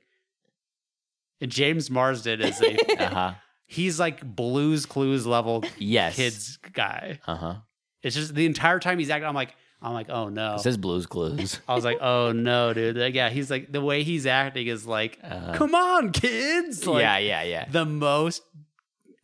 And James Marsden is a Uh huh. he's like Blues Clues level Yes. kids guy. Uh huh. It's just the entire time he's acting, I'm like, I'm like, oh no. It says Blues Clues. I was like, oh no, dude. Like, yeah, he's like the way he's acting is like, Uh, come on, kids. Like, yeah, yeah, yeah, The most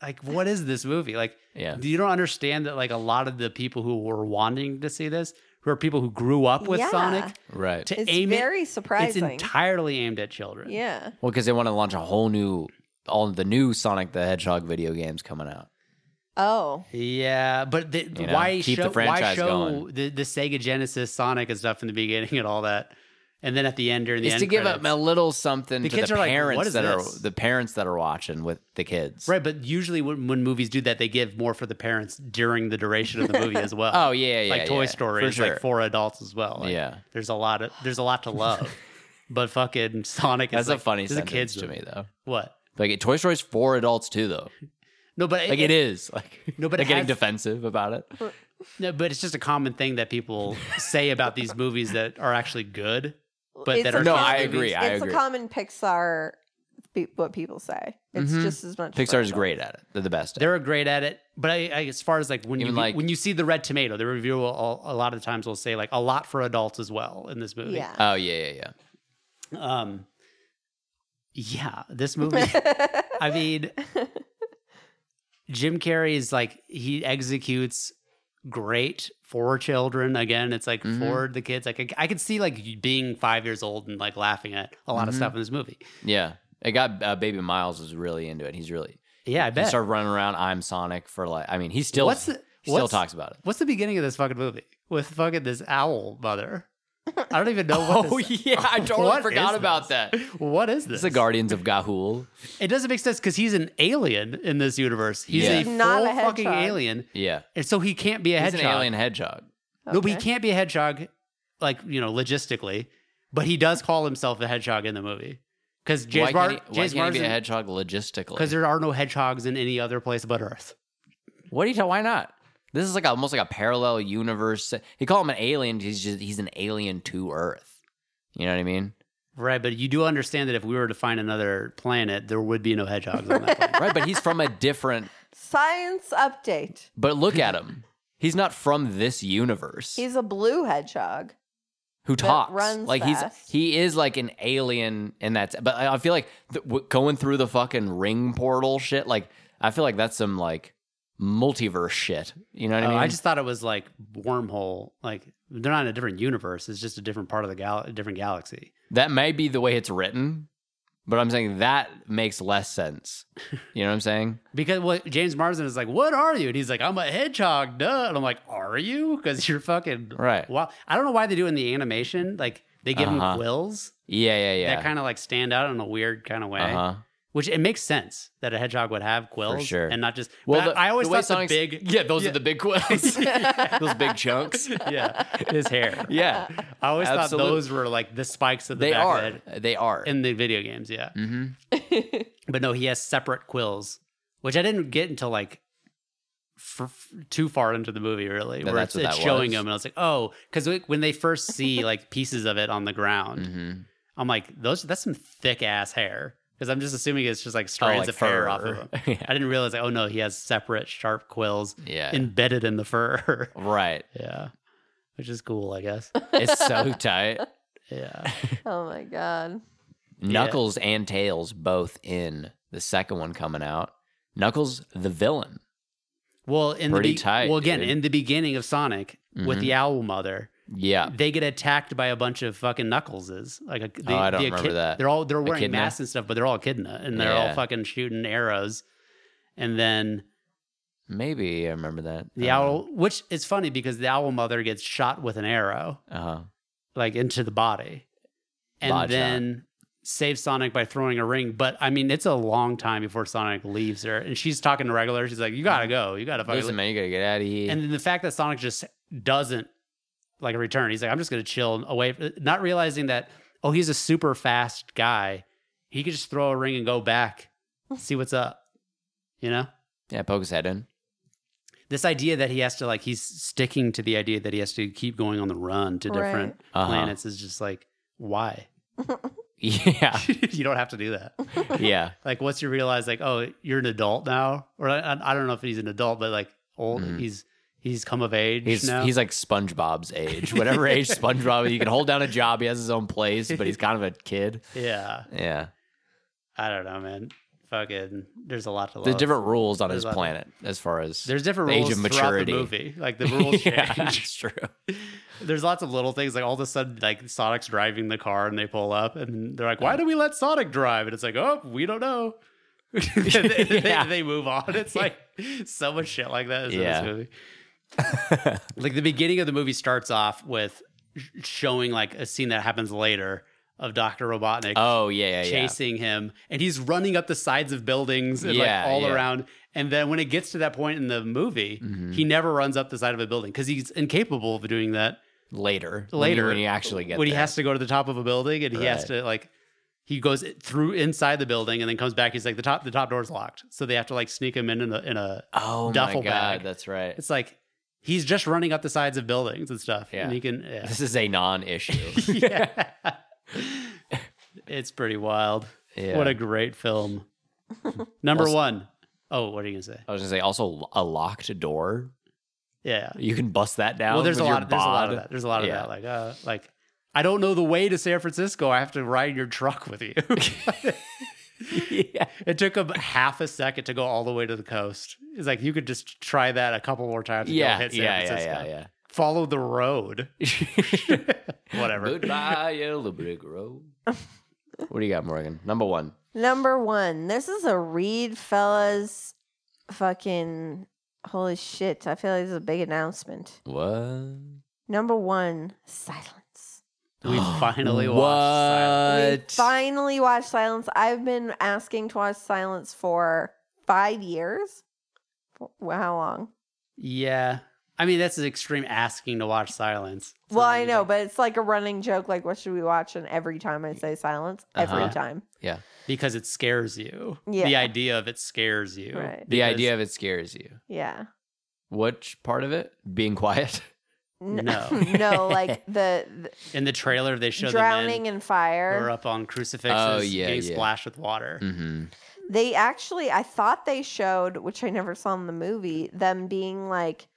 like, what is this movie? Like, yeah. you don't understand that like a lot of the people who were wanting to see this who are people who grew up with Yeah. Sonic Right. to It's aim it. very It's surprising. entirely aimed at children. yeah. Well, because they want to launch a whole new, all the new Sonic the Hedgehog video games coming out. Oh, Yeah, but the, You know, why keep the show, why franchise show going. the, the Sega Genesis Sonic and stuff in the beginning and all that, and then at the end during the It's end to give up credits. a little something The to kids the are like, parents "What is that this?" are the parents that are watching with the kids. right? But usually when, when movies do that, they give more for the parents during the duration of the movie as well. Oh yeah, yeah. like Toy yeah, Story for is sure. like for adults as well. Like, yeah, there's a lot of there's a lot to love, but fucking Sonic that's is like, a funny this is a sentence kids to movie. me though. What? Like Toy Story's for adults too, though. No, but Like it is. Like No, but they're it getting has- defensive about it. No, but it's just a common thing that people say about these movies that are actually good, but It's that a are No, kids I movies. agree. I it's agree. a common Pixar. pe- What people say. It's Mm-hmm. Mhm. just as much. for Pixar's adults. great at it. They're the best. At it. They're great at it, but I, I, as far as like when you Even like- when you see the red tomato, the review will, all, a lot of times will say like a lot for adults as well in this movie. Yeah. Oh yeah, yeah, yeah. Um. Yeah, this movie. I mean, Jim Carrey is like he executes great for children. Again, it's like Mhm. for the kids. Like I, I could see like being five years old and like laughing at a lot of Mhm. stuff in this movie. Yeah. It got uh, Baby Miles is really into it. He's really Yeah, I he bet. started running around. I'm Sonic for like. I mean, he still what's the, he still what's- talks about it. What's the beginning of this fucking movie with fucking this owl mother? I don't even know what. Oh this- yeah, I totally What forgot is about that. What is Oh, It's this? the Guardians of Gahul. It doesn't make sense because he's an alien in this universe. He's Yeah. a He's full not a fucking hedgehog. alien, Yeah, and so he can't be a he's hedgehog. an alien hedgehog. No, but he Okay. can't be a hedgehog, like you know, logistically. But he does call himself a hedgehog in the movie because why James can't, Bar- he, why James can't he be a Marsden hedgehog logistically? because there are no hedgehogs in any other place but Earth. What do you tell? Why not? This is like a- almost like a parallel universe. He call him an alien. He's just he's an alien to Earth. You know what I mean? Right, but you do understand that if we were to find another planet, there would be no hedgehogs on that planet. Right, but he's from a different. Science update. But look at him. He's not from this universe. He's a blue hedgehog. who talks runs like fast. he's he is like an alien, and that's. But I I feel like th- w- going through the fucking ring portal shit. Like I feel like that's some like multiverse shit. You know what I Oh, mean? I just thought it was like wormhole. Like they're not in a different universe; it's just a different part of the gal, a different galaxy. That may be the way it's written, but I'm saying that makes less sense. You know what I'm saying? Because what James Marsden is like, "What are you?" And he's like, "I'm a hedgehog, duh." And I'm like, "Are you?" Because you're fucking Right. Wow, I don't know why they do it in the animation. Like they give Uh-huh. him quills Yeah, yeah, yeah. that kind of like stand out in a weird kind of way. Uh huh. Which it makes sense that a hedgehog would have quills sure. and not just. Well, Well, the- I, I always the way thought Sonic's- the big. Yeah, those are the big quills. those big chunks. yeah, his hair. Yeah, I always Absolute- thought those were like the spikes of the they back are. of the head They are. in the video games. Yeah. hmm but no, he has separate quills, which I didn't get until like f- f- too far into the movie, really, No, where that's it's, what it's that showing was. him, and I was like, oh, because when they first see like pieces of it on the ground, hmm I'm like, those that's some thick ass hair, because I'm just assuming it's just Oh, like strands like of hair off of him. yeah. I didn't realize, like, oh no, he has separate sharp quills yeah. embedded in the fur. right. yeah, which is cool, I guess. It's so tight. Yeah, Oh my god. Knuckles and Tails both in the second one coming out. Knuckles, the villain. well, in Pretty the be- tight, well again dude. in the beginning of Sonic with Mhm. the owl mother. Yeah. they get attacked by a bunch of fucking knuckleses. Like a, the, Oh, I don't the remember echi- that. They're all they're wearing Echidna? masks and stuff, but they're all echidna and they're Yeah. all fucking shooting arrows. And then Maybe I remember that. the owl, which is funny because the owl mother gets shot with an arrow Uh huh. like into the body, and Body shot. then saves Sonic by throwing a ring. But I mean, it's a long time before Sonic leaves her, and she's talking to regular. She's like, "You gotta go. You gotta fucking." Listen, man, you gotta get out of here. And then the fact that Sonic just doesn't like return, he's like, I'm just gonna chill away, not realizing that oh, he's a super fast guy. He could just throw a ring and go back, see what's up. You know, yeah, poke his head in. this idea that he has to like he's sticking to the idea that he has to keep going on the run to Right. different Uh-huh. planets is just like why Yeah. you don't have to do that Yeah. like once you realize like oh you're an adult now or I, I I don't know if he's an adult but like old Mhm. he's he's come of age He's now he's like SpongeBob's age. Whatever age SpongeBob, you can hold down a job. He has his own place, but he's kind of a kid. yeah Yeah. I don't know man fucking there's a lot to love There's different rules on There's his a lot. planet as far as there's different the rules age of throughout maturity. the movie like the rules yeah, change That's true. There's lots of little things like all of a sudden, like Sonic's driving the car and they pull up and they're like, "Why do we let Sonic drive?" And it's like, "Oh, we don't know." they, they- Yeah. they move on. It's like so much shit like that is Yeah. in this movie. like the beginning of the movie starts off with sh- showing like a scene that happens later of Doctor Robotnik Oh yeah, yeah, yeah. chasing him and he's running up the sides of buildings and Yeah, like all yeah. Mm-hmm. around and then when it gets to that point in the movie he never runs up the side of a building because he's incapable of doing that Later, when you- later when you actually get when he there. has to go to the top of a building and he has Right. to like he goes through inside the building and then comes back he's like the top the top door's locked so they have to like sneak him in in a, in a oh duffel my god, bag. that's right. it's like he's just running up the sides of buildings and stuff Yeah. and he can yeah. This is a non-issue. yeah. it's pretty wild. Yeah. What a great film. Number Also- one. Oh, what are you gonna say? I was gonna say also a locked door. Yeah. You can bust that down. Well, there's with a your lot. There's a lot of bod. that. There's a lot of Yeah. that. Like, uh, like I don't know the way to San Francisco. I have to ride your truck with you. yeah. it took him half a second to go all the way to the coast. It's like you could just try that a couple more times. And Yeah, you'll hit San yeah, Francisco. yeah, yeah, Follow the road. yeah. Whatever. Goodbye, yellow brick road. What do you got, Morgan? Number one. Number one, this is a Reed fellas fucking holy shit. I feel like this is a big announcement. What? Number one, silence. We finally what? watched. Silence. We finally watched Silence. I've been asking to watch Silence for five years. For- well, How long? Yeah. I mean, that's an extreme asking to watch silence. So well, then I you know, like- but it's like a running joke. Like, what should we watch? And every time I say silence, Uh-huh. every time. because it scares you. Yeah. The idea of it scares you. Right. the Because- idea of it scares you. Yeah. Which part of it? Being quiet. N- No. no, like the, the in the trailer they show drowning the men in who fire. are up on crucifixes Oh, yeah, getting yeah. splashed with water. Mm-hmm. They actually, I thought they showed, which I never saw in the movie, them being like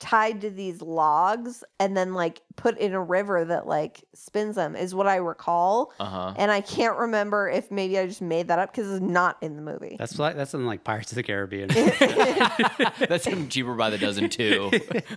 tied to these logs and then like put in a river that like spins them, is what I recall. Uh huh. And I can't remember if maybe I just made that up because it's not in the movie. That's like that's in like Pirates of the Caribbean. That's in cheaper by the dozen too,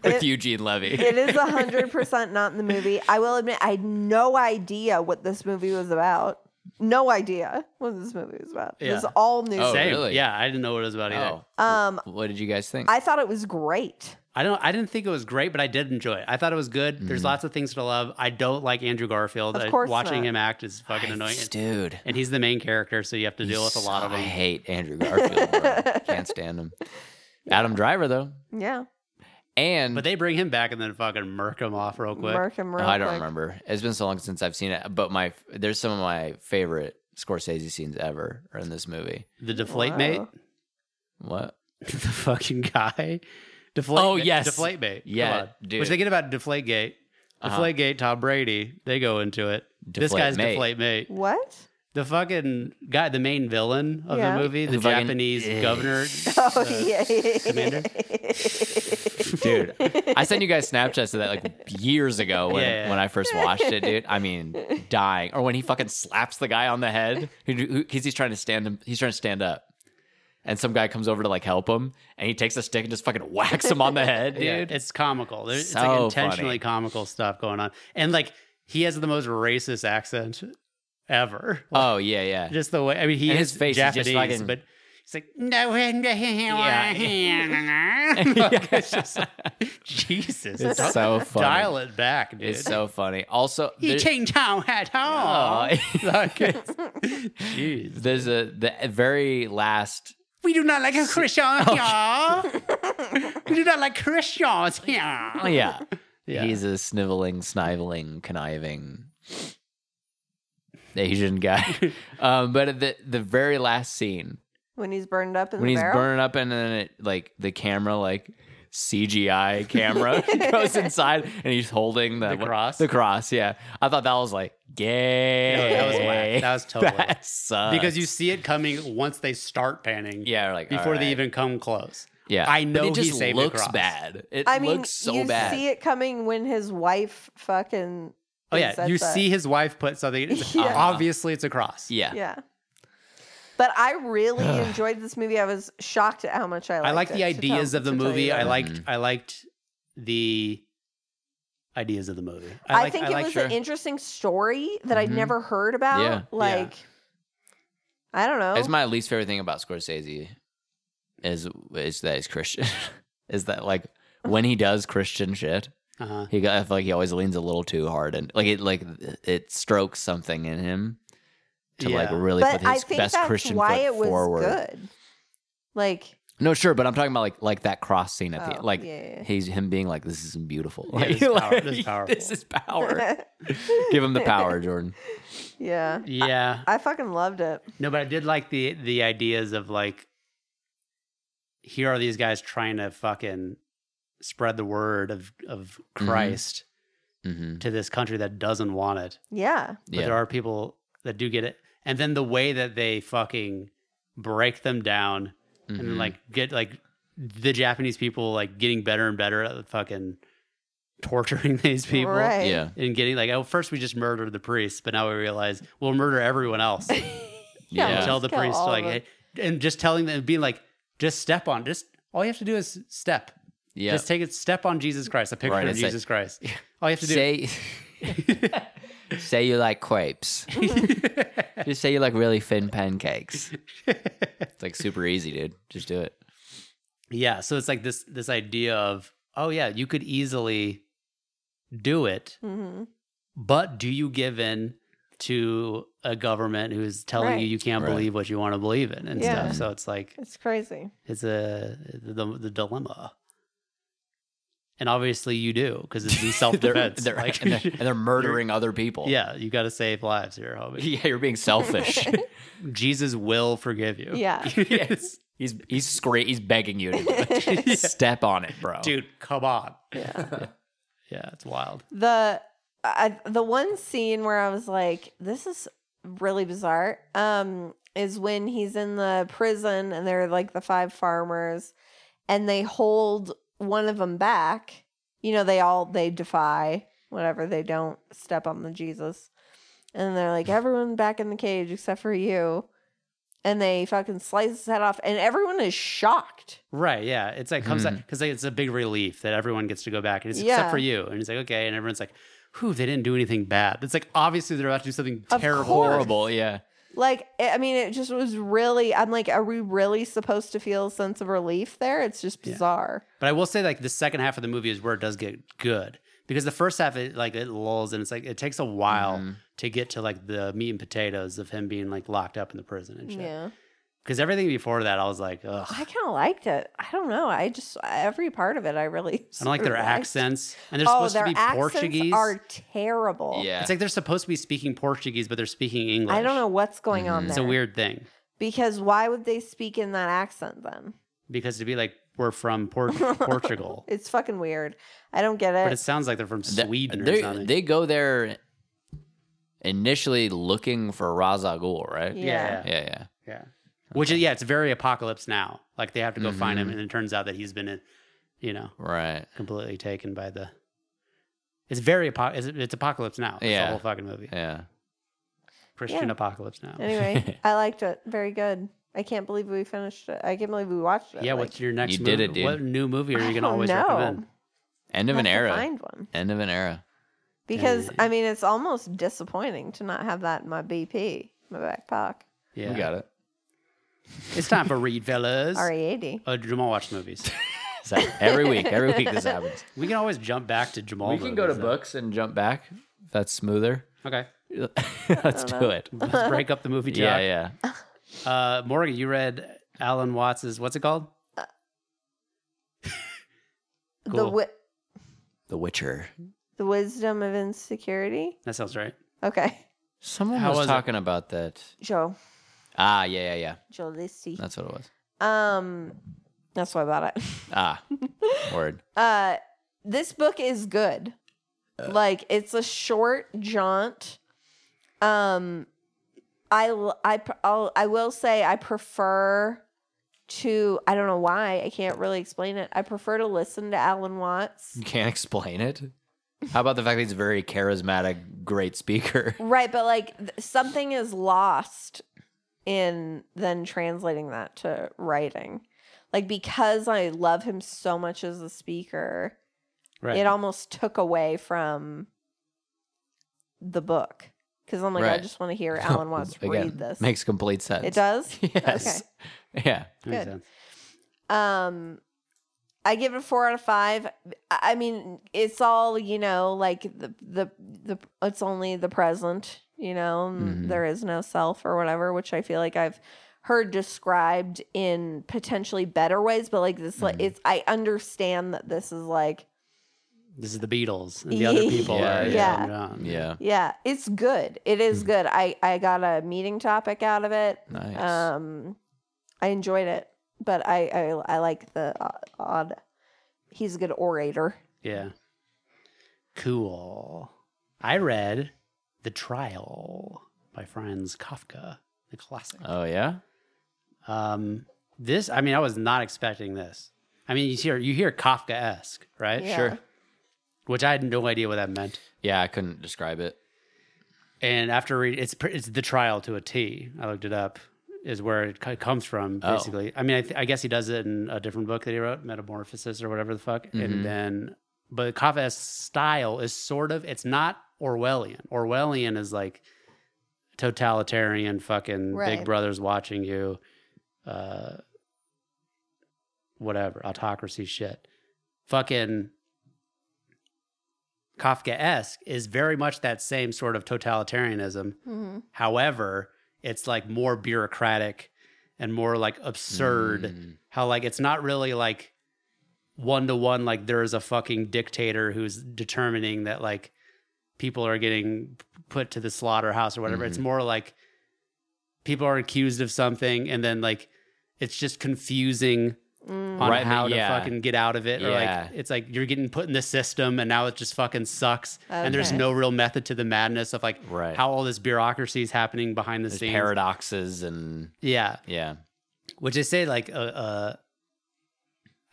with Eugene Levy. it is 100% not in the movie. I will admit, I had no idea what this movie was about. No idea what this movie was about. It was Yeah. all new. Oh, Same. really? Yeah, I didn't know what it was about either. oh, Um, what did you guys think? I thought it was great. I don't. I didn't think it was great, but I did enjoy it. I thought it was good. Mm-hmm. There's lots of things to love. I don't like Andrew Garfield. Of I- course watching not. him act is fucking annoying, Nice, dude. and he's the main character, so you have to deal with a lot of I them. hate Andrew Garfield. bro. Can't stand him. Adam Driver though, Yeah. and But they bring him back and then fucking murk him off real quick. Mark him real Oh, I don't quick. remember. It's been so long since I've seen it. But my there's some of my favorite Scorsese scenes ever are in this movie. The deflate mate, Wow. What? the fucking guy. Deflate. Oh, yes. deflate mate. Yeah, dude. Which thinking about deflate gate. Uh-huh. Deflate gate. Tom Brady. They go into it. this Deflate guy's Mate. deflate mate. What? The fucking guy, the main villain of Yeah. the movie, the, The fucking- Japanese governor. Oh uh, yeah, Commander? dude. I sent you guys Snapchats of that like years ago when, Yeah, yeah. when I first watched it, dude. I mean, dying. Or when he fucking slaps the guy on the head because he's trying to stand him. He's trying to stand up, and some guy comes over to like help him, and he takes a stick and just fucking whacks him on the head, dude. Yeah, it's comical. There- it's like So intentionally funny. comical stuff going on, and like he has the most racist accent ever. oh yeah, yeah. just the way I mean, he And is his face is just Japanese, fucking- but he's like no one Yeah. like, it's just like, Jesus, it's di- so funny. dial it back, dude. It's so funny. Also, he there- changed town at home. Oh. Like, it's- Jeez, there's a the very last. we do not like a Christian Oh, here. we do not like Christians here. Oh yeah. Yeah. He's a sniveling, sniveling, conniving Asian guy. um, but at the the very last scene when he's burned up in when the he's barrel. burning up and then it like the camera like CGI camera goes inside and he's holding the, The what- cross? The cross, yeah. I thought that was like gay. No, that was whack. That was totally That whack. sucks. because you see it coming once they start panning. yeah, like before all right. they even come close. Yeah, I but know it he just saved the looks cross. bad. It I mean, looks so you bad. see it coming when his wife fucking. Oh yeah, said you that. see his wife put something. it's- Yeah. Obviously, it's a cross. yeah. Yeah. But I really enjoyed this movie. I was shocked at how much I liked I like it, the to tell- ideas of the to tell you movie. that. I liked. I liked the ideas of the movie. I, like- think it like- was an sure. interesting story that I'd Mhm. never heard about. Yeah. Like, I don't know. That's my least favorite thing about Scorsese is is that he's Christian. is that like when he does Christian shit, Uh-huh. he got I feel like he always leans a little too hard and like it like it strokes something in him to like Yeah. really but put I his think best that's Christian why foot it was forward. good. Like, No, sure, but I'm talking about like like that cross scene at the Oh, end. like yeah, yeah, yeah. he's him being like this is beautiful. Yeah, Like, this is power- this is like, powerful. this is power. Give him the power, Jordan. yeah. Yeah. I fucking loved it. No, but I did like the the ideas of like here are these guys trying to fucking spread the word of of Christ Mm-hmm. to this country that doesn't want it. Yeah. But Yeah. there are people that do get it. And then the way that they fucking break them down and then Mhm. like get like the Japanese people like getting better and better at fucking torturing these people. Right. yeah. And getting like, oh, first we just murdered the priest, but now we realize we'll murder everyone else. Yeah, and Yeah. tell the Kill priest all like of hey, and just telling them being like just step on just all you have to do is step Yeah. just take it step on jesus christ a picture Right, of it's like- jesus christ all you have to do say say you like crepes. Just say you like really thin pancakes. It's like super easy, dude. Just do it. yeah so it's like this this idea of oh yeah you could easily do it hmm but do you give in to a government who's telling Right. you you can't Right. believe what you want to believe in and Yeah. stuff so it's like It's crazy. It's a the, the dilemma. And obviously you do because it's in self They're, defense. they're, like, and they're, and they're murdering other people. yeah, you got to save lives here, homie. Yeah, you're being selfish. Jesus will forgive you. Yeah. Yes. he's he's scre- he's begging you to do it. step on it, bro. dude, come on. Yeah. Yeah, it's wild. the I, the one scene where I was like, "This is really bizarre," um, is when he's in the prison and they're like the five farmers, and they hold one of them back. You know, they all they defy whatever they don't step on the Jesus, and they're like, "Everyone back in the cage except for you," and they fucking slice his head off, and everyone is shocked. Right. Yeah, it's like comes Mhm. because like, it's a big relief that everyone gets to go back and it's Yeah. except for you and it's like okay and everyone's like, whew, they didn't do anything bad. It's like obviously they're about to do something Of terrible. course. Horrible, yeah. Like, I I mean, it just was really. I'm like, are we really supposed to feel a sense of relief there? It's just Yeah. bizarre. But I will say, like the second half of the movie is where it does get good because the first half, it like it lulls and it's like it takes a while Mhm. to get to like the meat and potatoes of him being like locked up in the prison and shit. Yeah, Because everything before that, I was like, ugh, I kind of liked it. I don't know. I just every part of it, I really. I don't like their liked. accents, and they're Oh, supposed their to be accents Portuguese. are terrible. Yeah. It's like they're supposed to be speaking Portuguese, but they're speaking English. Mm-hmm. I don't know what's going on Mhm. there. It's a weird thing because why would they speak in that accent then? because to be like we're from Por- Portugal, It's fucking weird. I don't get but it it. sounds like they're from Th- Sweden or they, something. they go there initially looking for Razagul, right? Yeah. yeah. yeah. yeah. Yeah. Which is, yeah, it's very apocalypse now. Like they have to go find Mm-hmm. him, and it turns out that he's been, you know, Right. completely taken by the. It's very apo- it's, it's apocalypse now. It's Yeah. the whole fucking movie. Yeah. Christian Yeah. apocalypse now. Anyway, I liked it. Very good. I can't believe we finished it. I can't believe we watched it. yeah, Like, Oh, what's your next? You movie? did it, dude. What new movie are I you gonna don't always know. recommend? End of an Have to era. Find one. End of an era. Because I mean, it's almost disappointing to not have that in my BP, my back pack, Yeah, We got it. it's time for read, fellas. RE80. Uh, Jamal watch movies. So every week, every week this happens. we can always jump back to Jamal. we can go to movies, though. books and jump back. If That's smoother. Okay, Let's do it. let's break up the movie. Talk. Yeah, yeah. Uh, Morgan, you read Alan Watts's what's it called? The Cool. wi- The Witcher. the wisdom of insecurity. That sounds right. Okay, Someone How was, was it? talking about that. Joe, Ah, yeah, yeah, yeah. Joe Lisi. That's what it was. Um, That's what I bought it. Ah, word. Uh, this book is good. like it's a short jaunt. Um, I l- I pr- I'll, I will say I prefer to I don't know why I can't really explain it. I prefer to listen to Alan Watts. You can't explain it. How about the fact that he's a very charismatic, great speaker? Right, but like th- something is lost in then translating that to writing. Like because I love him so much as a speaker, Right. it almost took away from the book because I'm like, I Right. just want to hear Alan Watts Again, read this. Makes complete sense. it does. Yes. Yeah. Makes good. sense. Um, I give it a four out of five. I I mean, it's all you know, like the the the it's only the present, you know. and Mhm. there is no self or whatever, which I feel like I've heard described in potentially better ways, but like this, like Mhm. it's I understand that this is like This is the Beatles and the other people Yeah, are yeah. yeah. down. Yeah. yeah, it's good. It is Mhm. good. I I got a meeting topic out of it. Nice. Um, I enjoyed it, but I I, I like the o- odd. He's a good orator. Yeah. Cool. I read The Trial by Franz Kafka, the classic. oh yeah. Um, this, I mean, I was not expecting this. I mean, you hear you hear Kafka esque, right? Yeah. Sure. Which I had no idea what that meant. Yeah, I couldn't describe it. And after reading, it's pre- it's the trial to a T. I looked it up. Is where it co- comes from, Oh. basically. I mean, I, th- I guess he does it in a different book that he wrote, Metamorphosis or whatever the fuck. Mhm. And then, but Kafka's style is sort of it's not Orwellian. Orwellian is like totalitarian, fucking Right. Big Brother's watching you, uh, whatever autocracy shit. Fucking Kafka esque is very much that same sort of totalitarianism. Mm-hmm. However, it's like more bureaucratic and more like absurd. Mm. How like it's not really like one to one, like there is a fucking dictator who's determining that like people are getting put to the slaughterhouse or whatever. It's Mhm. more like people are accused of something and then like it's just confusing Mm. Mm. on Right, how to yeah. fucking get out of it. Or Yeah. like it's like you're getting put in the system and now it just fucking sucks. And there's Okay. no real method to the madness of like Right. how all this bureaucracy is happening behind the There's scenes. paradoxes and yeah, yeah. which they say like uh, uh,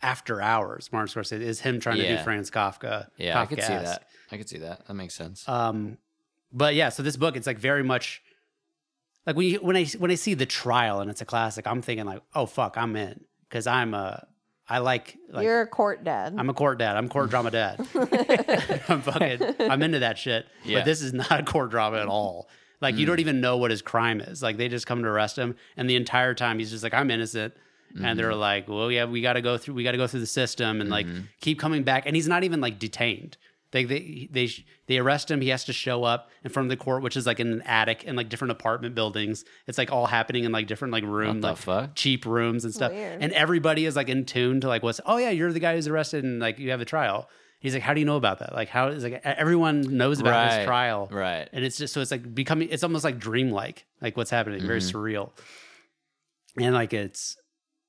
after hours. Martin Scorsese is him trying to do Yeah. Franz Kafka. Yeah, I could see Kafkaesque. that. I could see that. That makes sense. Um, but yeah, so this book, it's like very much like when you when I when I see the trial and it's a classic, I'm thinking like, oh fuck, I'm in because I'm a I like like You're a court dad. I'm a court dad. I'm court drama dad. I'm fucking I'm into that shit. Yeah. Mm. But this is not a court drama at all. Like you don't even know what his crime is. Like they just come to arrest him and the entire time he's just like, I'm innocent. And Mm-hmm. they're like, Well, yeah, we gotta go through we gotta go through the system and like keep coming back. And he's not even like detained. They they they sh- they arrest him. He has to show up in front of the court, which is like in an attic and like different apartment buildings. It's like all happening in like different like room, What the like fuck? cheap rooms and stuff. Weird. And everybody is like in tune to like what's oh yeah, you're the guy who's arrested and like you have a trial. He's like, how do you know about that? Like how is like e- everyone knows about Right, his trial, right. And it's just so it's like becoming it's almost like dreamlike, like what's happening, very Mhm. surreal. And like it's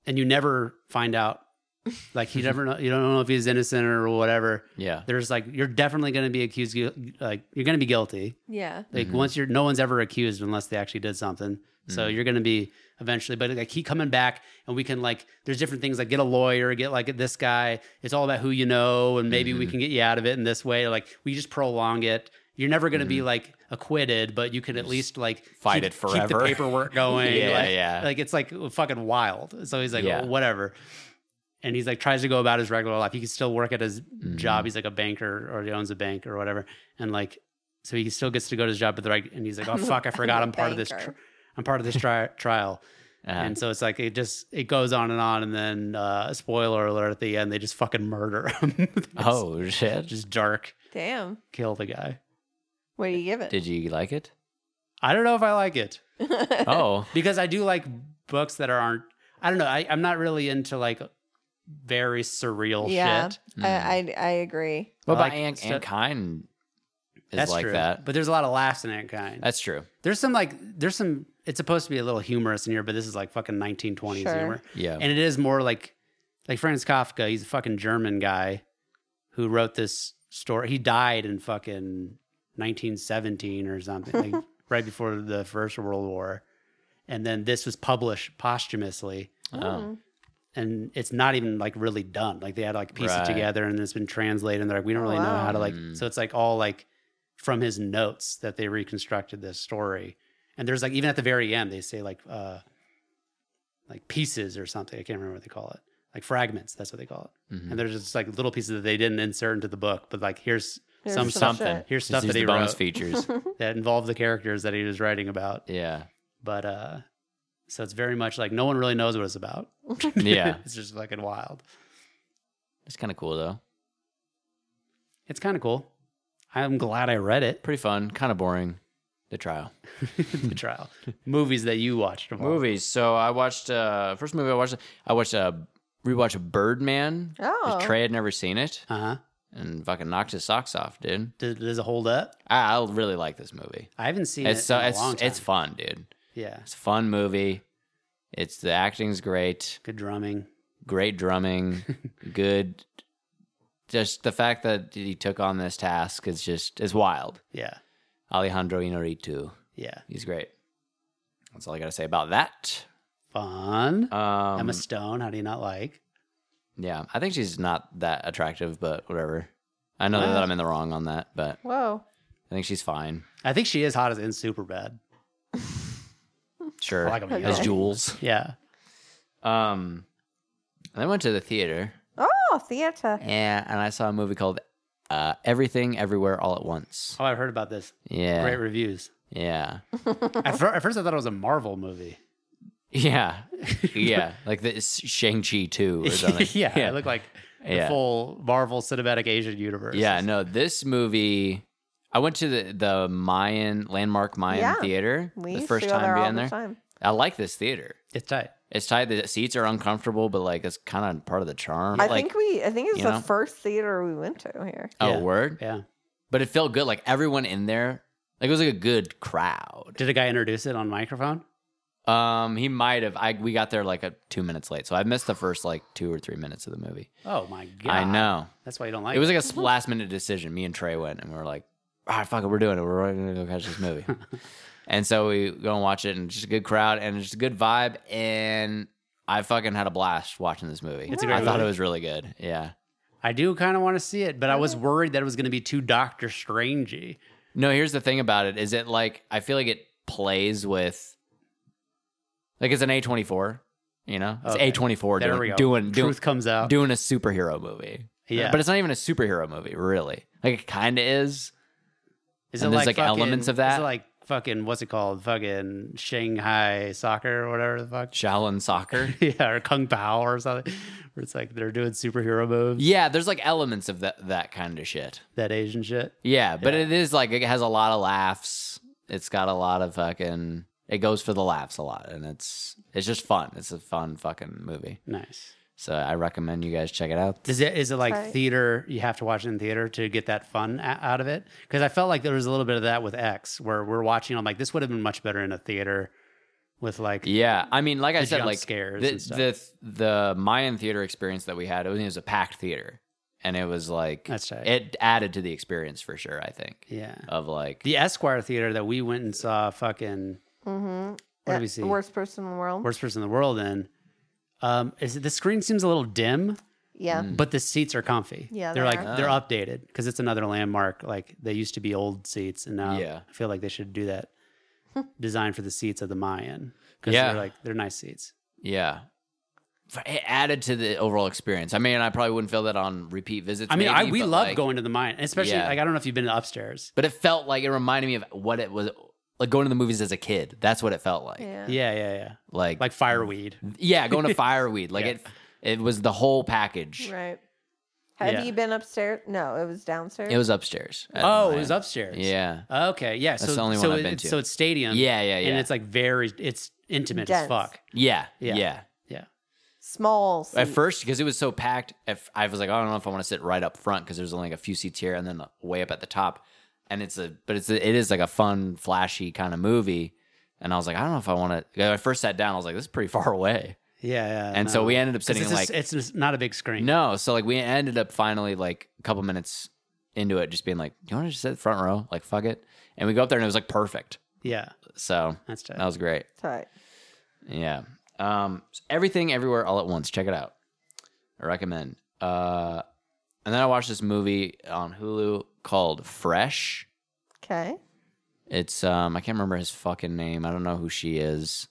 and you never find out, like you never know, you don't know if he's innocent or whatever. Yeah. There's like you're definitely going to be accused, gu- like you're going to be guilty. yeah. Like Mhm. once you're, no one's ever accused unless they actually did something. So Mhm. you're going to be eventually, but like keep coming back, and we can like there's different things like get a lawyer, get like this guy. It's all about who you know, and maybe we Mhm. can get you out of it in this way. Like we just prolong it. You're never going to be Mhm. like acquitted, but you can at least like fight keep- it Keep the forever. paperwork going. Yeah, like, yeah. Like it's like fucking wild. So he's like Yeah. whatever. And he's like tries to go about his regular life. He can still work at his Mhm. job. He's like a banker or he owns a bank or whatever. And like so he still gets to go to his job, but they're like, and he's like, "Oh I'm a- fuck, I forgot I'm I'm, a part of this. Tr- banker." I'm part of this tri- trial." Uh-huh. And so it's like it just it goes on and on, and then uh, spoiler alert at the end, they just fucking murder him. oh shit. just dark Damn. kill the guy. What do you give it? Did you like it? I don't know if I like it Oh. because I do like books that aren't. I don't know. I, I'm not really into like very surreal Yeah. shit. Hmm. I, I I agree. mm. What I about like Ant stu- Antkind is That's like true. that. But there's a lot of laughs in that kind. That's true. There's some like there's some it's supposed to be a little humorous in here, but this is like fucking 1920s Sure. humor. Yeah. And it is more like Like Franz Kafka, he's a fucking German guy who wrote this story. He died in fucking 1917 or something, like right before the First World War. And then this was published posthumously. Oh. Mm. And it's not even like really done. Like they had to, like piece Right. it together and it's been translated. And they're like, we don't Oh, really know how to like. wow. So it's like all like from his notes that they reconstructed this story. And there's like even at the very end they say like uh like pieces or something. I can't remember what they call it. Like fragments. That's what they call it Mhm. and there's just like little pieces that they didn't insert into the book, but like here's There's some some something, shit. here's Just stuff use that the he bonus wrote features. Hmm. that involved the characters that he was writing about. yeah. But uh, so it's very much like no one really knows what it's about. Yeah. it's just fucking wild. It's kind of cool though. It's kind of cool. I'm glad I read it. Pretty fun. Kind of boring. The trial. the trial movies that you watched. them all. Movies. So I watched uh first movie I watched I watched uh rewatched Birdman. Oh. 'cause Trey had never seen it Uh-huh. and fucking knocked his socks off, dude. Does, does it hold up? I, I really like this movie. I haven't seen It's it so in a it's long time. it's fun, dude. yeah, It's a fun movie. It's the acting's great, good drumming. great drumming, good. Just the fact that he took on this task is just is wild. Yeah, Alejandro Inarritu, yeah, he's great. That's all I got to say about that. fun. Um, Emma Stone. How do you not like? yeah, I think she's not that attractive, but whatever. I know Well. that I'm in the wrong on that, but Whoa. I think she's fine. I think she is hot as in super bad. Sure, I like 'em as young. Jules. Yeah. Um, and I went to the theater. Oh, theater. Yeah, and I saw a movie called uh, Everything Everywhere All at Once. Oh, I've heard about this. Yeah. Great reviews. Yeah. At, fir- at first, I thought it was a Marvel movie. Yeah. Yeah. like the it's Shang-Chi 2 or something. yeah, it looked like the Yeah. full Marvel Cinematic Asian universe. Yeah, no, this movie I went to the, the Mayan landmark Mayan Yeah. theater We the used first to go time there all being the there. time. I like this theater. it's tight. It's tight. The seats are uncomfortable, but like it's kind of part of the charm. I like, think we. I think it's you the know? first theater we went to here. oh, Yeah. word. Yeah. But it felt good. Like everyone in there, like it was like a good crowd. Did a guy introduce it on microphone? Um, he might have. I we got there like a two minutes late, so I missed the first like two or three minutes of the movie. Oh my god! I know That's why you don't like it it. was like a s- last minute decision. Me and Trey went, and we were like, "Ah, fuck it, we're doing it. We're really gonna go catch this movie." and so we go and watch it, and it's just a good crowd, and it's just a good vibe, and I fucking had a blast watching this movie. It's a great I thought movie. it was really good. Yeah. I do kind of want to see it, but I was worried that it was going to be too Doctor Strangey. No, here's the thing about it: is it like I feel like it plays with, like it's an A twenty four. You know, it's Okay. A twenty four There doing we go. doing doing Truth comes out. doing a superhero movie. Oh. Yeah. But it's not even a superhero movie, really. Like it kind of is. is and there's, like, elements of that? Is it like fucking what's it called? Fucking Shanghai soccer or whatever the fuck. Shaolin soccer. yeah, or Kung Pao or something. Where it's like they're doing superhero moves. yeah, there's like elements of that that kind of shit. that Asian shit. Yeah, but Yeah. it is like it has a lot of laughs. It's got a lot of fucking it goes for the laughs a lot and it's it's just fun. It's a fun fucking movie. Nice. So I recommend you guys check it out. Does it is it like Sorry. theater? You have to watch it in theater to get that fun a- out of it. Because I felt like there was a little bit of that with X, where we're watching. I'm like, this would have been much better in a theater with like Yeah, I mean, like I The said, jump like scares the, and stuff. the the Mayan theater experience that we had, it was, it was a packed theater, and it was like That's tight. it added to the experience for sure. I think yeah of like the Esquire theater that we went and saw fucking Mm-hmm. What did we see? Worst person in the world. worst person in the world in. Um, is the screen seems a little dim, Yeah. Mm, but the seats are comfy. Yeah, they're they like are. they're Oh. updated because it's another landmark. Like they used to be old seats, and now Yeah. I feel like they should do that Hmm. design for the seats of the Mayan because Yeah. they're like they're nice seats. yeah, F- it added to the overall experience. I mean, I probably wouldn't feel that on repeat visits. I mean, I maybe, we but, love like- going to the mine, especially Yeah. like I don't know if you've been upstairs. but it felt like it reminded me of what it was like going to the movies as a kid. That's what it felt like. Yeah. Yeah, yeah, yeah. Like, Like fireweed. yeah, going to Fireweed. Like Yeah. it, it was the whole package. Right. Have Yeah. you been upstairs? No, it was downstairs. It was upstairs. at Oh, it Mayan. was upstairs. Yeah. Okay. Yeah. That's so the only so one I've it- been it's- to. So it's stadium. Yeah, yeah, yeah. And it's like very it's intimate as Dense. fuck. Yeah, Yeah. yeah. Small. At seat. first, because it was so packed, at f- I was like, I don't know if I want to sit right up front because there's only like a few seats here and then way up at the top. And it's a, but it's a, it is like a fun, flashy kind of movie. And I was like, I don't know if I want to. I first sat down. I was like, this is pretty far away. Yeah, yeah. And so no. we ended up 'Cause sitting it's in, just- like it's just not a big screen. no. So like we ended up finally like a couple minutes into it, just being like, "You want to just sit front row? Like fuck it." And we go up there and it was like perfect. Yeah, So that's tough. that was great. Sorry. Yeah. Um, s- everything everywhere all at once. Check it out. I recommend. Uh, and then I watched this movie on Hulu called Fresh. Okay. It's um I can't remember his fucking name. I don't know who she is.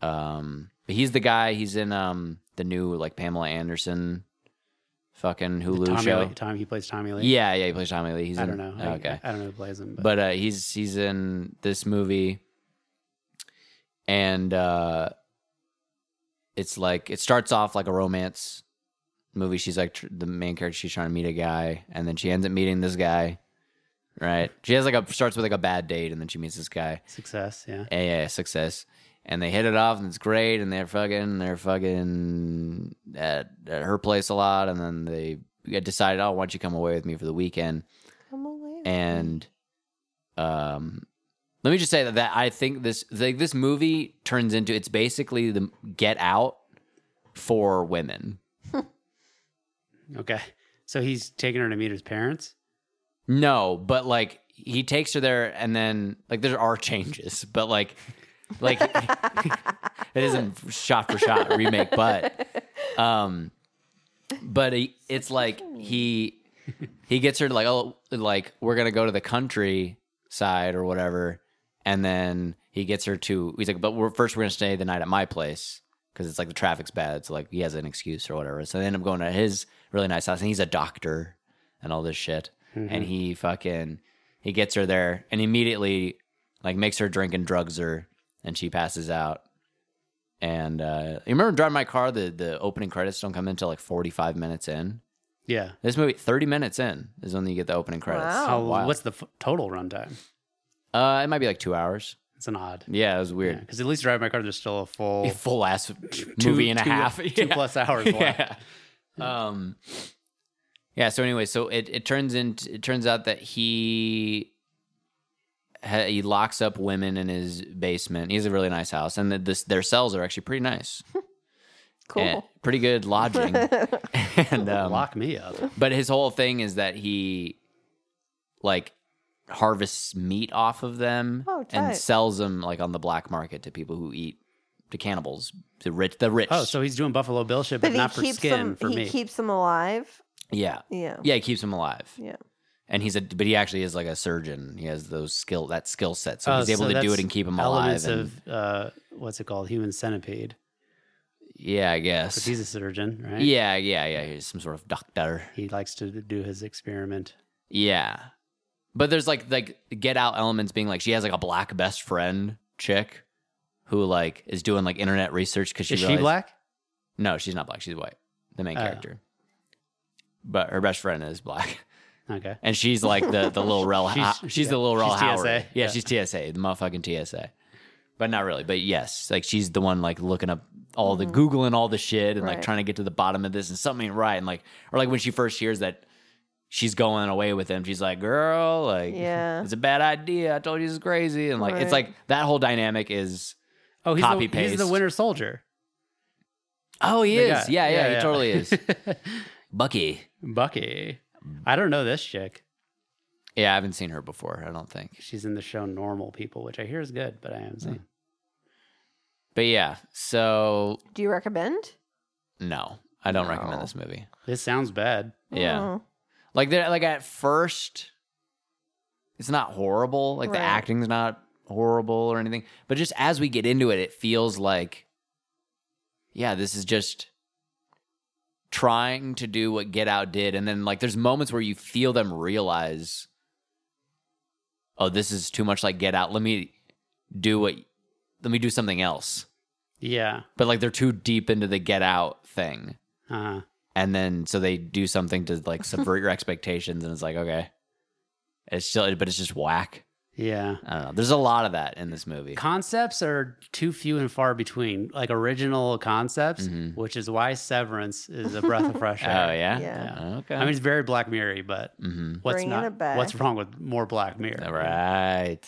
Um but he's the guy, he's in um the new like Pamela Anderson fucking Hulu Tommy show. Lee, Tom, he plays Tommy Lee. Yeah, yeah, he plays Tommy Lee. He's I in, don't know. I- Okay. I, don't know who plays him, but, But uh he's he's in this movie and uh it's like it starts off like a romance movie. She's like tr- the main character she's trying to meet a guy and then she ends up meeting this guy. Right. She has like a starts with like a bad date and then she meets this guy. success. Yeah, Yeah, yeah, success. And they hit it off, and it's great. And they're fucking, they're fucking at, at her place a lot. And then they decided, oh, why don't you come away with me for the weekend? Come away. And um, let me just say that, that I think this like this movie turns into it's basically the Get Out for women. okay. So he's taking her to meet his parents. No, but like he takes her there, and then like there are changes, but like like it isn't shot for shot remake, but um, but he, it's like he he gets her to like oh like we're gonna go to the country side or whatever, and then he gets her to he's like but we're first we're gonna stay the night at my place because it's like the traffic's bad, so like he has an excuse or whatever. So they end up going to his really nice house, and he's a doctor and all this shit and Mm-hmm. he fucking he gets her there and immediately like makes her drink and drugs her and she passes out and uh you remember driving my car the the opening credits don't come in until like 45 minutes in Yeah. this movie 30 minutes in is when you get the opening credits Wow. How, Oh, wow. What's the f- total runtime? uh it might be like two hours It's an odd. yeah it was weird Because at least Drive My Car, there's still a full full ass movie two- and a two- half two Yeah. plus hours left. yeah. Um yeah, so anyway, so it, it turns into it turns out that he ha- he locks up women in his basement. He has a really nice house and the, this their cells are actually pretty nice. And cool. pretty good lodging. and um, Lock me up. but his whole thing is that he like harvests meat off of them Oh, and tight. sells them like on the black market to people who eat to cannibals, to rich the rich. Oh, so he's doing Buffalo Bill shit, but, But he not for keeps skin them. for he me. keeps them alive. yeah. Yeah. Yeah, it keeps him alive. Yeah. And he's a, but he actually is like a surgeon. He has those skill, that skill set, so Oh, he's able so to do it that's and keep him alive. Elements And, of uh, what's it called? Human centipede. yeah, I 'Cause guess. he's a surgeon, right? Yeah, yeah, yeah. He's some sort of doctor. He likes to do his experiment. Yeah, but there's like like get out elements being like she has like a black best friend chick who like is doing like internet research because she Is she realized- black? No, she's not black. She's white. The main Oh. character, but her best friend is black. Okay. and she's like the the little rel. She's- she's, the little rel she's Howard. TSA. Yeah, Yeah. she's TSA, the motherfucking TSA. But not really. But yes, like she's the one like looking up all the googling all the shit and like Mm-hmm. Right. trying to get to the bottom of this and something ain't right and like or like when she first hears that she's going away with him, she's like, "Girl, like, Yeah. it's a bad idea. I told you it's crazy." And like it's Right. like that whole dynamic is. Oh, he's Copy the, he's the paste. Winter Soldier. Oh, he The is. guy. Yeah, yeah, he totally is. Bucky. Bucky. I don't know this chick. Yeah, I haven't seen her before. I don't think. She's in the show Normal People, which I hear is good, but I haven't seen. But yeah, so Do you recommend? no, I don't recommend No. this movie. This sounds bad. Yeah. Oh, Like they're like at first, it's not horrible. Like the Right. acting's not horrible or anything. But just as we get into it, it feels like, yeah, this is just trying to do what Get Out did. And then like there's moments where you feel them realize, oh, this is too much like Get Out. Let me do what. Let me do something else. Yeah. But like they're too deep into the Get Out thing Uh-huh. and then so they do something to like subvert your expectations and it's like okay it's still but it's just whack Yeah. i don't know there's a lot of that in this movie Concepts are too few and far between, like original concepts, Mhm. which is why Severance is a breath of fresh oh air. yeah Yeah. okay I mean, it's very Black Mirror, but mm-hmm. what's Bringing not? it back. What's wrong with more Black Mirror? right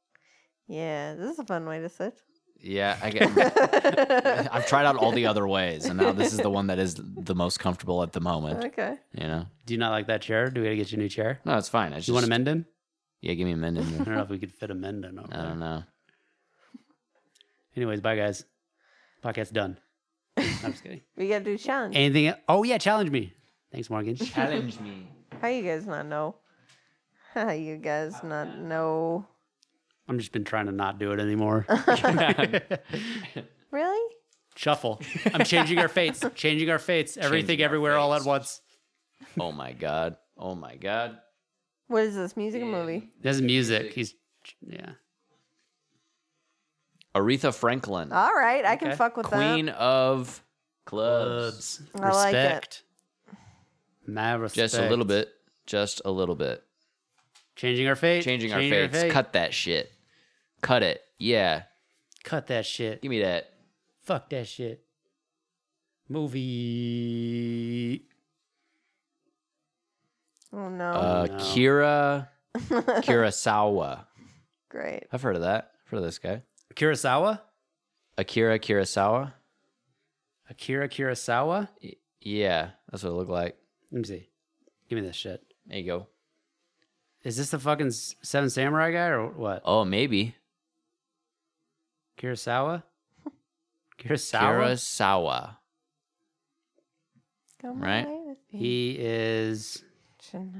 yeah. This is a fun way to sit. Yeah, I get. I've tried out all the other ways, and now this is the one that is the most comfortable at the moment. okay. You know, Do you not like that chair? Do we gotta get you a new chair? no, it's fine. I just Do you want a Mendon? Yeah, give me a mend in I there. don't know if we could fit a Mendon over I don't there. know. Anyways, bye guys. Podcast done. I'm just kidding. We gotta do a challenge. Anything? el- Oh yeah, challenge me. Thanks, Morgan. Challenge me. How you guys not know? How you guys Uh, not know? I'm just been trying to not do it anymore. Really? Shuffle. I'm changing our fates. Changing our fates. Everything, Changing our everywhere, all at fates. once. Oh my god. Oh my god. What is this music or movie? This is music. He's yeah. Aretha Franklin, All right, I can Okay. fuck with Queen that. of Clubs. I Clubs. like it. Respect. My respect. Just a little bit. Just a little bit. Changing our fate. Changing our fates. Cut that shit. Cut it. Yeah. Cut that shit. Give me that. Fuck that shit. Movie. Oh no! Uh, no. Kira Kurosawa. Great. I've heard of that. I've heard of this guy. Kurosawa. Akira Kurosawa. Akira Kurosawa. Yeah, that's what it looked like. Let me see. Give me this shit. There you go. Is this the fucking S- Seven Samurai guy or what? Oh, maybe Kurosawa? Kurosawa? Kurosawa. Come right? away with me He is. tonight.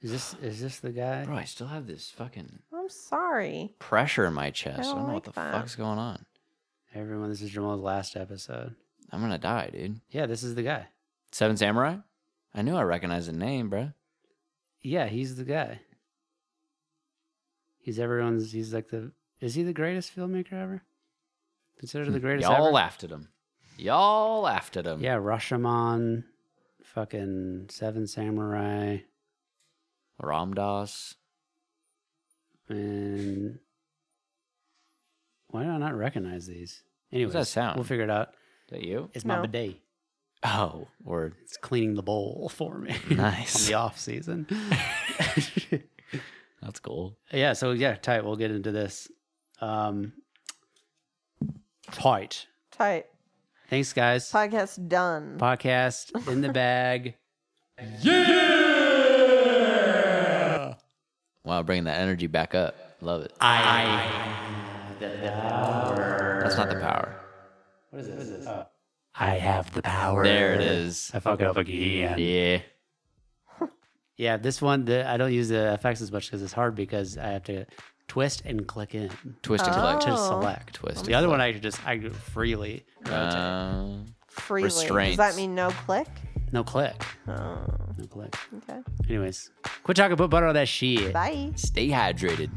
Is this is this the guy? Bro, I still have this fucking I'm sorry. pressure in my chest. I don't, don't know like what the that. fuck's going on. Everyone, this is Jamal's last episode. I'm gonna die, dude. Yeah, this is the guy. Seven Samurai. I knew I recognized the name, bro. Yeah, he's the guy. He's everyone's. He's like the. Is he the greatest filmmaker ever? Considered the greatest. Y'all ever? laughed at him. Y'all laughed at him. Yeah, Rashomon, fucking Seven Samurai, Ram Dass. and why do I not recognize these? Anyways, that sound? we'll figure it out. Is that you? It's my No. bidet. Oh, word. It's cleaning the bowl for me. Nice. on the off season. That's cool. yeah, so yeah, tight. We'll get into this. Um, tight. Tight. Thanks, guys. Podcast done. Podcast in the bag. Wow, bringing that energy back up. Love it. I. That's not the power. What is this? Oh. I have the power. There it is. I fuck up again. Yeah. Yeah, this one the, I don't use the effects as much because it's hard because I have to twist and click in Twist and Oh. collect. to select. Twist The other one I could just I could freely rotate. Uh, Freely. Does that restraints. mean no click? no click. Oh, No click. okay. Anyways, quit talking. Put butter on that shit. Bye. stay hydrated.